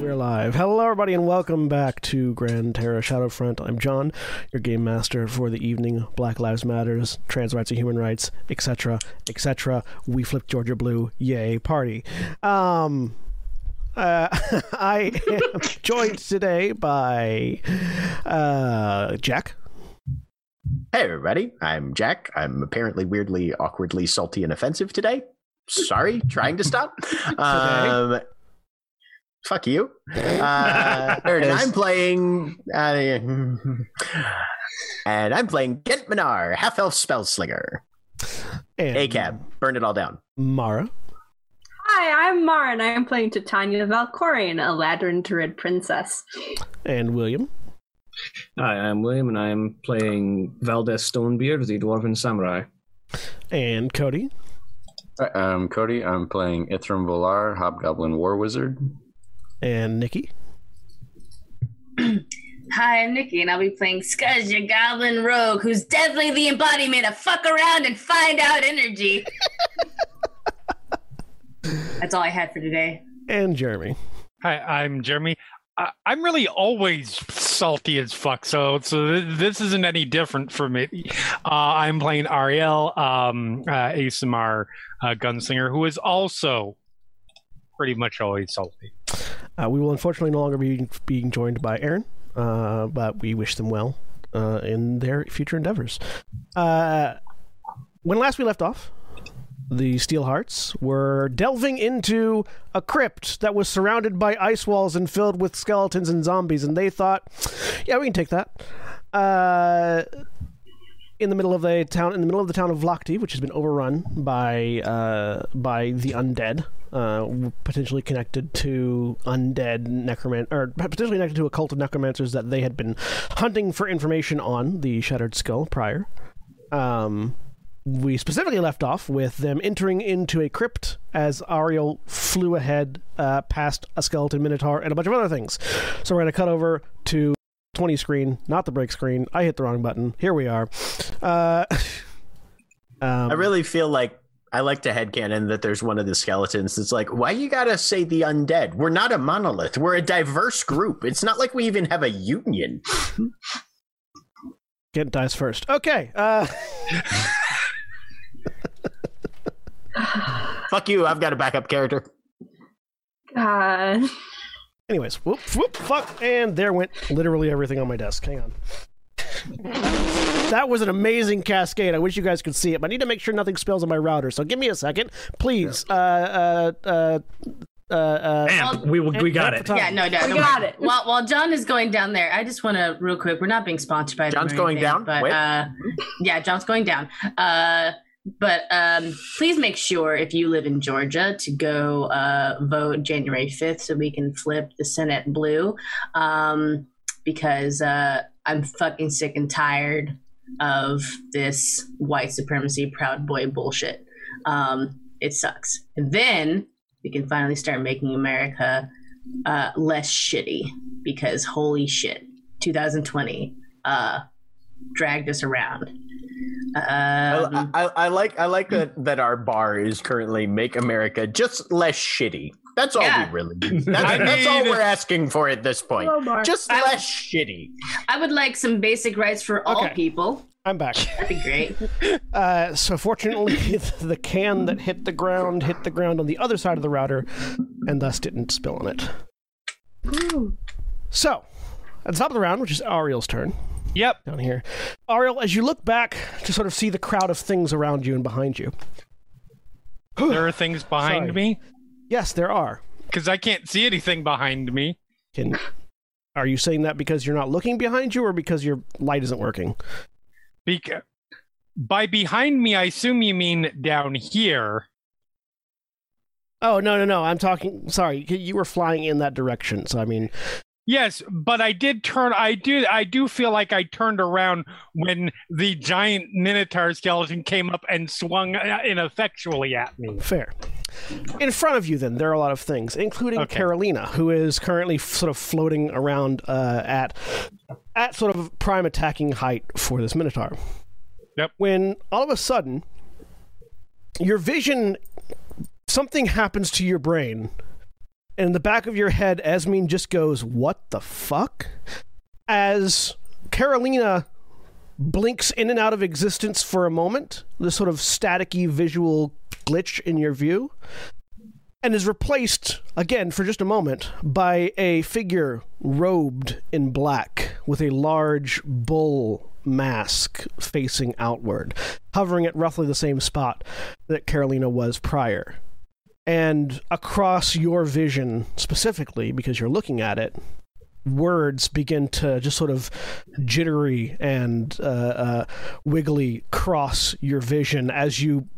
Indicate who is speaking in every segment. Speaker 1: We're live. Hello, everybody, and welcome back to Grand Terra Shadowfront. I'm John, your game master for the evening. Black Lives Matters, trans rights and human rights, etc., etc. We flipped Georgia blue. Yay, party! Um, uh, I am joined today by uh, Jack.
Speaker 2: Hey, everybody. I'm Jack. I'm apparently weirdly, awkwardly salty and offensive today. Sorry, trying to stop. Um, fuck you. Uh, there it is. I'm playing. Uh, and I'm playing Gent Minar, half elf spellslinger.
Speaker 1: And
Speaker 2: ACAB, burn it all down.
Speaker 1: Mara.
Speaker 3: Hi, I'm Mara, and I am playing Titania Valkorian, a Ladrin Druid princess.
Speaker 1: And William.
Speaker 4: Hi, I'm William, and I'm playing Valdez Stonebeard, the Dwarven Samurai.
Speaker 1: And Cody.
Speaker 5: Hi, I'm um, Cody. I'm playing Ithram Volar, Hobgoblin War Wizard.
Speaker 1: And Nikki.
Speaker 6: Hi, I'm Nikki, and I'll be playing Scuzz, your goblin rogue, who's definitely the embodiment of fuck around and find out energy. That's all I had for today.
Speaker 1: And Jeremy.
Speaker 7: Hi, I'm Jeremy. I, I'm really always salty as fuck, so so th- this isn't any different for me. Uh, I'm playing Ariel, um, uh, ASMR uh, gunslinger, who is also pretty much always salty.
Speaker 1: Uh, we will unfortunately no longer be being joined by Aaron, uh, but we wish them well uh, in their future endeavors. Uh, when last we left off, the Steel Hearts were delving into a crypt that was surrounded by ice walls and filled with skeletons and zombies, and they thought, "Yeah, we can take that." Uh, in the middle of the town, in the middle of the town of Vlachti, which has been overrun by uh, by the undead, uh, potentially connected to undead necroman or potentially connected to a cult of necromancers that they had been hunting for information on the Shattered Skull prior. Um, we specifically left off with them entering into a crypt as Ariel flew ahead uh, past a skeleton minotaur and a bunch of other things. So we're going to cut over to 20 screen, not the break screen. I hit the wrong button. Here we are. Uh, um,
Speaker 2: I really feel like I like to headcanon that there's one of the skeletons that's like, why you gotta say the undead? We're not a monolith. We're a diverse group. It's not like we even have a union.
Speaker 1: Gent dies first. Okay. Uh,
Speaker 2: Fuck you. I've got a backup character.
Speaker 3: God.
Speaker 1: anyways, whoop, whoop, fuck. And there went literally everything on my desk. Hang on. that was an amazing cascade. I wish you guys could see it, but I need to make sure nothing spills on my router. So give me a second, please. Uh, uh, uh, uh, uh,
Speaker 4: Amp, we will, we got it.
Speaker 6: Yeah, no, no,
Speaker 3: We
Speaker 6: no.
Speaker 3: got it.
Speaker 6: While, while John is going down there, I just want to real quick. We're not being sponsored by. them
Speaker 2: John's
Speaker 6: or
Speaker 2: going down?
Speaker 6: anything, but
Speaker 2: Wait.
Speaker 6: uh, yeah, John's going down. Uh, but um, please make sure if you live in Georgia to go uh, vote January fifth, so we can flip the Senate blue, um, because uh, I'm fucking sick and tired of this white supremacy proud boy bullshit. Um, it sucks. And then we can finally start making America uh, less shitty because holy shit, 2020 uh, dragged us around. Um,
Speaker 2: I, I, I like I like that that our bar is currently make America just less shitty. That's all
Speaker 6: Yeah.
Speaker 2: we really. That's,
Speaker 7: I
Speaker 2: that's all
Speaker 7: mean-
Speaker 2: we're asking for at this point. Just
Speaker 6: I-
Speaker 2: less shitty.
Speaker 6: I would like some basic rights for all
Speaker 1: Okay.
Speaker 6: people.
Speaker 1: I'm back.
Speaker 6: That'd be great.
Speaker 1: Uh, so fortunately, the can that hit the ground hit the ground on the other side of the router, and thus didn't spill on it. So, at the top of the round, which is Ariel's turn
Speaker 7: Yep.
Speaker 1: down here, Ariel, as you look back to sort of see the crowd of things around you and behind you,
Speaker 7: There are things behind
Speaker 1: Sorry.
Speaker 7: me
Speaker 1: yes, there are.
Speaker 7: because I can't see anything behind me.
Speaker 1: Can are you saying that because you're not looking behind you, or because your light isn't working?
Speaker 7: Bec- by behind me, I assume you mean down here.
Speaker 1: Oh no, no, no! I'm talking. Sorry, you- you were flying in that direction, so I mean,
Speaker 7: Yes, but I did turn. I do. I do feel like I turned around when the giant minotaur skeleton came up and swung uh, ineffectually at me.
Speaker 1: Fair. In front of you, then, there are a lot of things, including
Speaker 7: Okay.
Speaker 1: Carolina, who is currently f- sort of floating around uh, at at sort of prime attacking height for this Minotaur.
Speaker 7: Yep.
Speaker 1: When all of a sudden, your vision, something happens to your brain, and in the back of your head, Esmeen just goes, "What the fuck?" As Carolina blinks in and out of existence for a moment, this sort of staticky visual glitch in your view, and is replaced again for just a moment by a figure robed in black with a large bull mask facing outward, hovering at roughly the same spot that Carolina was prior. And across your vision specifically, because you're looking at it, words begin to just sort of jittery and uh, uh, wiggly cross your vision as you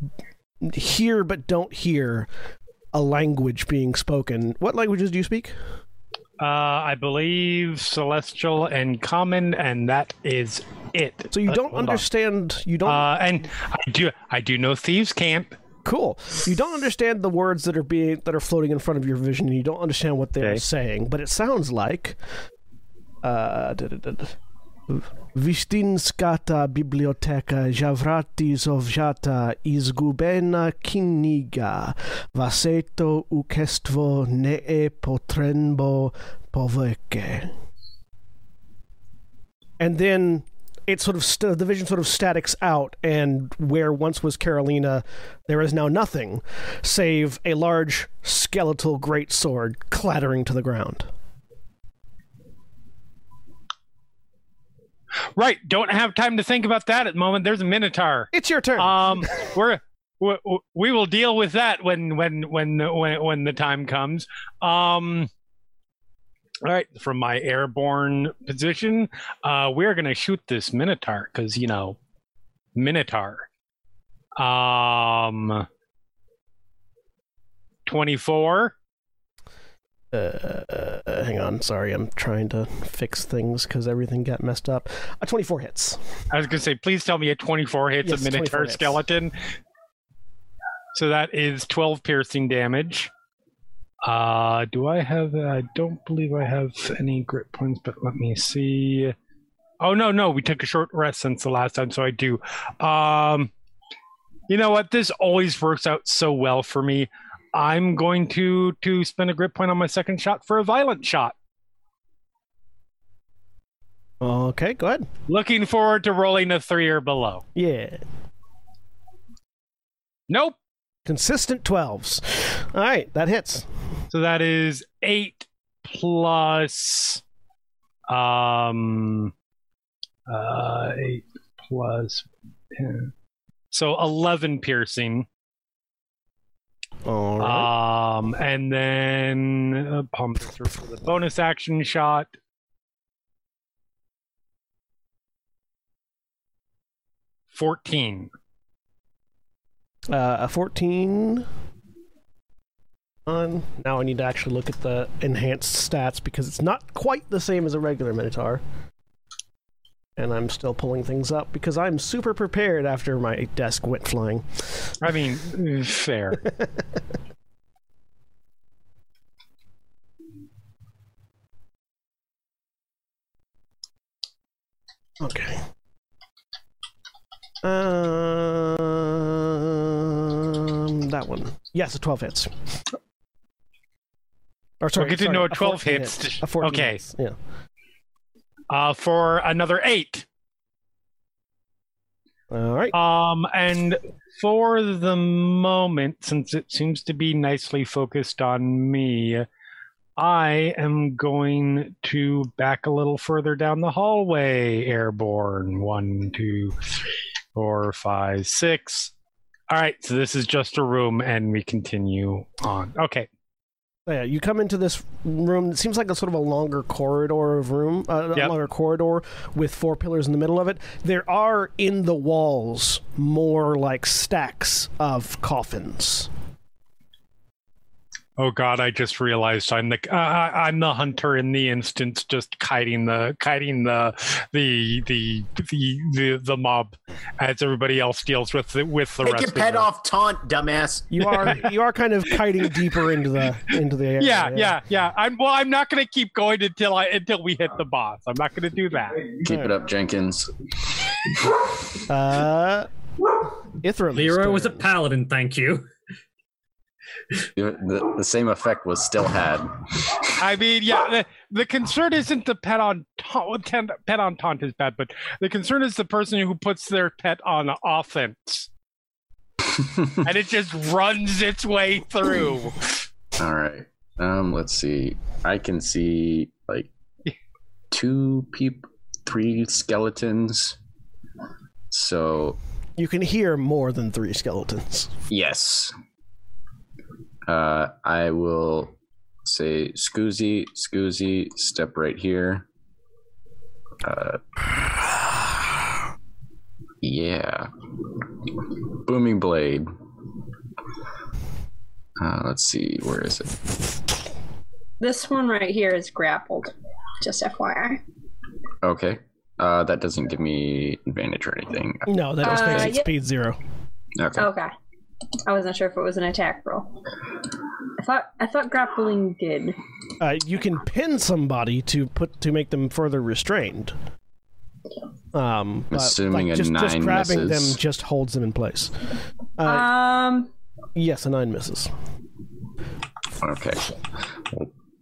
Speaker 1: hear but don't hear a language being spoken. What languages do you speak?
Speaker 7: Uh, I believe celestial and common, and that is it.
Speaker 1: So you
Speaker 7: Uh,
Speaker 1: don't
Speaker 7: hold on.
Speaker 1: understand. You don't.
Speaker 7: Uh, and I do. I do know thieves can't.
Speaker 1: cool. You don't understand the words that are being that are floating in front of your vision, and you don't understand what they're
Speaker 7: Okay.
Speaker 1: saying. But it sounds like. Uh, da, da, da, da. Vistinskata biblioteka Javratizovjata izgubena kiniga vaseto ukestvo nee potrenbo poveke. And then it sort of st- the vision sort of statics out, and where once was Carolina, there is now nothing save a large skeletal greatsword clattering to the ground.
Speaker 7: Right. Don't have time to think about that at the moment. There's a minotaur.
Speaker 1: It's your turn.
Speaker 7: Um, we're. we- We will deal with that when when when the- when when the time comes. Um, all right, from my airborne position, uh, we're gonna shoot this minotaur because you know, minotaur. Um, twenty four.
Speaker 1: uh, uh, hang on, sorry, I'm trying to fix things because everything got messed up. A 24 hits.
Speaker 7: I was gonna say, please tell me a 24 hits
Speaker 1: Yes,
Speaker 7: a
Speaker 1: 24
Speaker 7: Minotaur
Speaker 1: hits.
Speaker 7: skeleton. So that is 12 piercing damage. Uh, do I have? I don't believe I have any grit points, but let me see. Oh no, no, we took a short rest since the last time, so I do. Um, you know what? This always works out so well for me. I'm going to to spend a grit point on my second shot for a violent shot.
Speaker 1: Okay, go ahead.
Speaker 7: Looking forward to rolling a three or below.
Speaker 1: Yeah.
Speaker 7: Nope.
Speaker 1: Consistent 12s. All right, that hits.
Speaker 7: So that is eight plus um uh eight plus ten. So eleven piercing.
Speaker 1: All right.
Speaker 7: Um and then uh, pump through for the bonus action shot. Fourteen.
Speaker 1: Uh, a 14 on. Now I need to actually look at the enhanced stats because it's not quite the same as a regular Minotaur. And I'm still pulling things up because I'm super prepared after my desk went flying.
Speaker 7: I mean fair.
Speaker 1: Okay. Um, that one. Yes, a 12 hits. Or sorry,
Speaker 7: get to
Speaker 1: sorry,
Speaker 7: know
Speaker 1: a
Speaker 7: 12
Speaker 1: 14
Speaker 7: hits.
Speaker 1: A 14
Speaker 7: Okay.
Speaker 1: hits, Yeah.
Speaker 7: uh, for another eight.
Speaker 1: All right.
Speaker 7: Um, and for the moment, since it seems to be nicely focused on me, I am going to back a little further down the hallway, airborne. One, two, three, four, five, six. All right, so this is just a room, and we continue on. Okay.
Speaker 1: So, yeah, you come into this room. It seems like a sort of a longer corridor of room, uh, a
Speaker 7: Yep.
Speaker 1: longer corridor with four pillars in the middle of it. There are in the walls more like stacks of coffins.
Speaker 7: Oh God! I just realized I'm the uh, I'm the hunter in the instance, just kiting the kiting the the the the the, the mob as everybody else deals with the, with the
Speaker 2: Take
Speaker 7: rest.
Speaker 2: your
Speaker 7: of
Speaker 2: pet
Speaker 7: it.
Speaker 2: off, taunt, dumbass.
Speaker 1: You are you are kind of kiting deeper into the into the area.
Speaker 7: Yeah, yeah, yeah. I'm well. I'm not going to keep going until I until we hit the boss. I'm not going to do that.
Speaker 5: Keep it up, Jenkins.
Speaker 1: Uh, Ithram.
Speaker 8: Leroy was a paladin, thank you.
Speaker 5: The, the same effect was still had.
Speaker 7: I mean, yeah. The, the concern isn't the pet on taunt. Pet on taunt is bad, but the concern is the person who puts their pet on offense and it just runs its way through.
Speaker 5: All right. Um, let's see. I can see like two people, three skeletons. So
Speaker 1: You can hear more than three skeletons.
Speaker 5: yes, uh, I will say Scoozy, Scoozy, step right here. Uh, yeah, booming blade. Uh, let's see, where is it?
Speaker 3: This one right here is grappled. Just FYI.
Speaker 5: Okay. Uh, that doesn't give me advantage or anything.
Speaker 1: No, that just makes
Speaker 3: Uh,
Speaker 1: it
Speaker 3: yeah.
Speaker 1: speed zero.
Speaker 5: Okay.
Speaker 3: Okay. I wasn't sure if it was an attack roll. I thought I thought grappling did.
Speaker 1: Uh, you can pin somebody to put to make them further restrained. Um, but,
Speaker 5: Assuming
Speaker 1: like,
Speaker 5: a
Speaker 1: just, just
Speaker 5: nine
Speaker 1: grabbing
Speaker 5: misses.
Speaker 1: them just holds them in place. Uh,
Speaker 3: Um,
Speaker 1: yes, a nine misses.
Speaker 5: Okay.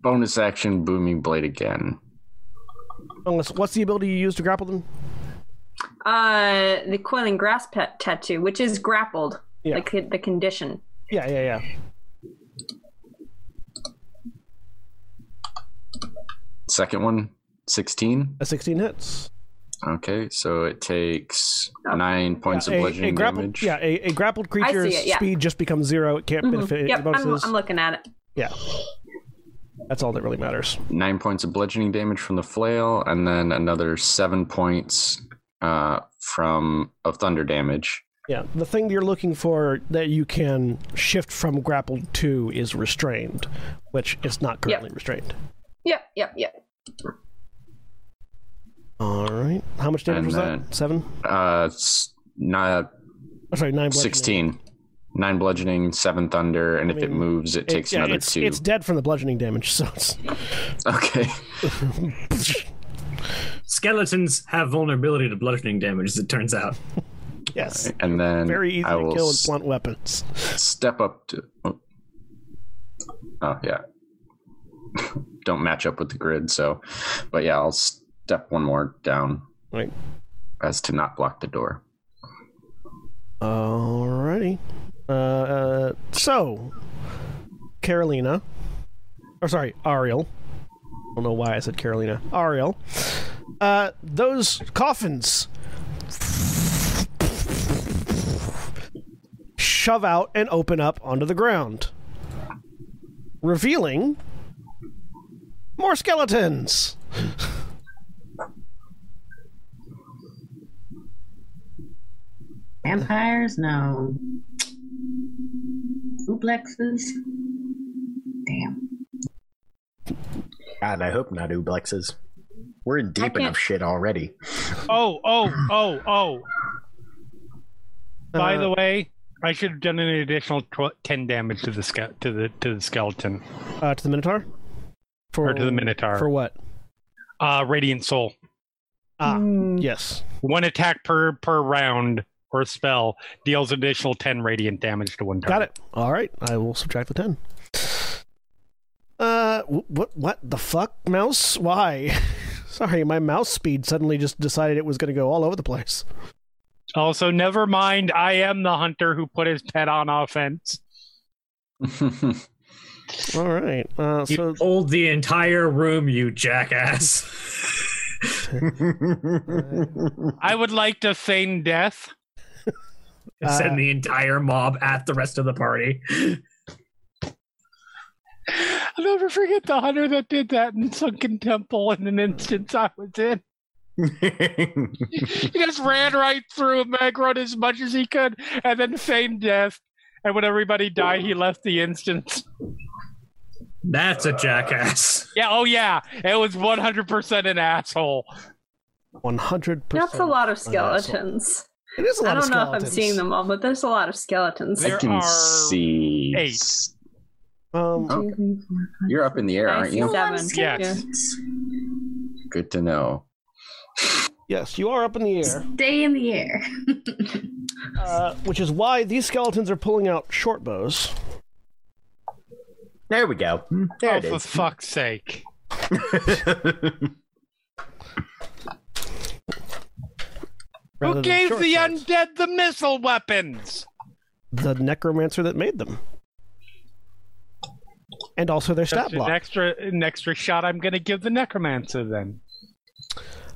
Speaker 5: Bonus action, booming blade again.
Speaker 1: Unless, what's the ability you use to grapple them?
Speaker 3: uh, the coiling grass pet tattoo, which is grappled,
Speaker 1: Yeah.
Speaker 3: like the, the condition.
Speaker 1: Yeah, yeah, yeah.
Speaker 5: Second one, 16.
Speaker 1: A sixteen hits.
Speaker 5: Okay, so it takes nine points of
Speaker 1: a, a
Speaker 5: bludgeoning
Speaker 1: grappled,
Speaker 5: damage.
Speaker 1: yeah, a, a grappled
Speaker 3: it,
Speaker 1: creature's
Speaker 3: yeah.
Speaker 1: speed just becomes zero. It can't
Speaker 3: Mhm.
Speaker 1: benefit any
Speaker 3: Yep, I'm,
Speaker 1: bonuses.
Speaker 3: I'm looking at it.
Speaker 1: Yeah, that's all that really matters.
Speaker 5: Nine points of bludgeoning damage from the flail, and then another seven points uh, from of thunder damage.
Speaker 1: Yeah, the thing you're looking for that you can shift from grappled to is restrained, which is not currently restrained.
Speaker 3: Yep, yep, yep.
Speaker 1: All right. How much damage
Speaker 5: And
Speaker 1: was
Speaker 5: then-
Speaker 1: that? Seven?
Speaker 5: Uh, s- not
Speaker 1: Oh, sorry, nine. bludgeoning.
Speaker 5: 16. Nine bludgeoning, seven thunder, and if it
Speaker 1: mean,
Speaker 5: moves, it
Speaker 1: It-
Speaker 5: takes
Speaker 1: yeah,
Speaker 5: another
Speaker 1: it's,
Speaker 5: two.
Speaker 1: It's dead from the bludgeoning damage, so it's.
Speaker 5: Okay.
Speaker 8: Skeletons have vulnerability to bludgeoning damage, as it turns out.
Speaker 1: Yes.
Speaker 5: And then
Speaker 1: Very easy
Speaker 5: I will
Speaker 1: to kill with
Speaker 5: s-
Speaker 1: blunt weapons.
Speaker 5: step up to. Oh, oh, yeah. Don't match up with the grid, so. But yeah, I'll step one more down
Speaker 1: Right.
Speaker 5: as to not block the door.
Speaker 1: Alrighty. Uh, uh, so, Carolina. Or, sorry, Ariel. I don't know why I said Carolina. Ariel. Uh, those coffins shove out and open up onto the ground, revealing more skeletons.
Speaker 6: Vampires? No. Duplexes? Damn.
Speaker 2: God, I hope not ublexes. We're in deep
Speaker 3: can't-
Speaker 2: enough shit already.
Speaker 7: Oh, oh, oh, oh. By
Speaker 1: Uh,
Speaker 7: the way, I should have done an additional tw- 10 damage to the ske- to the to the skeleton
Speaker 1: Uh, to the Minotaur? For,
Speaker 7: or to the minotaur.
Speaker 1: For what?
Speaker 7: uh radiant soul.
Speaker 1: Ah, yes.
Speaker 7: One attack per per round or spell deals additional 10 radiant damage to one
Speaker 1: Got
Speaker 7: target.
Speaker 1: it. All right. I will subtract the 10. Uh, Uh, wh- what? What the fuck, mouse? Why? Sorry, my mouse speed suddenly just decided it was going to go all over the place.
Speaker 7: Also, never mind. I am the hunter who put his pet on offense.
Speaker 1: All right. Uh,
Speaker 8: You
Speaker 1: so
Speaker 8: hold the entire room, you jackass.
Speaker 7: I would like to feign death.
Speaker 1: Uh,
Speaker 8: Send the entire mob at the rest of the party.
Speaker 7: I'll never forget the hunter that did that in Sunken Temple in an instance I was in. He just ran right through Magron as much as he could and then feigned death. And when everybody died, he left the instance.
Speaker 8: That's
Speaker 4: Uh,
Speaker 8: a jackass.
Speaker 7: Yeah, oh yeah. It was 100% an asshole.
Speaker 1: one hundred percent.
Speaker 3: That's a lot of
Speaker 1: an asshole.
Speaker 3: skeletons.
Speaker 1: It is a
Speaker 3: I
Speaker 1: lot of
Speaker 3: don't know if I'm
Speaker 1: skeletons.
Speaker 3: seeing them all, but there's a lot of skeletons.
Speaker 5: I
Speaker 7: There
Speaker 5: can
Speaker 7: are
Speaker 5: see.
Speaker 7: eight.
Speaker 1: Um,
Speaker 5: Oh.
Speaker 3: Mm-hmm.
Speaker 5: You're up in the air, aren't you?
Speaker 3: Seven.
Speaker 7: Yes.
Speaker 5: Good to know.
Speaker 1: yes, you are up in the air,
Speaker 6: Stay in the air.
Speaker 1: uh, which is why these skeletons are pulling out short bows.
Speaker 2: There we go. There
Speaker 7: Oh,
Speaker 2: it
Speaker 7: for
Speaker 2: is.
Speaker 7: fuck's sake.
Speaker 1: rather
Speaker 7: Who
Speaker 1: than
Speaker 7: gave
Speaker 1: short
Speaker 7: the
Speaker 1: swords.
Speaker 7: undead the missile weapons?
Speaker 1: the necromancer that made them, and also their stat
Speaker 7: That's an
Speaker 1: block.
Speaker 7: extra, an extra shot I'm going to give the necromancer then.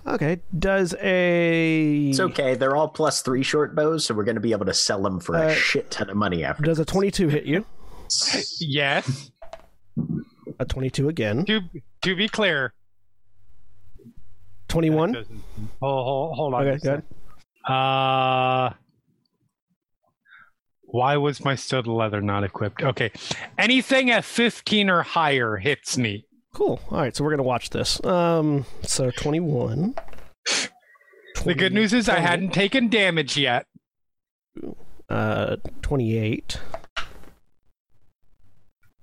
Speaker 1: okay, does a
Speaker 2: It's okay. They're all plus three short bows, so we're going to be able to sell them for
Speaker 1: Uh,
Speaker 2: a shit ton of money after.
Speaker 1: does a twenty-two hit you?
Speaker 7: Yes.
Speaker 1: A twenty-two again.
Speaker 7: to, to be clear.
Speaker 1: Twenty-one.
Speaker 7: Oh, hold, hold on.
Speaker 1: Okay,
Speaker 7: just
Speaker 1: go
Speaker 7: a sec. Uh, why was my stud leather not equipped? Okay. Anything at 15 or higher hits me.
Speaker 1: Cool. All right, so we're gonna watch this. Um, so twenty-one.
Speaker 7: The good news is I hadn't taken damage yet.
Speaker 1: Uh, twenty-eight.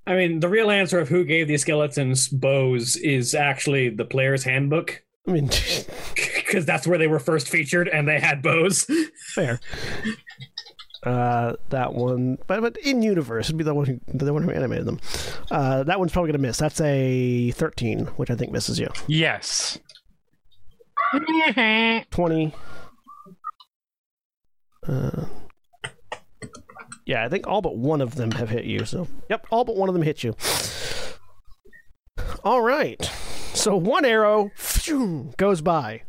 Speaker 8: I mean, the real answer of who gave the skeletons bows is actually the player's handbook,
Speaker 1: I mean,
Speaker 8: because that's where they were first featured and they had bows.
Speaker 1: fair. Uh, that one, but, but in universe, it'd be the one who the one who animated them. Uh, that one's probably gonna miss. That's a thirteen, which I think misses you.
Speaker 7: Yes.
Speaker 1: Twenty. Uh, yeah, I think all but one of them have hit you. So, yep, all but one of them hit you. All right. So one arrow phew, goes by,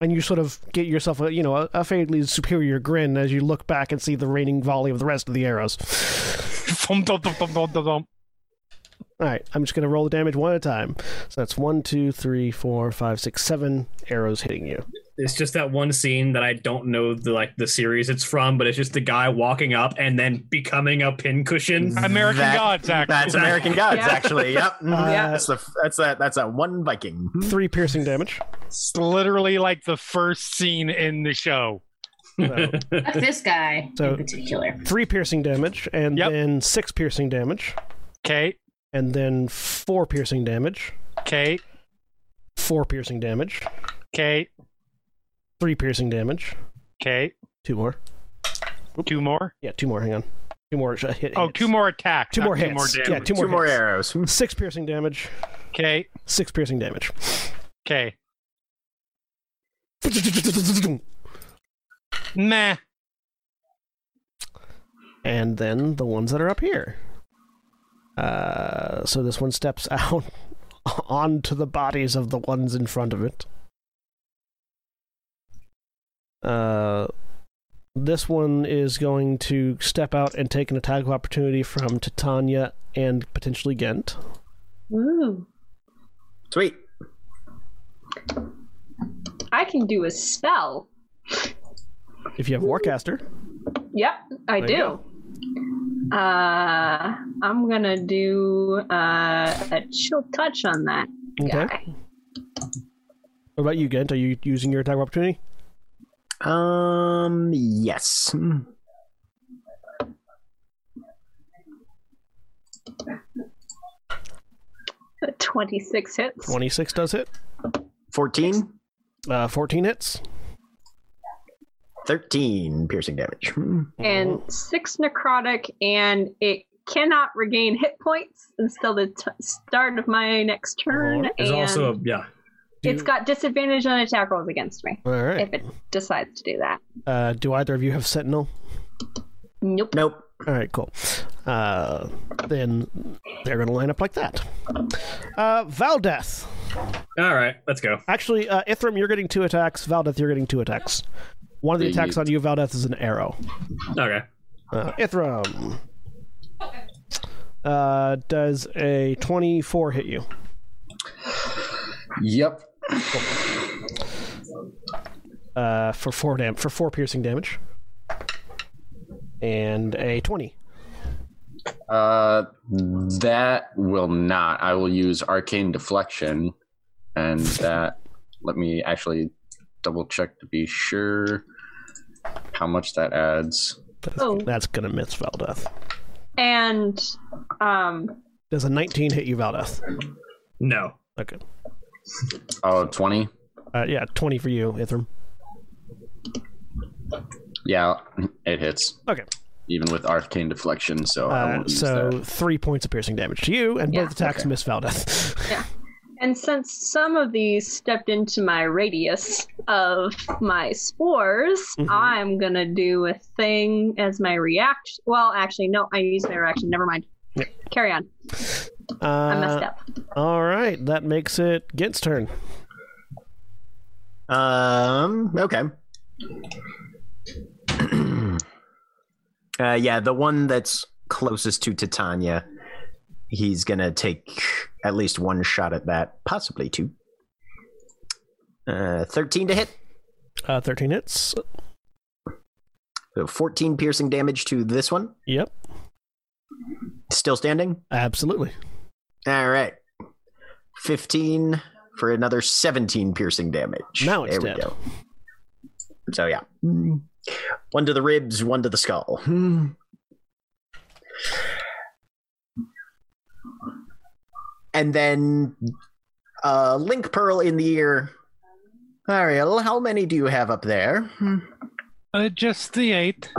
Speaker 1: and you sort of get yourself a you know a, a faintly superior grin as you look back and see the raining volley of the rest of the arrows.
Speaker 7: Thump, thump, thump, thump, thump, thump.
Speaker 1: All right, I'm just gonna roll the damage one at a time. So that's one, two, three, four, five, six, seven arrows hitting you.
Speaker 8: It's just that one scene that I don't know the like the series it's from, but it's just the guy walking up and then becoming a pincushion.
Speaker 7: American
Speaker 2: That-
Speaker 7: Gods, actually.
Speaker 2: That's American Gods,
Speaker 3: Yeah.
Speaker 2: actually. Yep.
Speaker 1: Yeah.
Speaker 2: That's the that's that that's that one Viking.
Speaker 1: Three piercing damage.
Speaker 7: It's literally like the first scene in the show.
Speaker 1: So
Speaker 6: Fuck this guy
Speaker 1: So-
Speaker 6: in particular.
Speaker 1: three piercing damage, and
Speaker 7: Yep.
Speaker 1: then six piercing damage,
Speaker 7: Okay.
Speaker 1: and then four piercing damage,
Speaker 7: Okay.
Speaker 1: four piercing damage,
Speaker 7: Okay.
Speaker 1: three piercing damage,
Speaker 7: Okay.
Speaker 1: two more.
Speaker 7: Two more.
Speaker 1: Yeah, two more. Hang on, two more. Uh, hit,
Speaker 7: Oh,
Speaker 1: hits.
Speaker 7: two more attacks.
Speaker 1: Two
Speaker 7: not
Speaker 1: more
Speaker 7: two
Speaker 1: hits.
Speaker 7: More
Speaker 1: yeah,
Speaker 7: damage.
Speaker 1: two more.
Speaker 2: Two more
Speaker 1: hits.
Speaker 2: arrows. Hmm,
Speaker 1: Six piercing damage.
Speaker 7: Okay.
Speaker 1: Six piercing damage.
Speaker 7: Okay. Meh.
Speaker 1: And then the ones that are up here. Uh, so this one steps out onto the bodies of the ones in front of it. Uh, this one is going to step out and take an attack of opportunity from Titania and potentially Ghent.
Speaker 3: Ooh.
Speaker 2: Sweet.
Speaker 3: I can do a spell.
Speaker 1: If you have Warcaster,
Speaker 3: Yep, I
Speaker 1: There
Speaker 3: do.
Speaker 1: you go.
Speaker 3: Uh, I'm gonna do uh, a chill touch on that
Speaker 1: okay.
Speaker 3: guy.
Speaker 1: What about you, Ghent? Are you using your attack of opportunity?
Speaker 2: Um. Yes.
Speaker 3: The 26 hits.
Speaker 1: Twenty-six does hit.
Speaker 2: Fourteen.
Speaker 1: Uh, Fourteen hits.
Speaker 2: 13 piercing damage. Hmm,
Speaker 3: and six necrotic, and it cannot regain hit points until the t- start of my next turn,
Speaker 8: There's
Speaker 3: and
Speaker 8: also a yeah.
Speaker 3: it's got disadvantage on attack rolls against me
Speaker 1: All right.
Speaker 3: if it decides to do that.
Speaker 1: Uh, do either of you have Sentinel?
Speaker 3: Nope.
Speaker 2: Nope.
Speaker 1: All right, cool. Uh, then they're going to line up like that. Uh, Valdeth.
Speaker 8: All right, let's go.
Speaker 1: Actually, uh, Ithram, you're getting two attacks. Valdeth, you're getting two attacks. One of the
Speaker 5: They
Speaker 1: attacks
Speaker 5: need-
Speaker 1: on you, Valdeth, is an arrow.
Speaker 8: Okay.
Speaker 1: Uh, Ithram. Uh, does a 24 hit you?
Speaker 5: Yep.
Speaker 1: Uh, for four dam- for four piercing damage. And a 20.
Speaker 5: Uh, that will not. I will use arcane deflection, and that. Let me actually double check to be sure how much that adds.
Speaker 1: That's,
Speaker 3: Oh.
Speaker 1: that's going to miss Valdeth.
Speaker 3: And um,
Speaker 1: Does a 19 hit you, Valdeth?
Speaker 8: No.
Speaker 1: Okay.
Speaker 5: Oh, 20?
Speaker 1: Uh, yeah, 20 for you, Ithram.
Speaker 5: Yeah, it hits.
Speaker 1: Okay.
Speaker 5: Even with arcane deflection, so I
Speaker 1: Uh,
Speaker 5: won't use
Speaker 1: so
Speaker 5: that.
Speaker 1: three points of piercing damage to you, and
Speaker 3: Yeah.
Speaker 1: both attacks miss Valdeth.
Speaker 3: and since some of these stepped into my radius of my spores,
Speaker 1: Mhm.
Speaker 3: I'm gonna do a thing as my reaction. Well, actually, no, I used my reaction. Never mind.
Speaker 1: Yeah.
Speaker 3: Carry on.
Speaker 1: Uh,
Speaker 3: I messed up.
Speaker 1: All right, that makes it Gint's turn.
Speaker 2: Um. Okay. uh, yeah, the one that's closest to Titania, he's gonna take at least one shot at that, possibly two. Uh, thirteen to hit.
Speaker 1: Uh, 13 hits.
Speaker 2: So fourteen piercing damage to this one.
Speaker 1: Yep,
Speaker 2: Still standing.
Speaker 1: absolutely.
Speaker 2: All right. Fifteen for another seventeen piercing damage.
Speaker 1: Now it's dead.
Speaker 2: go. So yeah, one to the ribs, one to the skull. and then uh, link pearl in the ear. Ariel, how many do you have up there?
Speaker 7: Uh, just the eight.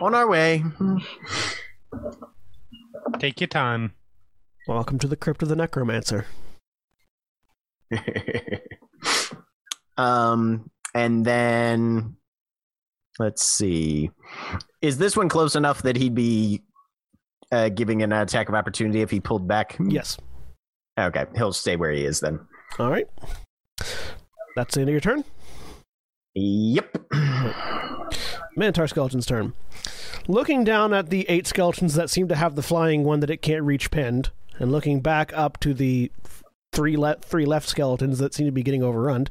Speaker 2: On our way.
Speaker 7: Take your time.
Speaker 1: Welcome to the Crypt of the Necromancer.
Speaker 2: um, and then let's see. Is this one close enough that he'd be uh, giving an attack of opportunity if he pulled back?
Speaker 3: Mm.
Speaker 1: Yes.
Speaker 2: Okay, he'll stay where he is then.
Speaker 1: All right. That's the end of your turn.
Speaker 2: Yep.
Speaker 1: Minotaur Skeleton's turn. Looking down at the eight skeletons that seem to have the flying one that it can't reach pinned, and looking back up to the three, le- three left skeletons that seem to be getting overrun,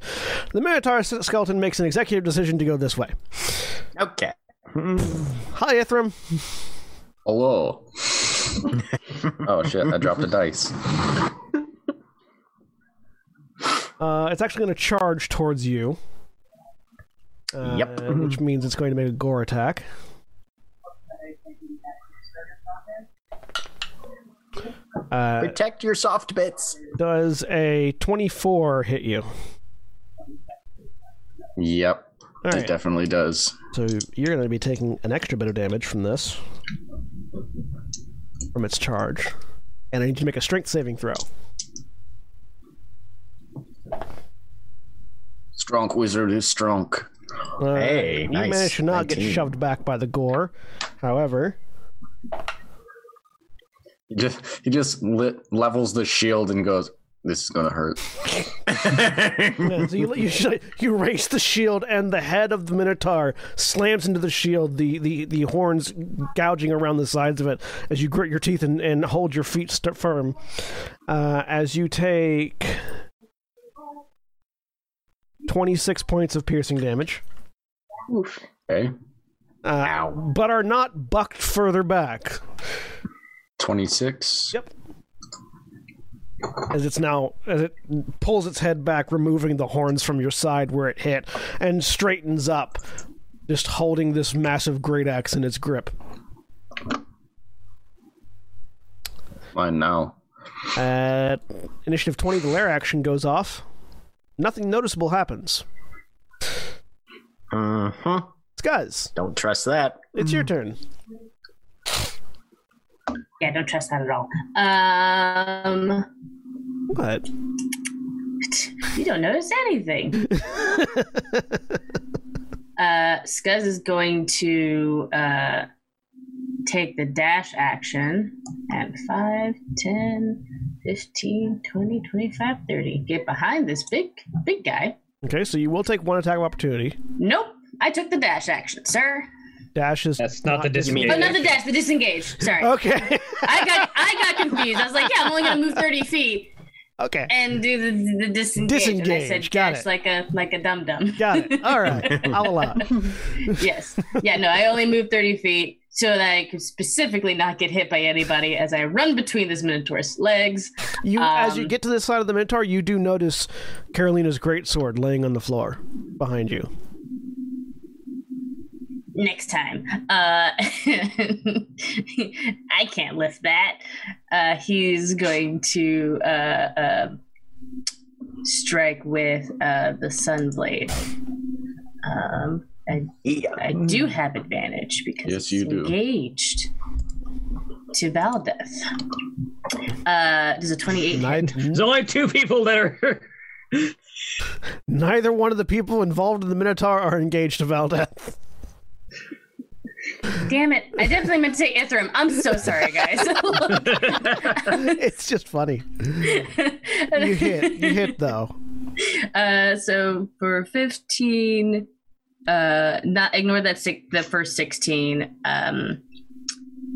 Speaker 1: the Minotaur s- Skeleton makes an executive decision to go this way.
Speaker 2: Okay.
Speaker 1: Hi, Ithram.
Speaker 5: Hello. oh, shit. I dropped a dice.
Speaker 1: Uh, it's actually going to charge towards you. Uh,
Speaker 2: Yep.
Speaker 1: Which means it's going to make a gore attack. Uh,
Speaker 2: Protect your soft bits.
Speaker 1: does a 24 hit you?
Speaker 5: Yep.
Speaker 1: All
Speaker 5: It
Speaker 1: right.
Speaker 5: definitely does.
Speaker 1: So you're going to be taking an extra bit of damage from this, from its charge. And I need you to make a strength saving throw.
Speaker 5: Strong wizard is strong.
Speaker 1: Uh,
Speaker 2: Hey,
Speaker 1: you
Speaker 2: nice.
Speaker 1: managed to not get
Speaker 2: 19.
Speaker 1: shoved back by the gore. However,
Speaker 5: He just, he just lit, levels the shield and goes, This is going to hurt.
Speaker 1: Yeah, so you, you, sh- you raise the shield, and the head of the Minotaur slams into the shield, the, the, the horns gouging around the sides of it as you grit your teeth and, and hold your feet st- firm. Uh, as you take 26 points of piercing damage,
Speaker 3: Oof.
Speaker 5: Okay.
Speaker 1: uh,
Speaker 2: Ow.
Speaker 1: but are not bucked further back
Speaker 5: 26.
Speaker 1: Yep. as it's now as it pulls its head back, removing the horns from your side where it hit, and straightens up, just holding this massive great axe in its grip.
Speaker 5: Mine now.
Speaker 1: At initiative 20, the lair action goes off. Nothing noticeable happens.
Speaker 2: Uh-huh.
Speaker 1: Scuzz,
Speaker 2: Don't trust that.
Speaker 1: it's your turn.
Speaker 6: Yeah, don't trust that at all. Um,
Speaker 1: What?
Speaker 6: you don't notice anything. uh, Scuzz is going to uh, take the dash action at 5, 10, 15, 20, 25, 30. Get behind this big, big guy.
Speaker 1: Okay, so you will take one attack of opportunity.
Speaker 6: Nope, I took the dash action, sir.
Speaker 1: Dash is
Speaker 8: That's not the
Speaker 6: Oh,
Speaker 8: disengage.
Speaker 6: not the dash, the disengage. Sorry.
Speaker 1: okay.
Speaker 6: I got I got confused. I was like, yeah, I'm only gonna move thirty feet
Speaker 1: okay,
Speaker 6: and do the, the disengage. And I
Speaker 1: Disengage,
Speaker 6: said
Speaker 1: got
Speaker 6: dash
Speaker 1: it.
Speaker 6: like a like a dum dum.
Speaker 1: got it. All right, I'll allow. it.
Speaker 6: yes. Yeah, no, I only moved 30 feet so that I could specifically not get hit by anybody as I run between this Minotaur's legs.
Speaker 1: You, as you
Speaker 6: Um,
Speaker 1: get to this side of the Minotaur, you do notice Carolina's greatsword laying on the floor behind you.
Speaker 6: Next time. Uh, I can't lift that. Uh, he's going to uh, uh, strike with uh, the Sunblade. Um, I,
Speaker 2: Yeah.
Speaker 6: I do have advantage because
Speaker 5: Yes,
Speaker 6: it's
Speaker 5: you do.
Speaker 6: engaged to Valdeth. Uh, does a 28 hit?
Speaker 1: Neither,
Speaker 8: There's only two people that are.
Speaker 1: neither one of the people involved in the Minotaur are engaged to Valdeth.
Speaker 6: Damn it. I definitely meant to say Ithram. I'm so sorry, guys.
Speaker 1: It's just funny. You hit, you hit though.
Speaker 6: Uh, so for 15, uh, not ignore that six, the first 16, um,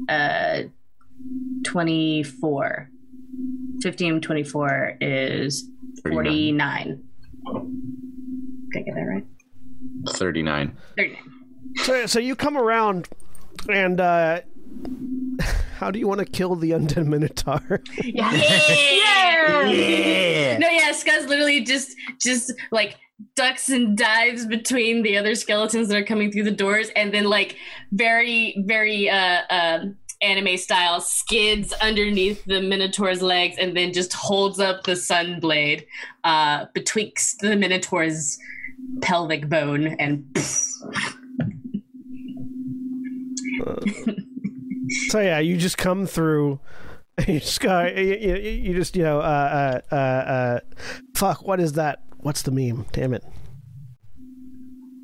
Speaker 6: uh, 24. 15, 24 is
Speaker 5: 39.
Speaker 6: 49. Did I get that right?
Speaker 5: 39.
Speaker 6: 39.
Speaker 1: So, so you come around, and uh, how do you want to kill the undead Minotaur?
Speaker 6: Yeah!
Speaker 2: Yeah.
Speaker 6: No, yeah, Scuzz literally just just like ducks and dives between the other skeletons that are coming through the doors, and then like very very uh, um anime style skids underneath the Minotaur's legs, and then just holds up the sun blade uh, betwixt the Minotaur's pelvic bone, and
Speaker 1: So yeah, you just come through. You just go. You, you, you just you know. Uh, uh, uh, uh, fuck. What is that? What's the meme? Damn it.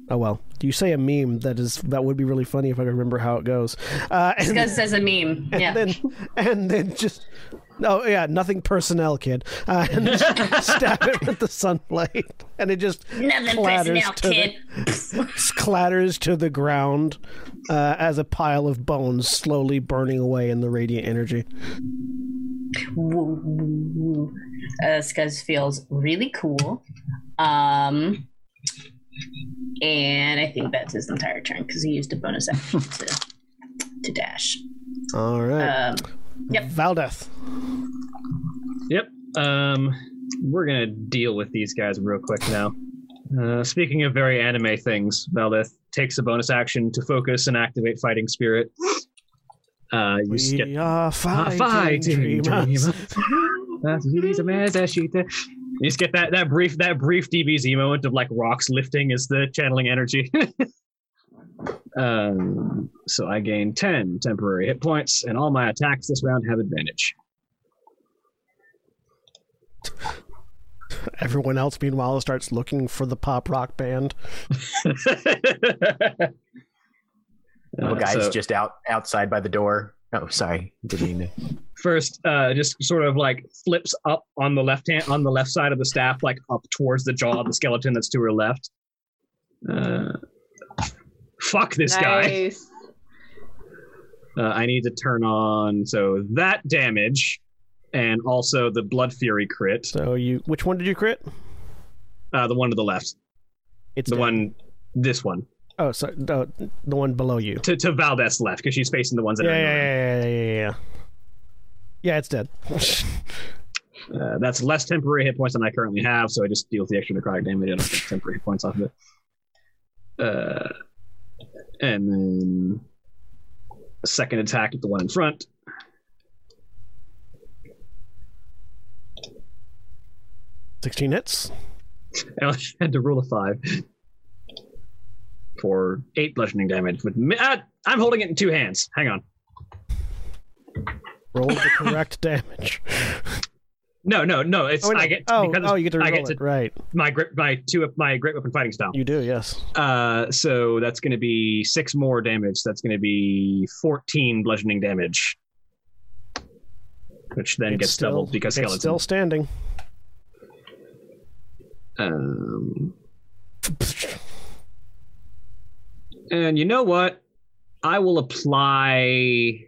Speaker 1: Oh well. You say a meme that is that would be really funny if I could remember how it goes. Uh, and,
Speaker 6: Scuzz says a meme.
Speaker 1: and
Speaker 6: Yeah,
Speaker 1: then and then just. Oh yeah, nothing personnel, kid. Uh, and just stab it with the sunblade, and it just
Speaker 6: nothing
Speaker 1: clatters
Speaker 6: personnel,
Speaker 1: to the-
Speaker 6: kid.
Speaker 1: clatters to the ground uh, as a pile of bones slowly burning away in the radiant energy.
Speaker 6: woo, woo, woo. Uh, Scuzz feels really cool. Um, and I think that's his entire turn because he used a bonus action to, to dash.
Speaker 1: All right,
Speaker 6: Um,
Speaker 1: Valdeth.
Speaker 8: Yep. Um, we're gonna deal with these guys real quick now. Uh, speaking of very anime things, Valdeth takes a bonus action to focus and activate Fighting Spirit. Uh, you
Speaker 1: We
Speaker 8: skip
Speaker 1: are fighting, dreamers.
Speaker 8: dreamers. That's who these amazing shit are. You just get that, that brief that brief DBZ moment of like rocks lifting is the channeling energy. um, so I gain ten temporary hit points, and all my attacks this round have advantage.
Speaker 1: Everyone else, meanwhile, starts looking for the pop rock band.
Speaker 2: Little
Speaker 8: Uh,
Speaker 2: guy's
Speaker 8: so-
Speaker 2: just out outside by the door. Oh, sorry. Didn't mean to.
Speaker 8: first uh, just sort of like flips up on the left hand on the left side of the staff like up towards the jaw of the skeleton that's to her left uh, fuck this guy
Speaker 3: nice.
Speaker 8: uh, i need to turn on so that damage and also the blood fury crit
Speaker 1: So you, which one did you crit?
Speaker 8: uh, the one to the left
Speaker 1: It's
Speaker 8: the
Speaker 1: dead.
Speaker 8: one this one
Speaker 1: Oh, sorry, no, the one below you.
Speaker 8: to, to valdez left because she's facing the ones that
Speaker 1: Yeah,
Speaker 8: are in the room.
Speaker 1: yeah, yeah, yeah, yeah, yeah. Yeah, it's dead.
Speaker 8: Uh, that's less temporary hit points than I currently have, so I just deal with the extra necrotic damage. I don't get temporary hit points off of it. Uh, and then second attack at the one in front.
Speaker 1: Sixteen hits.
Speaker 8: I only had to roll a five. for eight bludgeoning damage. With mi- ah, I'm holding it in two hands. Hang on.
Speaker 1: Roll the correct damage.
Speaker 8: No, no, no. It's
Speaker 1: no.
Speaker 8: I get
Speaker 1: oh,
Speaker 8: because
Speaker 1: oh, you get to
Speaker 8: I
Speaker 1: roll
Speaker 8: get to
Speaker 1: it. Right.
Speaker 8: my grip, my two, my great weapon fighting style.
Speaker 1: You do, yes.
Speaker 8: Uh, so that's going to be six more damage. That's going to be 14 bludgeoning damage. Which then
Speaker 1: It's
Speaker 8: gets
Speaker 1: still-
Speaker 8: doubled because
Speaker 1: it's
Speaker 8: skeleton.
Speaker 1: still standing.
Speaker 8: Um, and you know what? I will apply.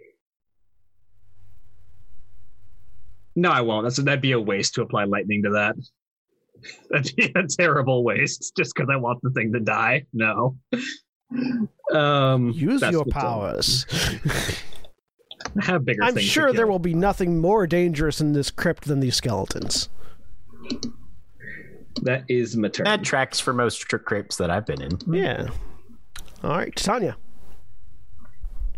Speaker 8: No, I won't. That's that'd be a waste to apply lightning to that. That'd be a terrible waste. Just because I want the thing to die. No. Um,
Speaker 1: Use
Speaker 8: that's
Speaker 1: your
Speaker 8: what's up.
Speaker 1: powers.
Speaker 8: I have bigger.
Speaker 1: I'm
Speaker 8: things to
Speaker 1: sure there
Speaker 8: kill.
Speaker 1: will be nothing more dangerous in this crypt than these skeletons.
Speaker 8: That is my turn.
Speaker 2: That tracks for most trick crypts that I've been in.
Speaker 8: Mm.
Speaker 1: Yeah. All right, Tanya.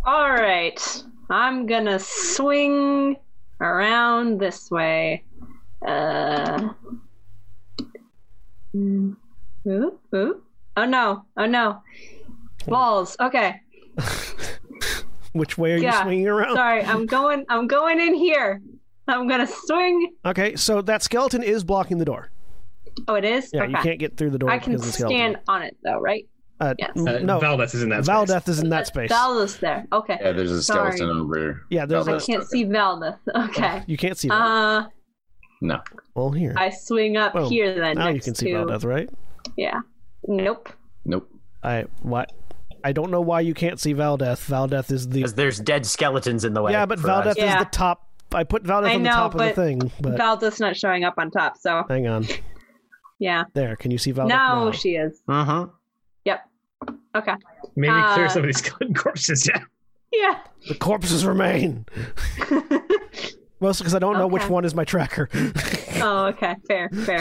Speaker 3: All right, I'm gonna swing around this way. Uh. mm, Ooh, ooh. Oh no! Oh no! Balls. Okay.
Speaker 1: Which way are you
Speaker 3: Yeah,
Speaker 1: swinging around?
Speaker 3: Sorry, I'm going. I'm going in here. I'm gonna swing.
Speaker 1: Okay, so that skeleton is blocking the door.
Speaker 3: Oh, it is.
Speaker 1: Yeah,
Speaker 3: okay.
Speaker 1: you can't get through the door
Speaker 3: I can
Speaker 1: because of the skeleton.
Speaker 3: stand on it though, right?
Speaker 1: Uh,
Speaker 3: yes.
Speaker 1: n-
Speaker 8: Uh,
Speaker 1: no,
Speaker 8: Valdeth is in that. space.
Speaker 1: Valdeth is in that space.
Speaker 3: Valda's there. Okay.
Speaker 5: Yeah, there's a
Speaker 3: Sorry.
Speaker 5: skeleton over.
Speaker 1: yeah, there's
Speaker 3: I
Speaker 1: a,
Speaker 5: Valdeth.
Speaker 3: can't see Valda. Okay.
Speaker 1: you can't see. Valdeth.
Speaker 3: Uh,
Speaker 5: No.
Speaker 1: well, here.
Speaker 3: I swing up
Speaker 1: Well,
Speaker 3: here then.
Speaker 1: now you
Speaker 3: next
Speaker 1: can see
Speaker 3: to-
Speaker 1: Valdeth, right?
Speaker 3: Yeah. Nope.
Speaker 5: Nope.
Speaker 1: I what? I don't know why you can't see Valdeth. Valdeth is the
Speaker 2: Because there's dead skeletons in the way.
Speaker 1: yeah, but
Speaker 2: for us.
Speaker 1: Valdeth
Speaker 3: Yeah.
Speaker 1: is the top. I put Valdeth
Speaker 3: I
Speaker 1: on the
Speaker 3: know,
Speaker 1: top of the
Speaker 3: but
Speaker 1: thing, but
Speaker 3: Valda's not showing up on top, so
Speaker 1: hang on.
Speaker 3: yeah.
Speaker 1: There, can you see Valdeth?
Speaker 3: No,
Speaker 1: now?
Speaker 3: she is.
Speaker 5: Uh-huh.
Speaker 2: Mhm.
Speaker 3: Yep. Okay.
Speaker 8: Maybe clear
Speaker 3: Uh,
Speaker 8: some of these skeleton corpses. Yeah.
Speaker 3: Yeah.
Speaker 1: the corpses remain. Mostly because I don't know which
Speaker 3: Okay.
Speaker 1: one is my tracker.
Speaker 3: oh, okay. Fair, fair.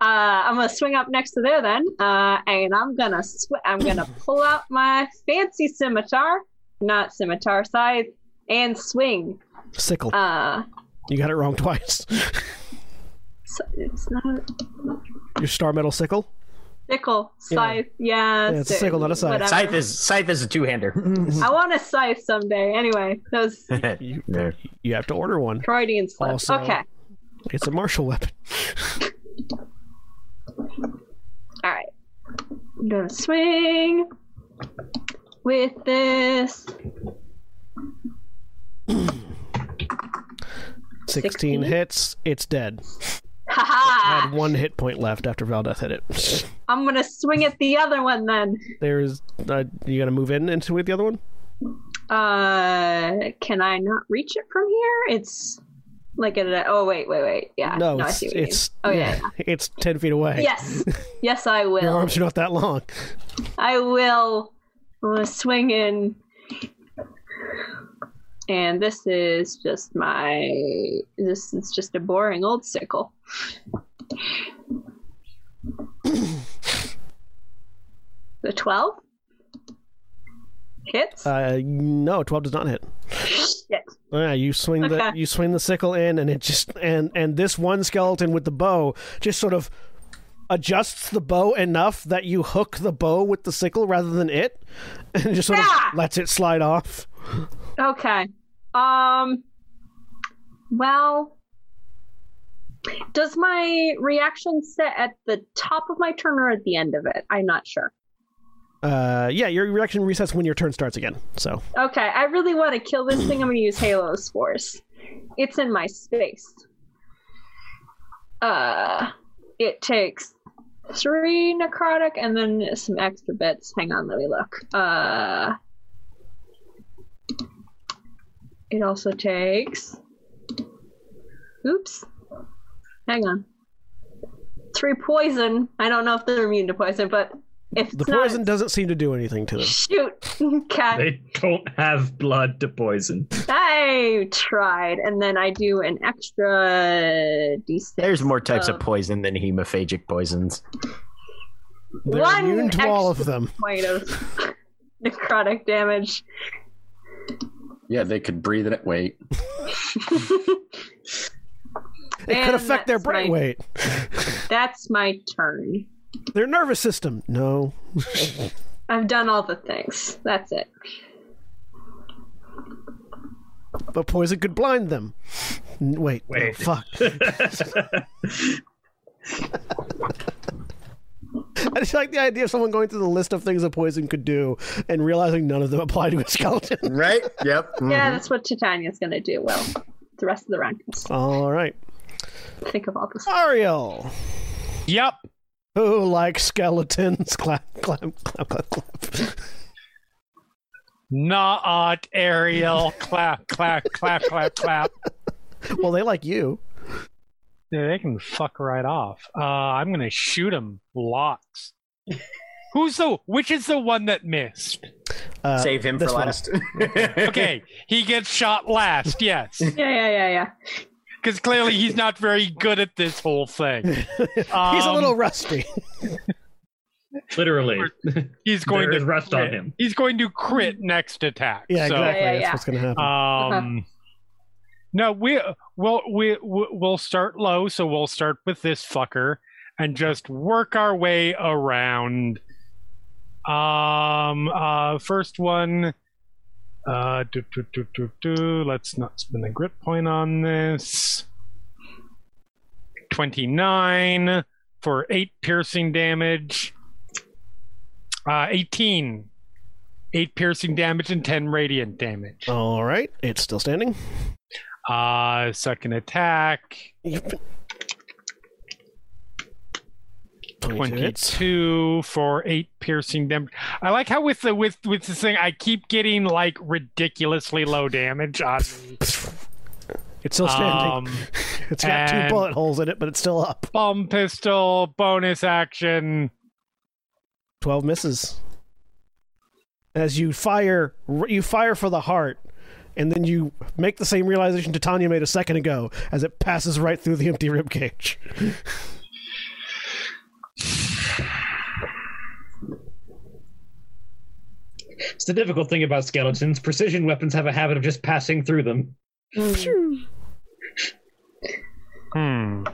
Speaker 3: Uh, I'm gonna swing up next to there then, uh, and I'm gonna sw- I'm gonna pull out my fancy scimitar, not scimitar scythe, and swing.
Speaker 1: Sickle.
Speaker 3: Uh,
Speaker 1: you got it wrong twice.
Speaker 3: so it's not
Speaker 1: Your star metal sickle.
Speaker 3: sickle
Speaker 1: Yeah.
Speaker 3: scythe. Yeah,
Speaker 1: Yeah, it's a sickle, not a scythe.
Speaker 3: whatever.
Speaker 2: Scythe is Scythe is a two hander.
Speaker 3: I want a scythe someday. Anyway, those
Speaker 1: You have to order one.
Speaker 3: Freudian slip.
Speaker 1: Also-
Speaker 3: okay.
Speaker 1: It's a martial weapon.
Speaker 3: All right. I'm gonna swing with this.
Speaker 1: 16
Speaker 3: 16?
Speaker 1: hits, it's dead. Had
Speaker 3: Haha!
Speaker 1: one hit point left after Valdeth hit it.
Speaker 3: I'm gonna swing at the other one then.
Speaker 1: There's. Uh, you gotta move in into with the other one?
Speaker 3: Uh, can I not reach it from here? It's like a. Oh wait, wait, wait. Yeah.
Speaker 1: no,
Speaker 3: I
Speaker 1: it's.
Speaker 3: see what you mean.
Speaker 1: it's
Speaker 3: Oh yeah.
Speaker 1: It's 10 feet away.
Speaker 3: yeah. Yes. Yes, I
Speaker 1: Your
Speaker 3: will.
Speaker 1: arms are not that long.
Speaker 3: I will. I'm gonna swing in. And this is just my. This is just a boring old sickle. the 12? Hits?
Speaker 1: Uh, no, 12 does not hit.
Speaker 3: Shit.
Speaker 1: Yeah, you swing the
Speaker 3: Okay.
Speaker 1: you swing the sickle in, and it just and and this one skeleton with the bow just sort of adjusts the bow enough that you hook the bow with the sickle rather than it, and just sort
Speaker 3: Ah!
Speaker 1: of lets it slide off.
Speaker 3: Okay. Um. Well. Does my reaction set at the top of my turn or at the end of it? I'm not sure.
Speaker 1: Uh, yeah, your reaction resets when your turn starts again. So
Speaker 3: Okay, I really want to kill this thing. I'm going to use Halo's Force. It's in my space. Uh, it takes three necrotic and then some extra bits. Hang on, let me look. Uh, it also takes. Oops. Hang on. Three poison. I don't know if they're immune to poison, but if
Speaker 1: the
Speaker 3: it's not,
Speaker 1: poison doesn't seem to do anything to them.
Speaker 3: shoot. Okay.
Speaker 8: They don't have blood to poison.
Speaker 3: I tried, and then I do an extra d6.
Speaker 2: There's more types
Speaker 1: Um,
Speaker 3: Oh.
Speaker 2: of poison than hemophagic poisons.
Speaker 1: They're
Speaker 3: One
Speaker 1: immune to all of
Speaker 3: extra
Speaker 1: them.
Speaker 3: point of necrotic damage.
Speaker 5: Yeah, they could breathe it. Wait.
Speaker 1: It could
Speaker 3: And
Speaker 1: affect their
Speaker 3: that's my-
Speaker 1: brain weight,
Speaker 3: That's my turn.
Speaker 1: their nervous system. No,
Speaker 3: I've done all the things. That's it.
Speaker 1: But poison could blind them. N- Wait, wait, no,
Speaker 8: Wait.
Speaker 1: fuck. I just like the idea of someone going through the list of things a poison could do and realizing none of them apply to a skeleton.
Speaker 2: Right? Yep.
Speaker 3: Yeah,
Speaker 2: Mhm.
Speaker 3: that's what Titania's gonna do. Well, the rest of the round, just
Speaker 1: All right,
Speaker 3: think of all this.
Speaker 1: Ariel,
Speaker 7: Yep.
Speaker 1: who likes skeletons? Clap, clap, clap, clap, clap.
Speaker 7: Not Ariel. clap, clap, clap, clap, clap.
Speaker 1: Well, they like you.
Speaker 7: Yeah, they can fuck right off. Uh, I'm gonna shoot them lots. Who's the? Which is the one that missed?
Speaker 1: Uh,
Speaker 2: Save him for
Speaker 1: this one.
Speaker 2: last.
Speaker 7: Okay, he gets shot last. Yes,
Speaker 3: Yeah, yeah, yeah, yeah.
Speaker 7: because clearly he's not very good at this whole thing.
Speaker 1: He's a
Speaker 7: Um,
Speaker 1: little rusty.
Speaker 8: Literally,
Speaker 7: Um, He's going
Speaker 8: there
Speaker 7: to
Speaker 8: is rust on him.
Speaker 7: He's going to crit next attack.
Speaker 1: Yeah,
Speaker 7: so,
Speaker 1: exactly.
Speaker 3: Yeah, yeah,
Speaker 1: That's
Speaker 3: yeah.
Speaker 1: what's going to happen.
Speaker 7: Um, no, we well we we'll start low, so we'll start with this fucker and just work our way around. Um, uh, first one. Uh, do, do, do, do, do. Let's not spend a grit point on this. Twenty-nine for eight piercing damage. Uh, eighteen. Eight piercing damage and ten radiant damage.
Speaker 1: All right, it's still standing.
Speaker 7: Uh, second attack,
Speaker 1: Yep. 22 hits.
Speaker 7: 22 for 8 piercing damage. I like how with the with with this thing I keep getting like ridiculously low damage on
Speaker 1: It's still standing.
Speaker 7: um
Speaker 1: it's got
Speaker 7: and-
Speaker 1: two bullet holes in it, but it's still up.
Speaker 7: bomb pistol bonus action.
Speaker 1: 12 misses. As you fire, you fire for the heart, and then you make the same realization Titania made a second ago as it passes right through the empty rib cage.
Speaker 8: It's the difficult thing about skeletons. Precision weapons have a habit of just passing through them.
Speaker 7: Hmm.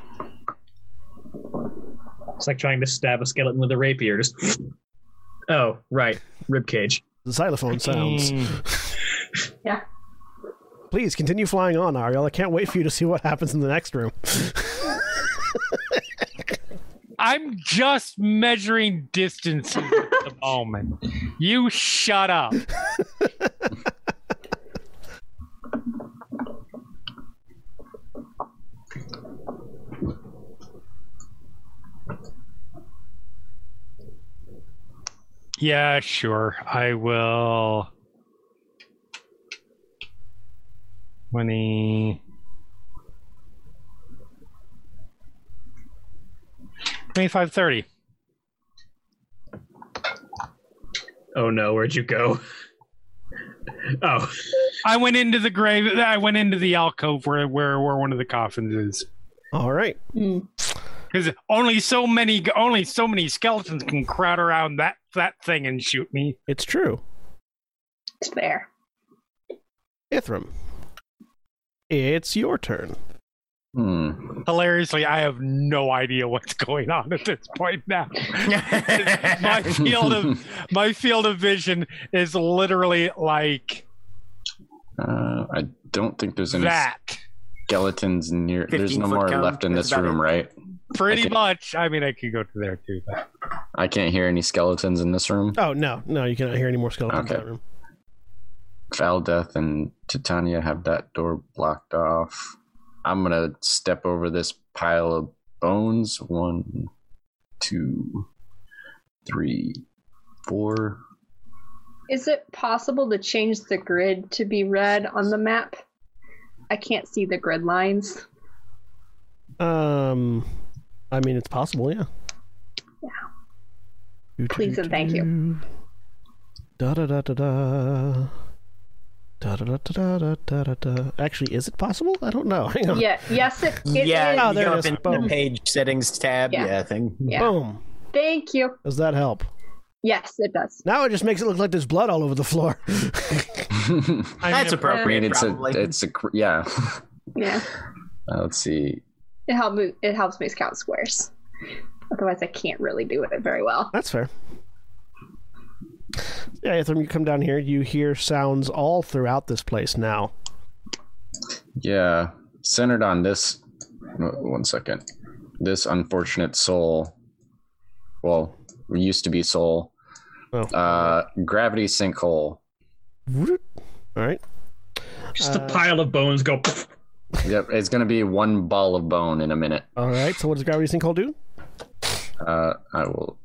Speaker 8: It's like trying to stab a skeleton with a rapier. Just oh, right, rib cage.
Speaker 1: The xylophone sounds.
Speaker 7: Hmm.
Speaker 3: Yeah.
Speaker 1: Please continue flying on, Ariel. I can't wait for you to see what happens in the next room.
Speaker 7: I'm just measuring distances at the moment. You shut up. yeah, sure. I will. 20. 25 30.
Speaker 8: Oh no, where'd you go? Oh,
Speaker 7: I went into the grave. I went into the alcove where where, where one of the coffins is,
Speaker 1: All right.
Speaker 3: Mm.
Speaker 7: because only so many only so many skeletons can crowd around that that thing and shoot me.
Speaker 1: It's true.
Speaker 3: It's fair.
Speaker 1: Ithram, it's your turn.
Speaker 5: Hmm.
Speaker 7: Hilariously, I have no idea what's going on at this point now. my field of my field of vision is literally like
Speaker 5: Uh, I don't think there's any
Speaker 7: that.
Speaker 5: skeletons near. There's
Speaker 2: 15
Speaker 5: no
Speaker 2: foot
Speaker 5: more
Speaker 2: cone,
Speaker 5: left in
Speaker 2: that's
Speaker 5: this
Speaker 2: about
Speaker 5: room,
Speaker 2: it.
Speaker 5: right?
Speaker 7: Pretty
Speaker 5: Okay.
Speaker 7: much. I mean, I could go to there too. But.
Speaker 5: I can't hear any skeletons in this room.
Speaker 1: Oh no, no, you cannot hear any more skeletons in
Speaker 5: Okay.
Speaker 1: that room.
Speaker 5: Valdeth and Titania have that door blocked off. I'm gonna step over this pile of bones. One, two, three, four.
Speaker 3: Is it possible to change the grid to be red on the map? I can't see the grid lines.
Speaker 1: Um, I mean, it's possible, yeah. Yeah.
Speaker 3: Please and thank you.
Speaker 1: Da da da da da. Da da da da da da da da. Actually, is it possible? I don't know. Hang on.
Speaker 3: Yeah. Yes, it, it
Speaker 2: yeah,
Speaker 3: is.
Speaker 1: Oh,
Speaker 2: you
Speaker 1: there
Speaker 2: go
Speaker 1: it
Speaker 2: up
Speaker 1: is.
Speaker 2: in
Speaker 1: Boom.
Speaker 2: the page settings tab.
Speaker 3: Yeah.
Speaker 2: Yeah, thing.
Speaker 3: Yeah.
Speaker 1: Boom.
Speaker 3: Thank you.
Speaker 1: Does that help?
Speaker 3: Yes, it does.
Speaker 1: Now it just makes it look like there's blood all over the floor.
Speaker 5: I
Speaker 7: I
Speaker 2: That's
Speaker 7: mean,
Speaker 2: appropriate.
Speaker 5: mean, it's a,
Speaker 2: probably.
Speaker 5: it's a, cr- yeah.
Speaker 3: Yeah.
Speaker 5: Uh, let's see.
Speaker 3: It helps me it helps me count squares. Otherwise I can't really do it very well.
Speaker 1: That's fair. Yeah, Ithram, you come down here. You hear sounds all throughout this place now.
Speaker 5: Yeah, centered on this. w- One second. This unfortunate soul. Well, used to be soul.
Speaker 1: Oh.
Speaker 5: Uh, gravity sinkhole.
Speaker 1: Whoop. All right.
Speaker 8: Just
Speaker 1: Uh,
Speaker 8: a pile of bones go.
Speaker 5: Yep, it's gonna be one ball of bone in a minute.
Speaker 1: All right. So, what does gravity sinkhole do?
Speaker 5: Uh, I will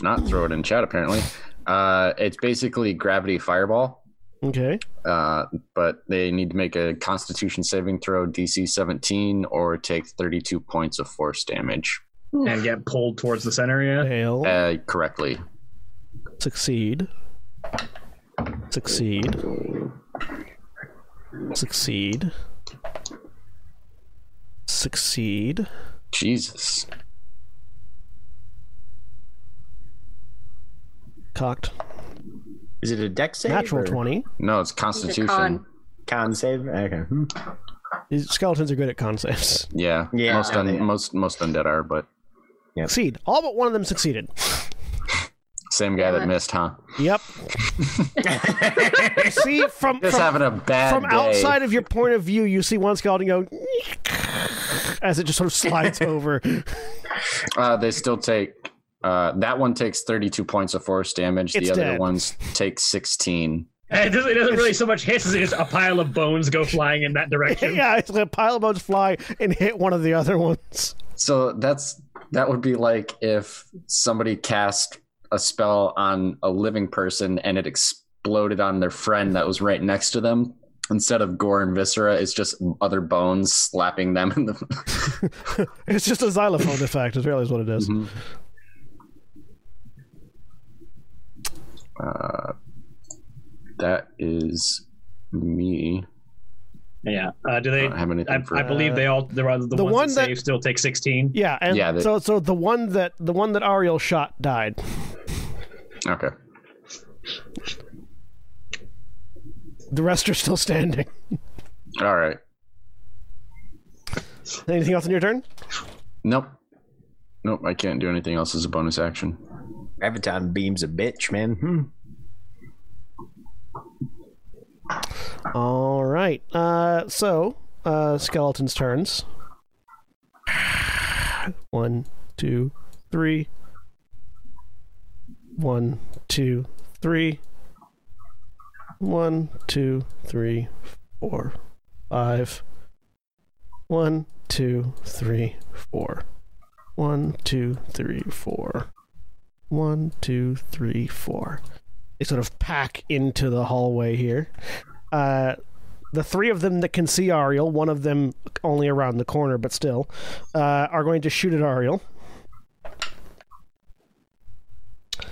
Speaker 5: not throw it in chat. Apparently, uh, it's basically gravity fireball.
Speaker 1: Okay.
Speaker 5: Uh, but they need to make a Constitution saving throw DC 17 or take 32 points of force damage
Speaker 8: and get pulled towards the center. Yeah.
Speaker 1: Fail.
Speaker 5: uh, correctly.
Speaker 1: Succeed. Succeed. Succeed. Succeed.
Speaker 5: Jesus.
Speaker 1: Cocked.
Speaker 2: Is it a deck save?
Speaker 1: Natural
Speaker 2: or
Speaker 1: 20.
Speaker 5: No, it's Constitution.
Speaker 3: con.
Speaker 2: Con save? Okay. Hmm.
Speaker 1: These Skeletons are good at con saves.
Speaker 5: Yeah,
Speaker 2: Yeah.
Speaker 5: Most, un- most most undead are, but
Speaker 1: Succeed. All but one of them succeeded.
Speaker 5: same guy that missed, huh?
Speaker 1: Yep. see from
Speaker 5: Just
Speaker 1: from,
Speaker 5: having a bad
Speaker 1: from
Speaker 5: day.
Speaker 1: outside of your point of view, you see one skeleton go as it just sort of slides over.
Speaker 5: Uh, they still take uh, that one takes 32 points of force damage.
Speaker 1: It's
Speaker 5: the other
Speaker 1: dead.
Speaker 5: ones take 16.
Speaker 8: And It doesn't, it doesn't really so much hit as it just a pile of bones go flying in that direction.
Speaker 1: yeah, it's like a pile of bones fly and hit one of the other ones.
Speaker 5: So that's that would be like if somebody cast a spell on a living person and it exploded on their friend that was right next to them. Instead of gore and viscera, it's just other bones slapping them in the.
Speaker 1: It's just a xylophone effect, is really is what it is.
Speaker 5: Mhm. Uh, that is me.
Speaker 8: Yeah. Uh, do
Speaker 5: I
Speaker 8: they?
Speaker 5: don't have anything
Speaker 8: I,
Speaker 5: for
Speaker 8: I believe they all the, the, the ones
Speaker 1: one
Speaker 8: that,
Speaker 1: that-
Speaker 8: save still take sixteen.
Speaker 1: Yeah, and
Speaker 5: Yeah, they-
Speaker 1: so so the one that the one that Ariel shot died.
Speaker 5: Okay.
Speaker 1: The rest are still standing.
Speaker 5: All right.
Speaker 1: Anything else in your turn?
Speaker 5: Nope. Nope. I can't do anything else as a bonus action.
Speaker 2: Graviton beams a bitch, man. Hmm.
Speaker 1: All right. Uh, so uh, skeletons turns. One, two, three. One, two, three. One, two, three, four, five. One, two, three, four. One, two, three, four. One, two, three, four. They sort of pack into the hallway here uh, the three of them that can see Ariel, one of them only around the corner, but still, uh, are going to shoot at Ariel.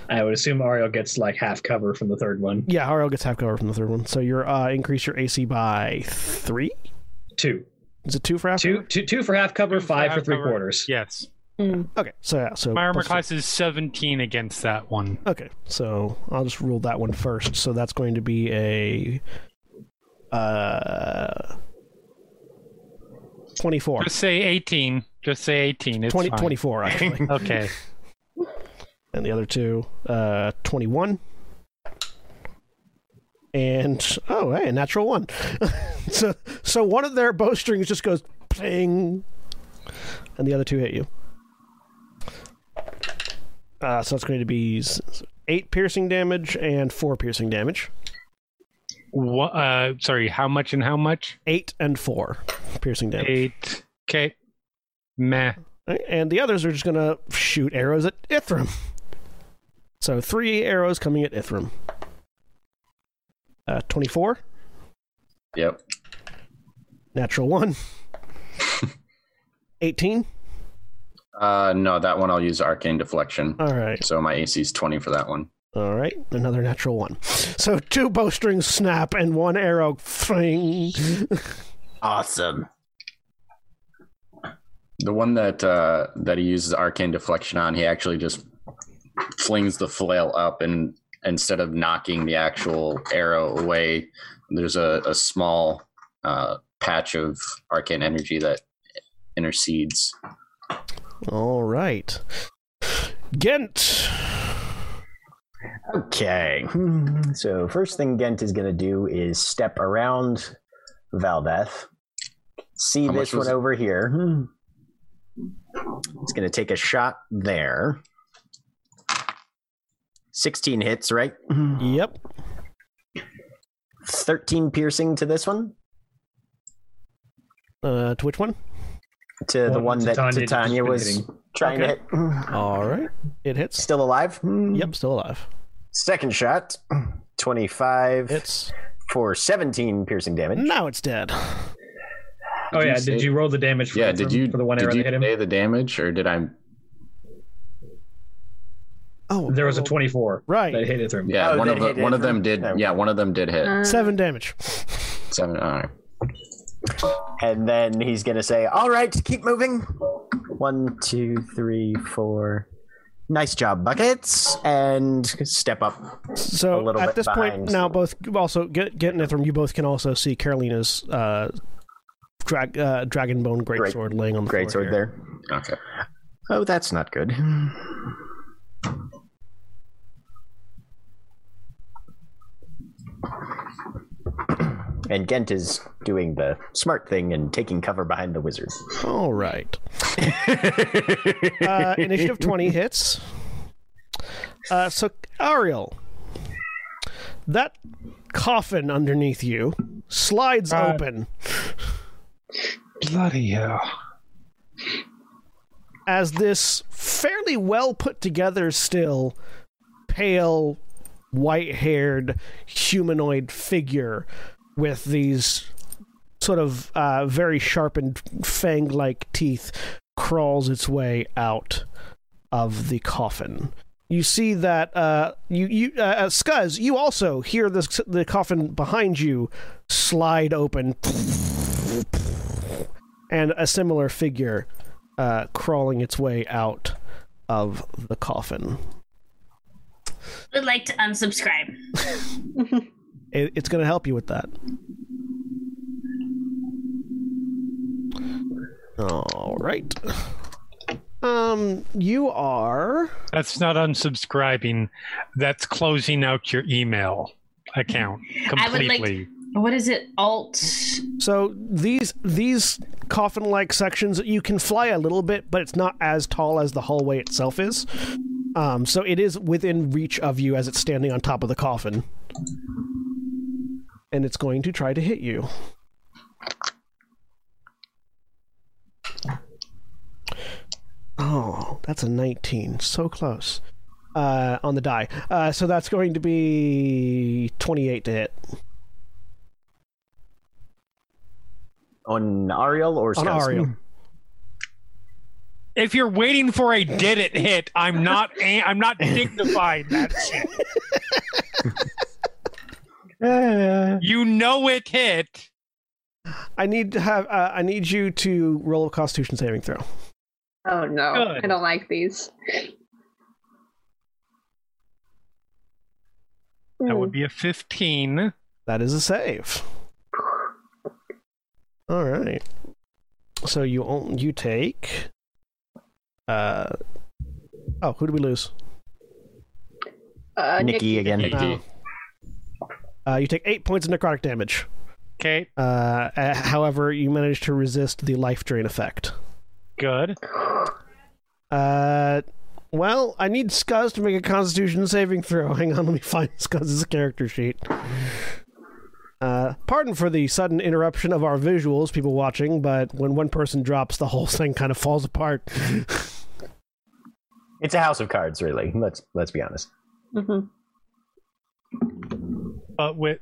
Speaker 8: I would assume Ariel gets like half cover from the third one.
Speaker 1: Yeah, Ariel gets half cover from the third one, so you're uh, increase your AC by three.
Speaker 8: Two.
Speaker 1: Is it two for half?
Speaker 8: Two, two, two for half cover,
Speaker 7: for
Speaker 8: five for
Speaker 7: half
Speaker 8: three
Speaker 7: cover.
Speaker 8: quarters.
Speaker 7: Yes.
Speaker 1: Okay, so yeah, so
Speaker 7: My armor
Speaker 1: plus two.
Speaker 7: class is 17 against that one.
Speaker 1: Okay, so I'll just rule that one first. So that's going to be a uh, twenty-four.
Speaker 7: Just say 18. Just say 18. It's
Speaker 1: 20,
Speaker 7: fine.
Speaker 1: 24 actually,
Speaker 7: Okay.
Speaker 1: and the other two uh, twenty-one. and oh hey a natural one so so one of their bowstrings just goes ping and the other two hit you uh, so it's going to be s- eight piercing damage and four piercing damage
Speaker 7: Wha uh, sorry, how much and how much?
Speaker 1: eight and four piercing damage
Speaker 7: Eight. Okay. Meh.
Speaker 1: Alright, and the others are just going to shoot arrows at ithram so three arrows coming at ithram uh, 24
Speaker 5: Yep.
Speaker 1: natural one 18
Speaker 5: Uh, no, that one I'll use arcane deflection.
Speaker 1: all right
Speaker 5: So my AC is 20 for that one.
Speaker 1: All right, another natural one. So two bowstrings snap and one arrow. Fling.
Speaker 2: Awesome.
Speaker 5: The one that uh, that he uses arcane deflection on, he actually just flings the flail up, and instead of knocking the actual arrow away, there's a, a small uh, patch of arcane energy that intercedes.
Speaker 1: All right, Ghent.
Speaker 2: Okay. Hmm, So first thing Gent is going to do is step around Valdeth. See
Speaker 5: How
Speaker 2: this
Speaker 5: much was
Speaker 2: one
Speaker 5: it?
Speaker 2: over here. Hmm. It's going to take a shot there. 16 hits, right?
Speaker 1: Yep.
Speaker 2: 13 piercing to this one,
Speaker 1: Uh, to which one?
Speaker 2: to the
Speaker 8: One
Speaker 2: one that
Speaker 8: Titania just
Speaker 2: Titania
Speaker 8: been
Speaker 2: was
Speaker 8: hitting.
Speaker 2: trying
Speaker 1: Okay.
Speaker 2: to hit.
Speaker 1: All right. It hits.
Speaker 2: Still alive? Hmm.
Speaker 1: Yep, still alive.
Speaker 2: Second shot, 25
Speaker 1: It's
Speaker 2: for 17 piercing damage.
Speaker 1: now it's dead.
Speaker 8: Oh
Speaker 5: Did you
Speaker 8: yeah,
Speaker 5: say-
Speaker 8: did you roll the damage? For,
Speaker 5: Yeah, did
Speaker 8: for-
Speaker 5: you
Speaker 8: for the one
Speaker 5: did
Speaker 8: arrow
Speaker 5: you
Speaker 8: that hit him?
Speaker 5: say the damage or did I?
Speaker 1: Oh,
Speaker 8: There was a twenty-four
Speaker 1: Right.
Speaker 8: that hit it through.
Speaker 5: Yeah,
Speaker 2: Oh,
Speaker 5: one
Speaker 2: that
Speaker 5: of the,
Speaker 2: hit it,
Speaker 5: one of them
Speaker 2: right?
Speaker 5: did.
Speaker 2: No.
Speaker 5: Yeah, one of them did hit
Speaker 3: Uh,
Speaker 1: Seven damage.
Speaker 5: seven. All right.
Speaker 2: And then he's going to say, All right, keep moving. One, two, three, four. Nice job, buckets. And step up. A
Speaker 1: So
Speaker 2: little
Speaker 1: at
Speaker 2: bit
Speaker 1: this point
Speaker 2: behind.
Speaker 1: now, both also get get Nithrim. You both can also see Carolina's uh, drag, uh, dragon bone
Speaker 2: Great-
Speaker 1: greatsword laying on the
Speaker 2: Great
Speaker 1: floor
Speaker 2: sword
Speaker 1: here.
Speaker 2: there.
Speaker 5: Okay.
Speaker 2: Oh, that's not good. And Gent is doing the smart thing and taking cover behind the wizard.
Speaker 1: All right. uh, initiative 20 hits. Uh, so, Ariel, that coffin underneath you slides
Speaker 7: Uh,
Speaker 1: open
Speaker 7: Bloody hell.
Speaker 1: as this fairly well put together, still pale, white haired humanoid figure with these sort of uh, very sharpened fang like teeth crawls its way out of the coffin. You see that uh, you you uh, uh, Scuzz. You also hear the the coffin behind you slide open, and a similar figure uh, crawling its way out of the coffin.
Speaker 6: Would like to unsubscribe.
Speaker 1: It, it's going to help you with that. All right. Um, you are.
Speaker 7: That's not unsubscribing. That's closing out your email account
Speaker 6: I would like-
Speaker 7: completely.
Speaker 6: What is it? Alt.
Speaker 1: So these these coffin-like sections you can fly a little bit, but it's not as tall as the hallway itself is. Um, so it is within reach of you as it's standing on top of the coffin, and it's going to try to hit you. Oh, that's a nineteen, so close uh, on the die. Uh, so that's going to be twenty-eight to hit
Speaker 2: On Ariel or
Speaker 1: on
Speaker 2: Skaz?
Speaker 1: Ariel.
Speaker 7: if you're waiting for a did it hit, I'm not. a- I'm not dignified. That shit. You know it hit.
Speaker 1: I need to have. Uh, I need you to roll a Constitution saving throw.
Speaker 3: oh no,
Speaker 7: Good.
Speaker 3: I don't like these.
Speaker 7: That would
Speaker 3: Mm.
Speaker 7: be a 15.
Speaker 1: That is a save. All right. So you on- you take. Uh, oh, who did we lose?
Speaker 3: uh,
Speaker 2: Nikki again.
Speaker 1: Oh. Uh, you take eight points of necrotic damage.
Speaker 7: Okay,
Speaker 1: Uh, uh, however, you manage to resist the life drain effect.
Speaker 7: good.
Speaker 1: Uh, well, I need Scuzz to make a Constitution saving throw. Hang on, let me find Scuzz's character sheet. Uh, pardon for the sudden interruption of our visuals, people watching, but when one person drops, the whole thing kind of falls apart.
Speaker 2: It's a house of cards, really. Let's let's be honest.
Speaker 3: Mhm.
Speaker 7: But with.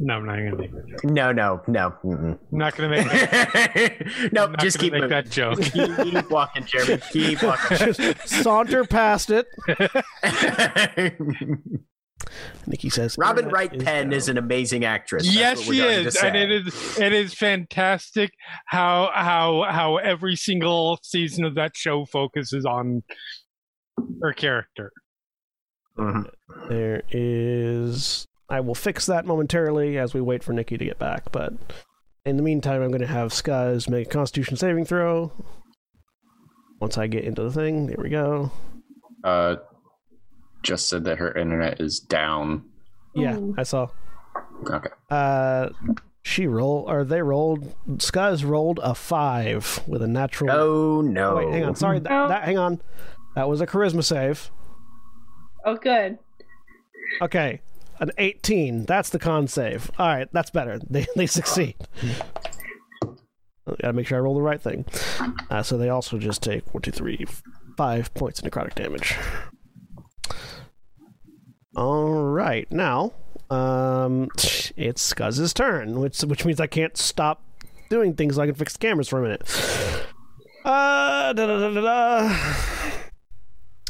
Speaker 7: No, I'm not going to make it.
Speaker 2: No, no, no. Mm-mm.
Speaker 7: I'm not going to make
Speaker 2: nope,
Speaker 7: I'm not
Speaker 2: just
Speaker 7: gonna
Speaker 2: keep
Speaker 7: make
Speaker 2: moving.
Speaker 7: that joke.
Speaker 2: keep, keep walking, Jeremy. Keep walking.
Speaker 1: Saunter past it. Nikki says, uh,
Speaker 2: Robin
Speaker 1: "Internet
Speaker 2: Wright Penn
Speaker 1: down."
Speaker 2: is an amazing actress. That's
Speaker 7: yes,
Speaker 2: what
Speaker 7: she
Speaker 2: we're going to
Speaker 7: is, and
Speaker 2: say.
Speaker 7: it is it is fantastic how how how every single season of that show focuses on her character.
Speaker 2: Mhm.
Speaker 1: There is. I will fix that momentarily as we wait for Nikki to get back, but in the meantime, I'm going to have Scuzz make a Constitution saving throw. Once I get into the thing, there we go.
Speaker 5: Uh, just said that her internet is down.
Speaker 1: Yeah, I saw.
Speaker 5: Okay.
Speaker 1: Uh, she rolled, or they rolled. Scuzz rolled a five with a natural.
Speaker 2: Oh no!
Speaker 1: Oh, wait, hang on. Sorry, that, that hang on. That was a charisma save.
Speaker 3: Oh, good.
Speaker 1: Okay, an eighteen. That's the con save. All right, that's better. They they succeed. Gotta make sure I roll the right thing. Uh, so they also just take one, two, three, five points of necrotic damage. All right, now um, it's Scuzz's turn, which which means I can't stop doing things. So I can fix the cameras for a minute. Uh, da da da da da.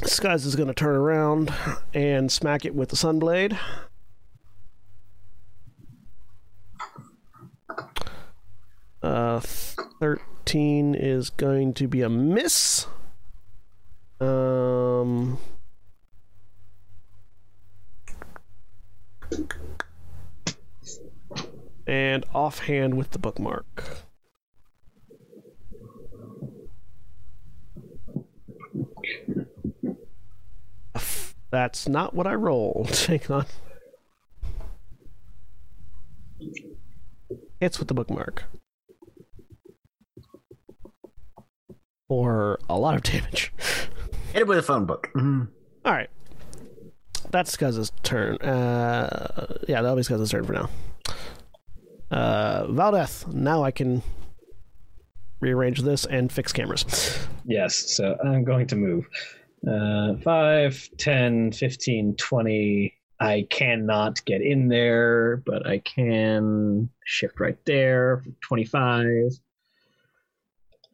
Speaker 1: Scuzz is gonna turn around and smack it with the sunblade. Uh, thirteen is going to be a miss. Um. And offhand with the bookmark. That's not what I rolled. Hang on. It's with the bookmark. For a lot of damage.
Speaker 2: Hit it with a phone book.
Speaker 1: All right. That's Scuzz's turn. Uh, yeah, that'll be Scuzz's turn for now. Uh, Valdeth, now I can rearrange this and fix cameras.
Speaker 8: Yes, so I'm going to move. Uh, 5, 10, 15, 20. I cannot get in there, but I can shift right there. 25.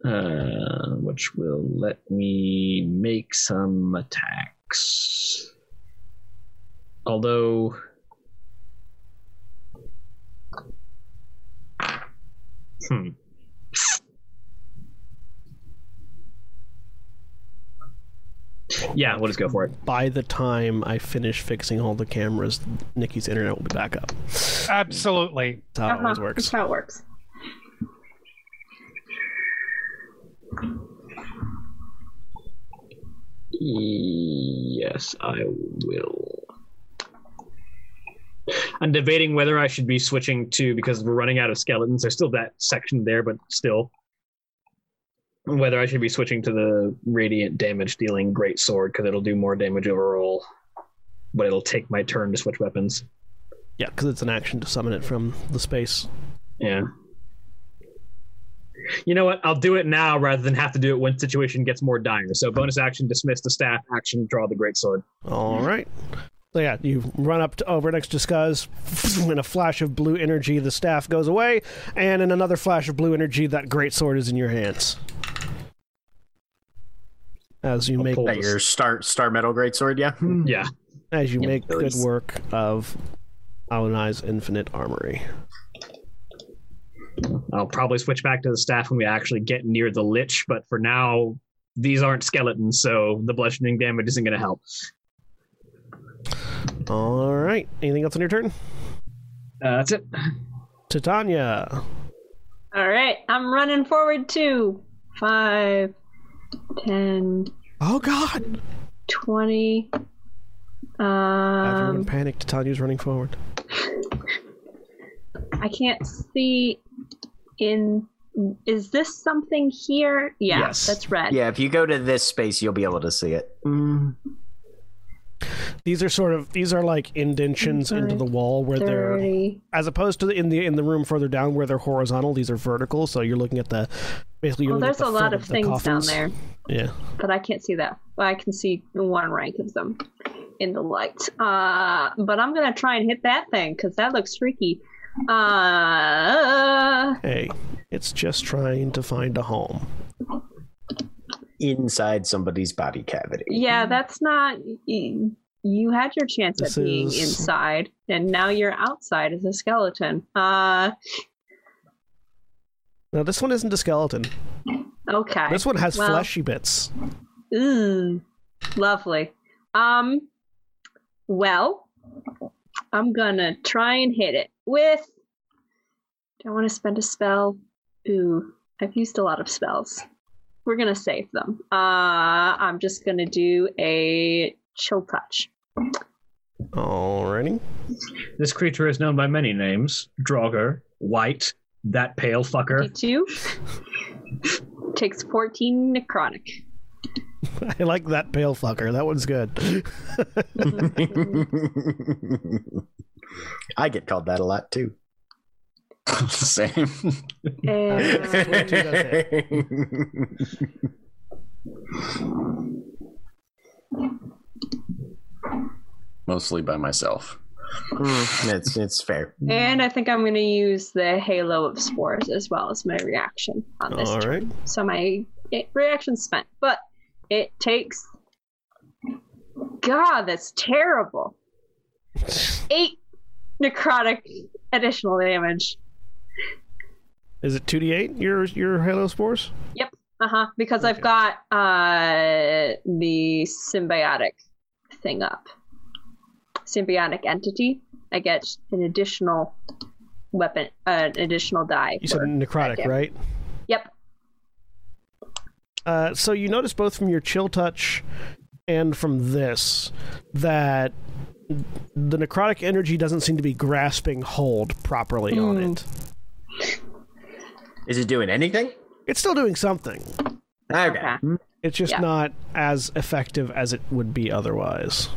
Speaker 8: Uh, which will let me make some attacks. Although. Hmm. Yeah, we'll just go for it.
Speaker 1: By the time I finish fixing all the cameras, Nikki's internet will be back up. That's
Speaker 7: Absolutely.
Speaker 1: how it always
Speaker 3: Uh-huh,
Speaker 1: works.
Speaker 3: That's how it works.
Speaker 8: Yes, I will. I'm debating whether I should be switching to because we're running out of skeletons. There's still that section there, but still, whether I should be switching to the radiant damage dealing great sword because it'll do more damage overall, but it'll take my turn to switch weapons.
Speaker 1: Yeah, because it's an action to summon it from the space.
Speaker 8: Yeah. You know what? I'll do it now rather than have to do it when situation gets more dire. So bonus action, dismiss the staff. Action, draw the great sword.
Speaker 1: All right. So yeah, you run up to over next to Scuzz. In a flash of blue energy, the staff goes away, and in another flash of blue energy, that great sword is in your hands. As you make
Speaker 8: pull
Speaker 2: That your star star metal greatsword, yeah.
Speaker 8: Yeah.
Speaker 1: as you make
Speaker 5: there
Speaker 1: good
Speaker 5: is.
Speaker 1: work of Aonai's infinite armory.
Speaker 8: I'll probably switch back to the staff when we actually get near the lich, but for now, these aren't skeletons, so the bludgeoning damage isn't going to help.
Speaker 1: All right. Anything else on your turn,
Speaker 8: Uh, that's it.
Speaker 1: Titania?
Speaker 3: All right, I'm running forward to 5, 10,
Speaker 1: Oh God!
Speaker 3: 20. Um, Uh,
Speaker 1: Everyone panicked. Titania's running forward.
Speaker 3: I can't see in. Is this something here? Yeah,
Speaker 8: Yes.
Speaker 3: that's red.
Speaker 2: Yeah, if you go to this space, you'll be able to see it.
Speaker 1: These are sort of these are like indentions into the wall where they're
Speaker 3: 30.
Speaker 1: as opposed to the, in the in the room further down where they're horizontal, these are vertical. So you're looking at the basically. You're
Speaker 3: Well,
Speaker 1: looking at
Speaker 3: there's
Speaker 1: the
Speaker 3: a
Speaker 1: front
Speaker 3: lot of
Speaker 1: the
Speaker 3: things
Speaker 1: coffins.
Speaker 3: down there,
Speaker 1: Yeah.
Speaker 3: but I can't see that. Well, I can see one rank of them in the light. Uh, but I'm going to try and hit that thing because that looks freaky. Uh,
Speaker 1: Hey, it's just trying to find a home.
Speaker 2: Inside somebody's body cavity.
Speaker 3: yeah, that's not. y- You had your chance
Speaker 1: Hmm. This
Speaker 3: at being
Speaker 1: is-
Speaker 3: inside, and now you're outside as a skeleton. Uh,
Speaker 1: Now this one isn't a skeleton.
Speaker 3: okay.
Speaker 1: This one has
Speaker 3: Well-
Speaker 1: fleshy bits.
Speaker 3: Ooh, Mm, lovely. Um, well, I'm gonna try and hit it with. Do I want to spend a spell? Ooh, I've used a lot of spells. We're gonna save them. Uh, I'm just gonna do a chill touch.
Speaker 1: Alrighty.
Speaker 8: This creature is known by many names Draugr, White, That Pale Fucker.
Speaker 3: Two takes 14 necrotic.
Speaker 1: I like that pale fucker. That one's good.
Speaker 2: I get called that a lot too.
Speaker 5: Same.
Speaker 3: And
Speaker 5: Mostly by myself.
Speaker 2: it's it's fair.
Speaker 3: And I think I'm going to use the Halo of Spores as well as my reaction on this. turn.
Speaker 1: Alright.
Speaker 3: So my it- reaction's spent, but it takes. God, that's terrible. Eight necrotic additional damage.
Speaker 1: Is it two D eight your your Halo Spores?
Speaker 3: Uh huh. Because I've got uh the symbiotic thing up. Symbiotic entity. I get an additional weapon, uh, an additional die.
Speaker 1: You said
Speaker 3: for-
Speaker 1: necrotic,
Speaker 3: yeah.
Speaker 1: right?
Speaker 3: Yep.
Speaker 1: Uh, so you notice both from your chill touch and from this that the necrotic energy doesn't seem to be grasping hold properly on it.
Speaker 2: Is it doing anything?
Speaker 1: It's still doing something.
Speaker 2: Okay.
Speaker 3: Okay.
Speaker 1: It's just
Speaker 3: Yeah.
Speaker 1: not as effective as it would be otherwise.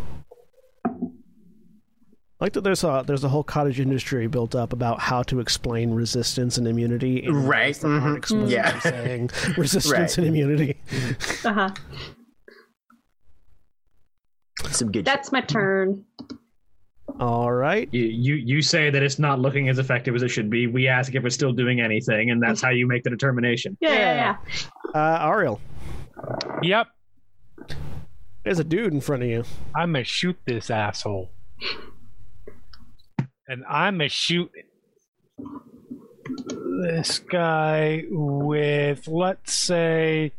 Speaker 1: I like that there's a there's a whole cottage industry built up about how to explain resistance and immunity. in ways
Speaker 2: Right.
Speaker 1: that aren't
Speaker 2: mhm.
Speaker 1: explicitly
Speaker 2: Yeah.
Speaker 1: saying resistance
Speaker 2: Right.
Speaker 1: and immunity.
Speaker 3: Uh huh.
Speaker 2: Some good.
Speaker 3: That's my turn.
Speaker 1: All right.
Speaker 8: You, you you say that it's not looking as effective as it should be. We ask if it's still doing anything, and that's how you make the determination.
Speaker 3: Yeah, yeah, yeah.
Speaker 1: Uh, Ariel,
Speaker 7: Yep,
Speaker 1: there's a dude in front of you.
Speaker 7: I'm gonna shoot this asshole, and I'm gonna shoot this guy with, let's say,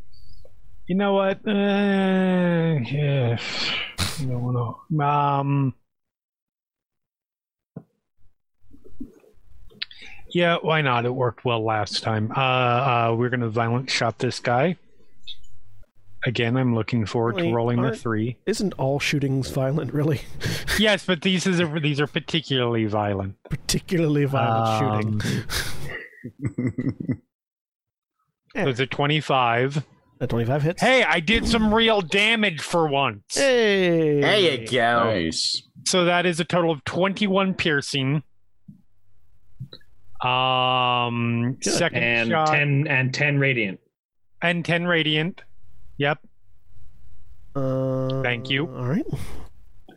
Speaker 7: you know what? Uh, yeah, you don't wanna- Um. Yeah, why not? It worked well last time. Uh, uh, we're gonna violent shot this guy. Again, I'm looking forward
Speaker 1: Wait,
Speaker 7: to rolling the
Speaker 1: aren't-
Speaker 7: three.
Speaker 1: Isn't all shootings violent, really?
Speaker 7: Yes, but these is a, these are particularly violent.
Speaker 1: Particularly violent
Speaker 7: Um,
Speaker 1: shooting.
Speaker 7: Those are twenty five.
Speaker 1: That 25 Uh, hits.
Speaker 7: Hey, I did some real damage for once.
Speaker 1: Hey!
Speaker 2: There you go.
Speaker 5: Nice.
Speaker 7: So that is a total of twenty one piercing. Um, second
Speaker 8: And
Speaker 7: shot
Speaker 8: ten and ten radiant.
Speaker 7: and ten radiant. Yep.
Speaker 1: Uh,
Speaker 7: Thank you.
Speaker 1: All right.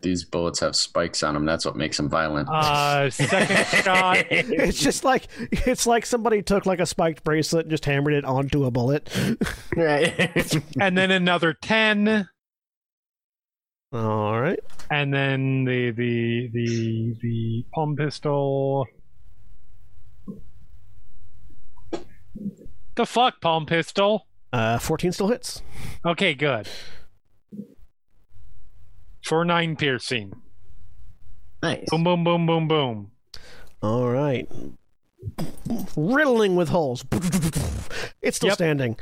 Speaker 5: These bullets have spikes on them. That's what makes them violent.
Speaker 7: Uh, second shot.
Speaker 1: It's just like it's like somebody took like a spiked bracelet and just hammered it onto a bullet.
Speaker 2: right.
Speaker 7: and then another 10
Speaker 1: All right.
Speaker 7: and then the the the the palm pistol the fuck palm pistol
Speaker 1: Uh, 14 still hits.
Speaker 7: okay good for nine piercing
Speaker 2: nice.
Speaker 7: boom boom boom boom boom
Speaker 1: All right. Riddling with holes. It's still
Speaker 7: Yep.
Speaker 1: standing.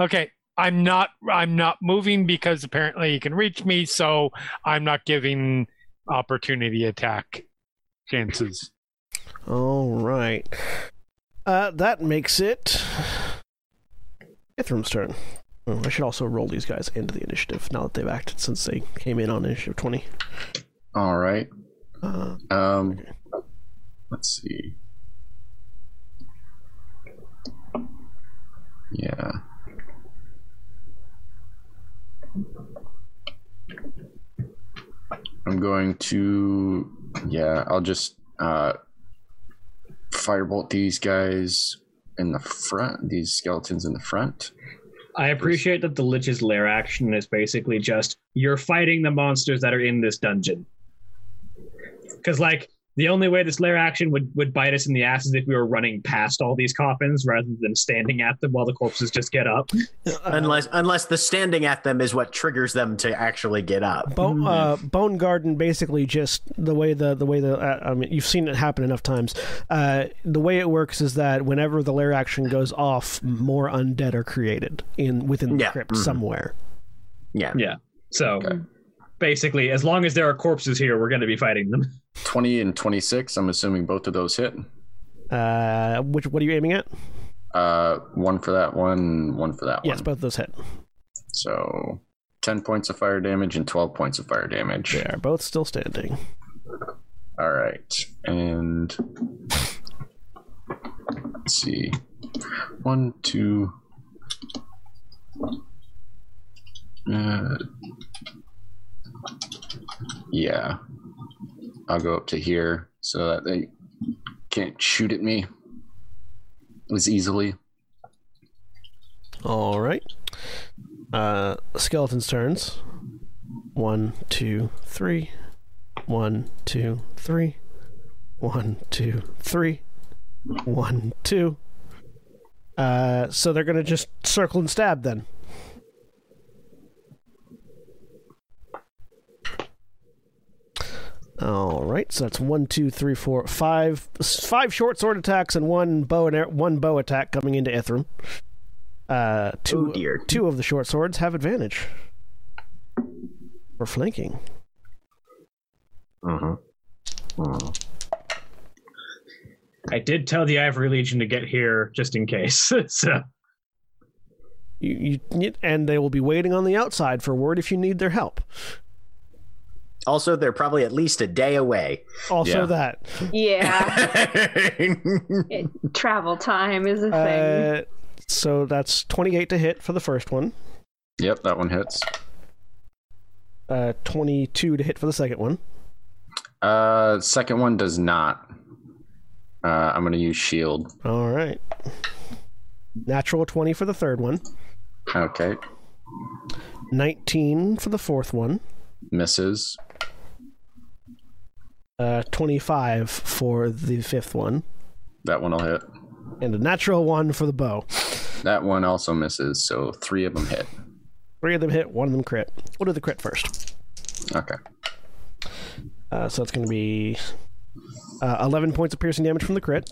Speaker 7: okay i'm not i'm not moving because apparently he can reach me so i'm not giving opportunity attack chances
Speaker 1: All right. Uh, that makes it Ithram's turn. Oh, I should also roll these guys into the initiative now that they've acted since they came in on initiative 20.
Speaker 5: All right.
Speaker 1: Uh,
Speaker 5: Um, let's see. Yeah. I'm going to yeah, I'll just uh firebolt these guys in the front, these skeletons in the front.
Speaker 8: I appreciate that the Lich's Lair action is basically just you're fighting the monsters that are in this dungeon. Because, like, the only way this Lair action would, would bite us in the ass is if we were running past all these coffins rather than standing at them while the corpses just get up.
Speaker 2: unless unless the standing at them is what triggers them to actually get up.
Speaker 1: Bone, uh, Bone Garden basically just the way the the way the uh, I mean you've seen it happen enough times. Uh, the way it works is that whenever the lair action goes off, more undead are created in within the
Speaker 2: Yeah.
Speaker 1: crypt
Speaker 2: Mhm.
Speaker 1: somewhere.
Speaker 2: Yeah.
Speaker 8: So basically, as long as there are corpses here, we're going to be fighting them.
Speaker 5: 20 and 26, I'm assuming both of those hit.
Speaker 1: Uh, which what are you aiming at?
Speaker 5: Uh, one for that one, one for that
Speaker 1: Yes,
Speaker 5: one.
Speaker 1: both those hit.
Speaker 5: So 10 points of fire damage and 12 points of fire damage.
Speaker 1: They are both still standing.
Speaker 5: All right. And let's see. One, two. Uh, yeah. I'll go up to here so that they can't shoot at me as easily.
Speaker 1: All right. Uh, skeletons turns. One, two, three. One, two, three. One, two, three. One, two. Uh, so they're gonna just circle and stab then. All right, so that's one, two, three, four, five, five short sword attacks and one bow and arrow, one bow attack coming into Ithram. Uh, two,
Speaker 2: Oh, dear.
Speaker 1: two of the short swords have advantage for flanking.
Speaker 2: Mhm.
Speaker 8: I did tell the Ivory Legion to get here just in case. so
Speaker 1: You, you, and they will be waiting on the outside for word if you need their help.
Speaker 2: Also, they're probably at least a day away.
Speaker 1: Also,
Speaker 5: Yeah.
Speaker 1: that
Speaker 3: Yeah, it, travel time is a thing.
Speaker 1: Uh, so that's 28 to hit for the first one,
Speaker 5: Yep, that one hits.
Speaker 1: uh, 22 to hit for the second one.
Speaker 5: Uh, second one does not. Uh, I'm gonna use shield.
Speaker 1: All right. Natural 20 for the third one,
Speaker 5: Okay,
Speaker 1: 19 for the fourth one,
Speaker 5: misses.
Speaker 1: uh, 25 for the fifth one,
Speaker 5: That one will hit.
Speaker 1: and a natural one for the bow.
Speaker 5: That one also misses. So three of them hit.
Speaker 1: Three of them hit, one of them crit. We'll do the crit first.
Speaker 5: Okay.
Speaker 1: Uh, so it's going to be uh, 11 points of piercing damage from the crit.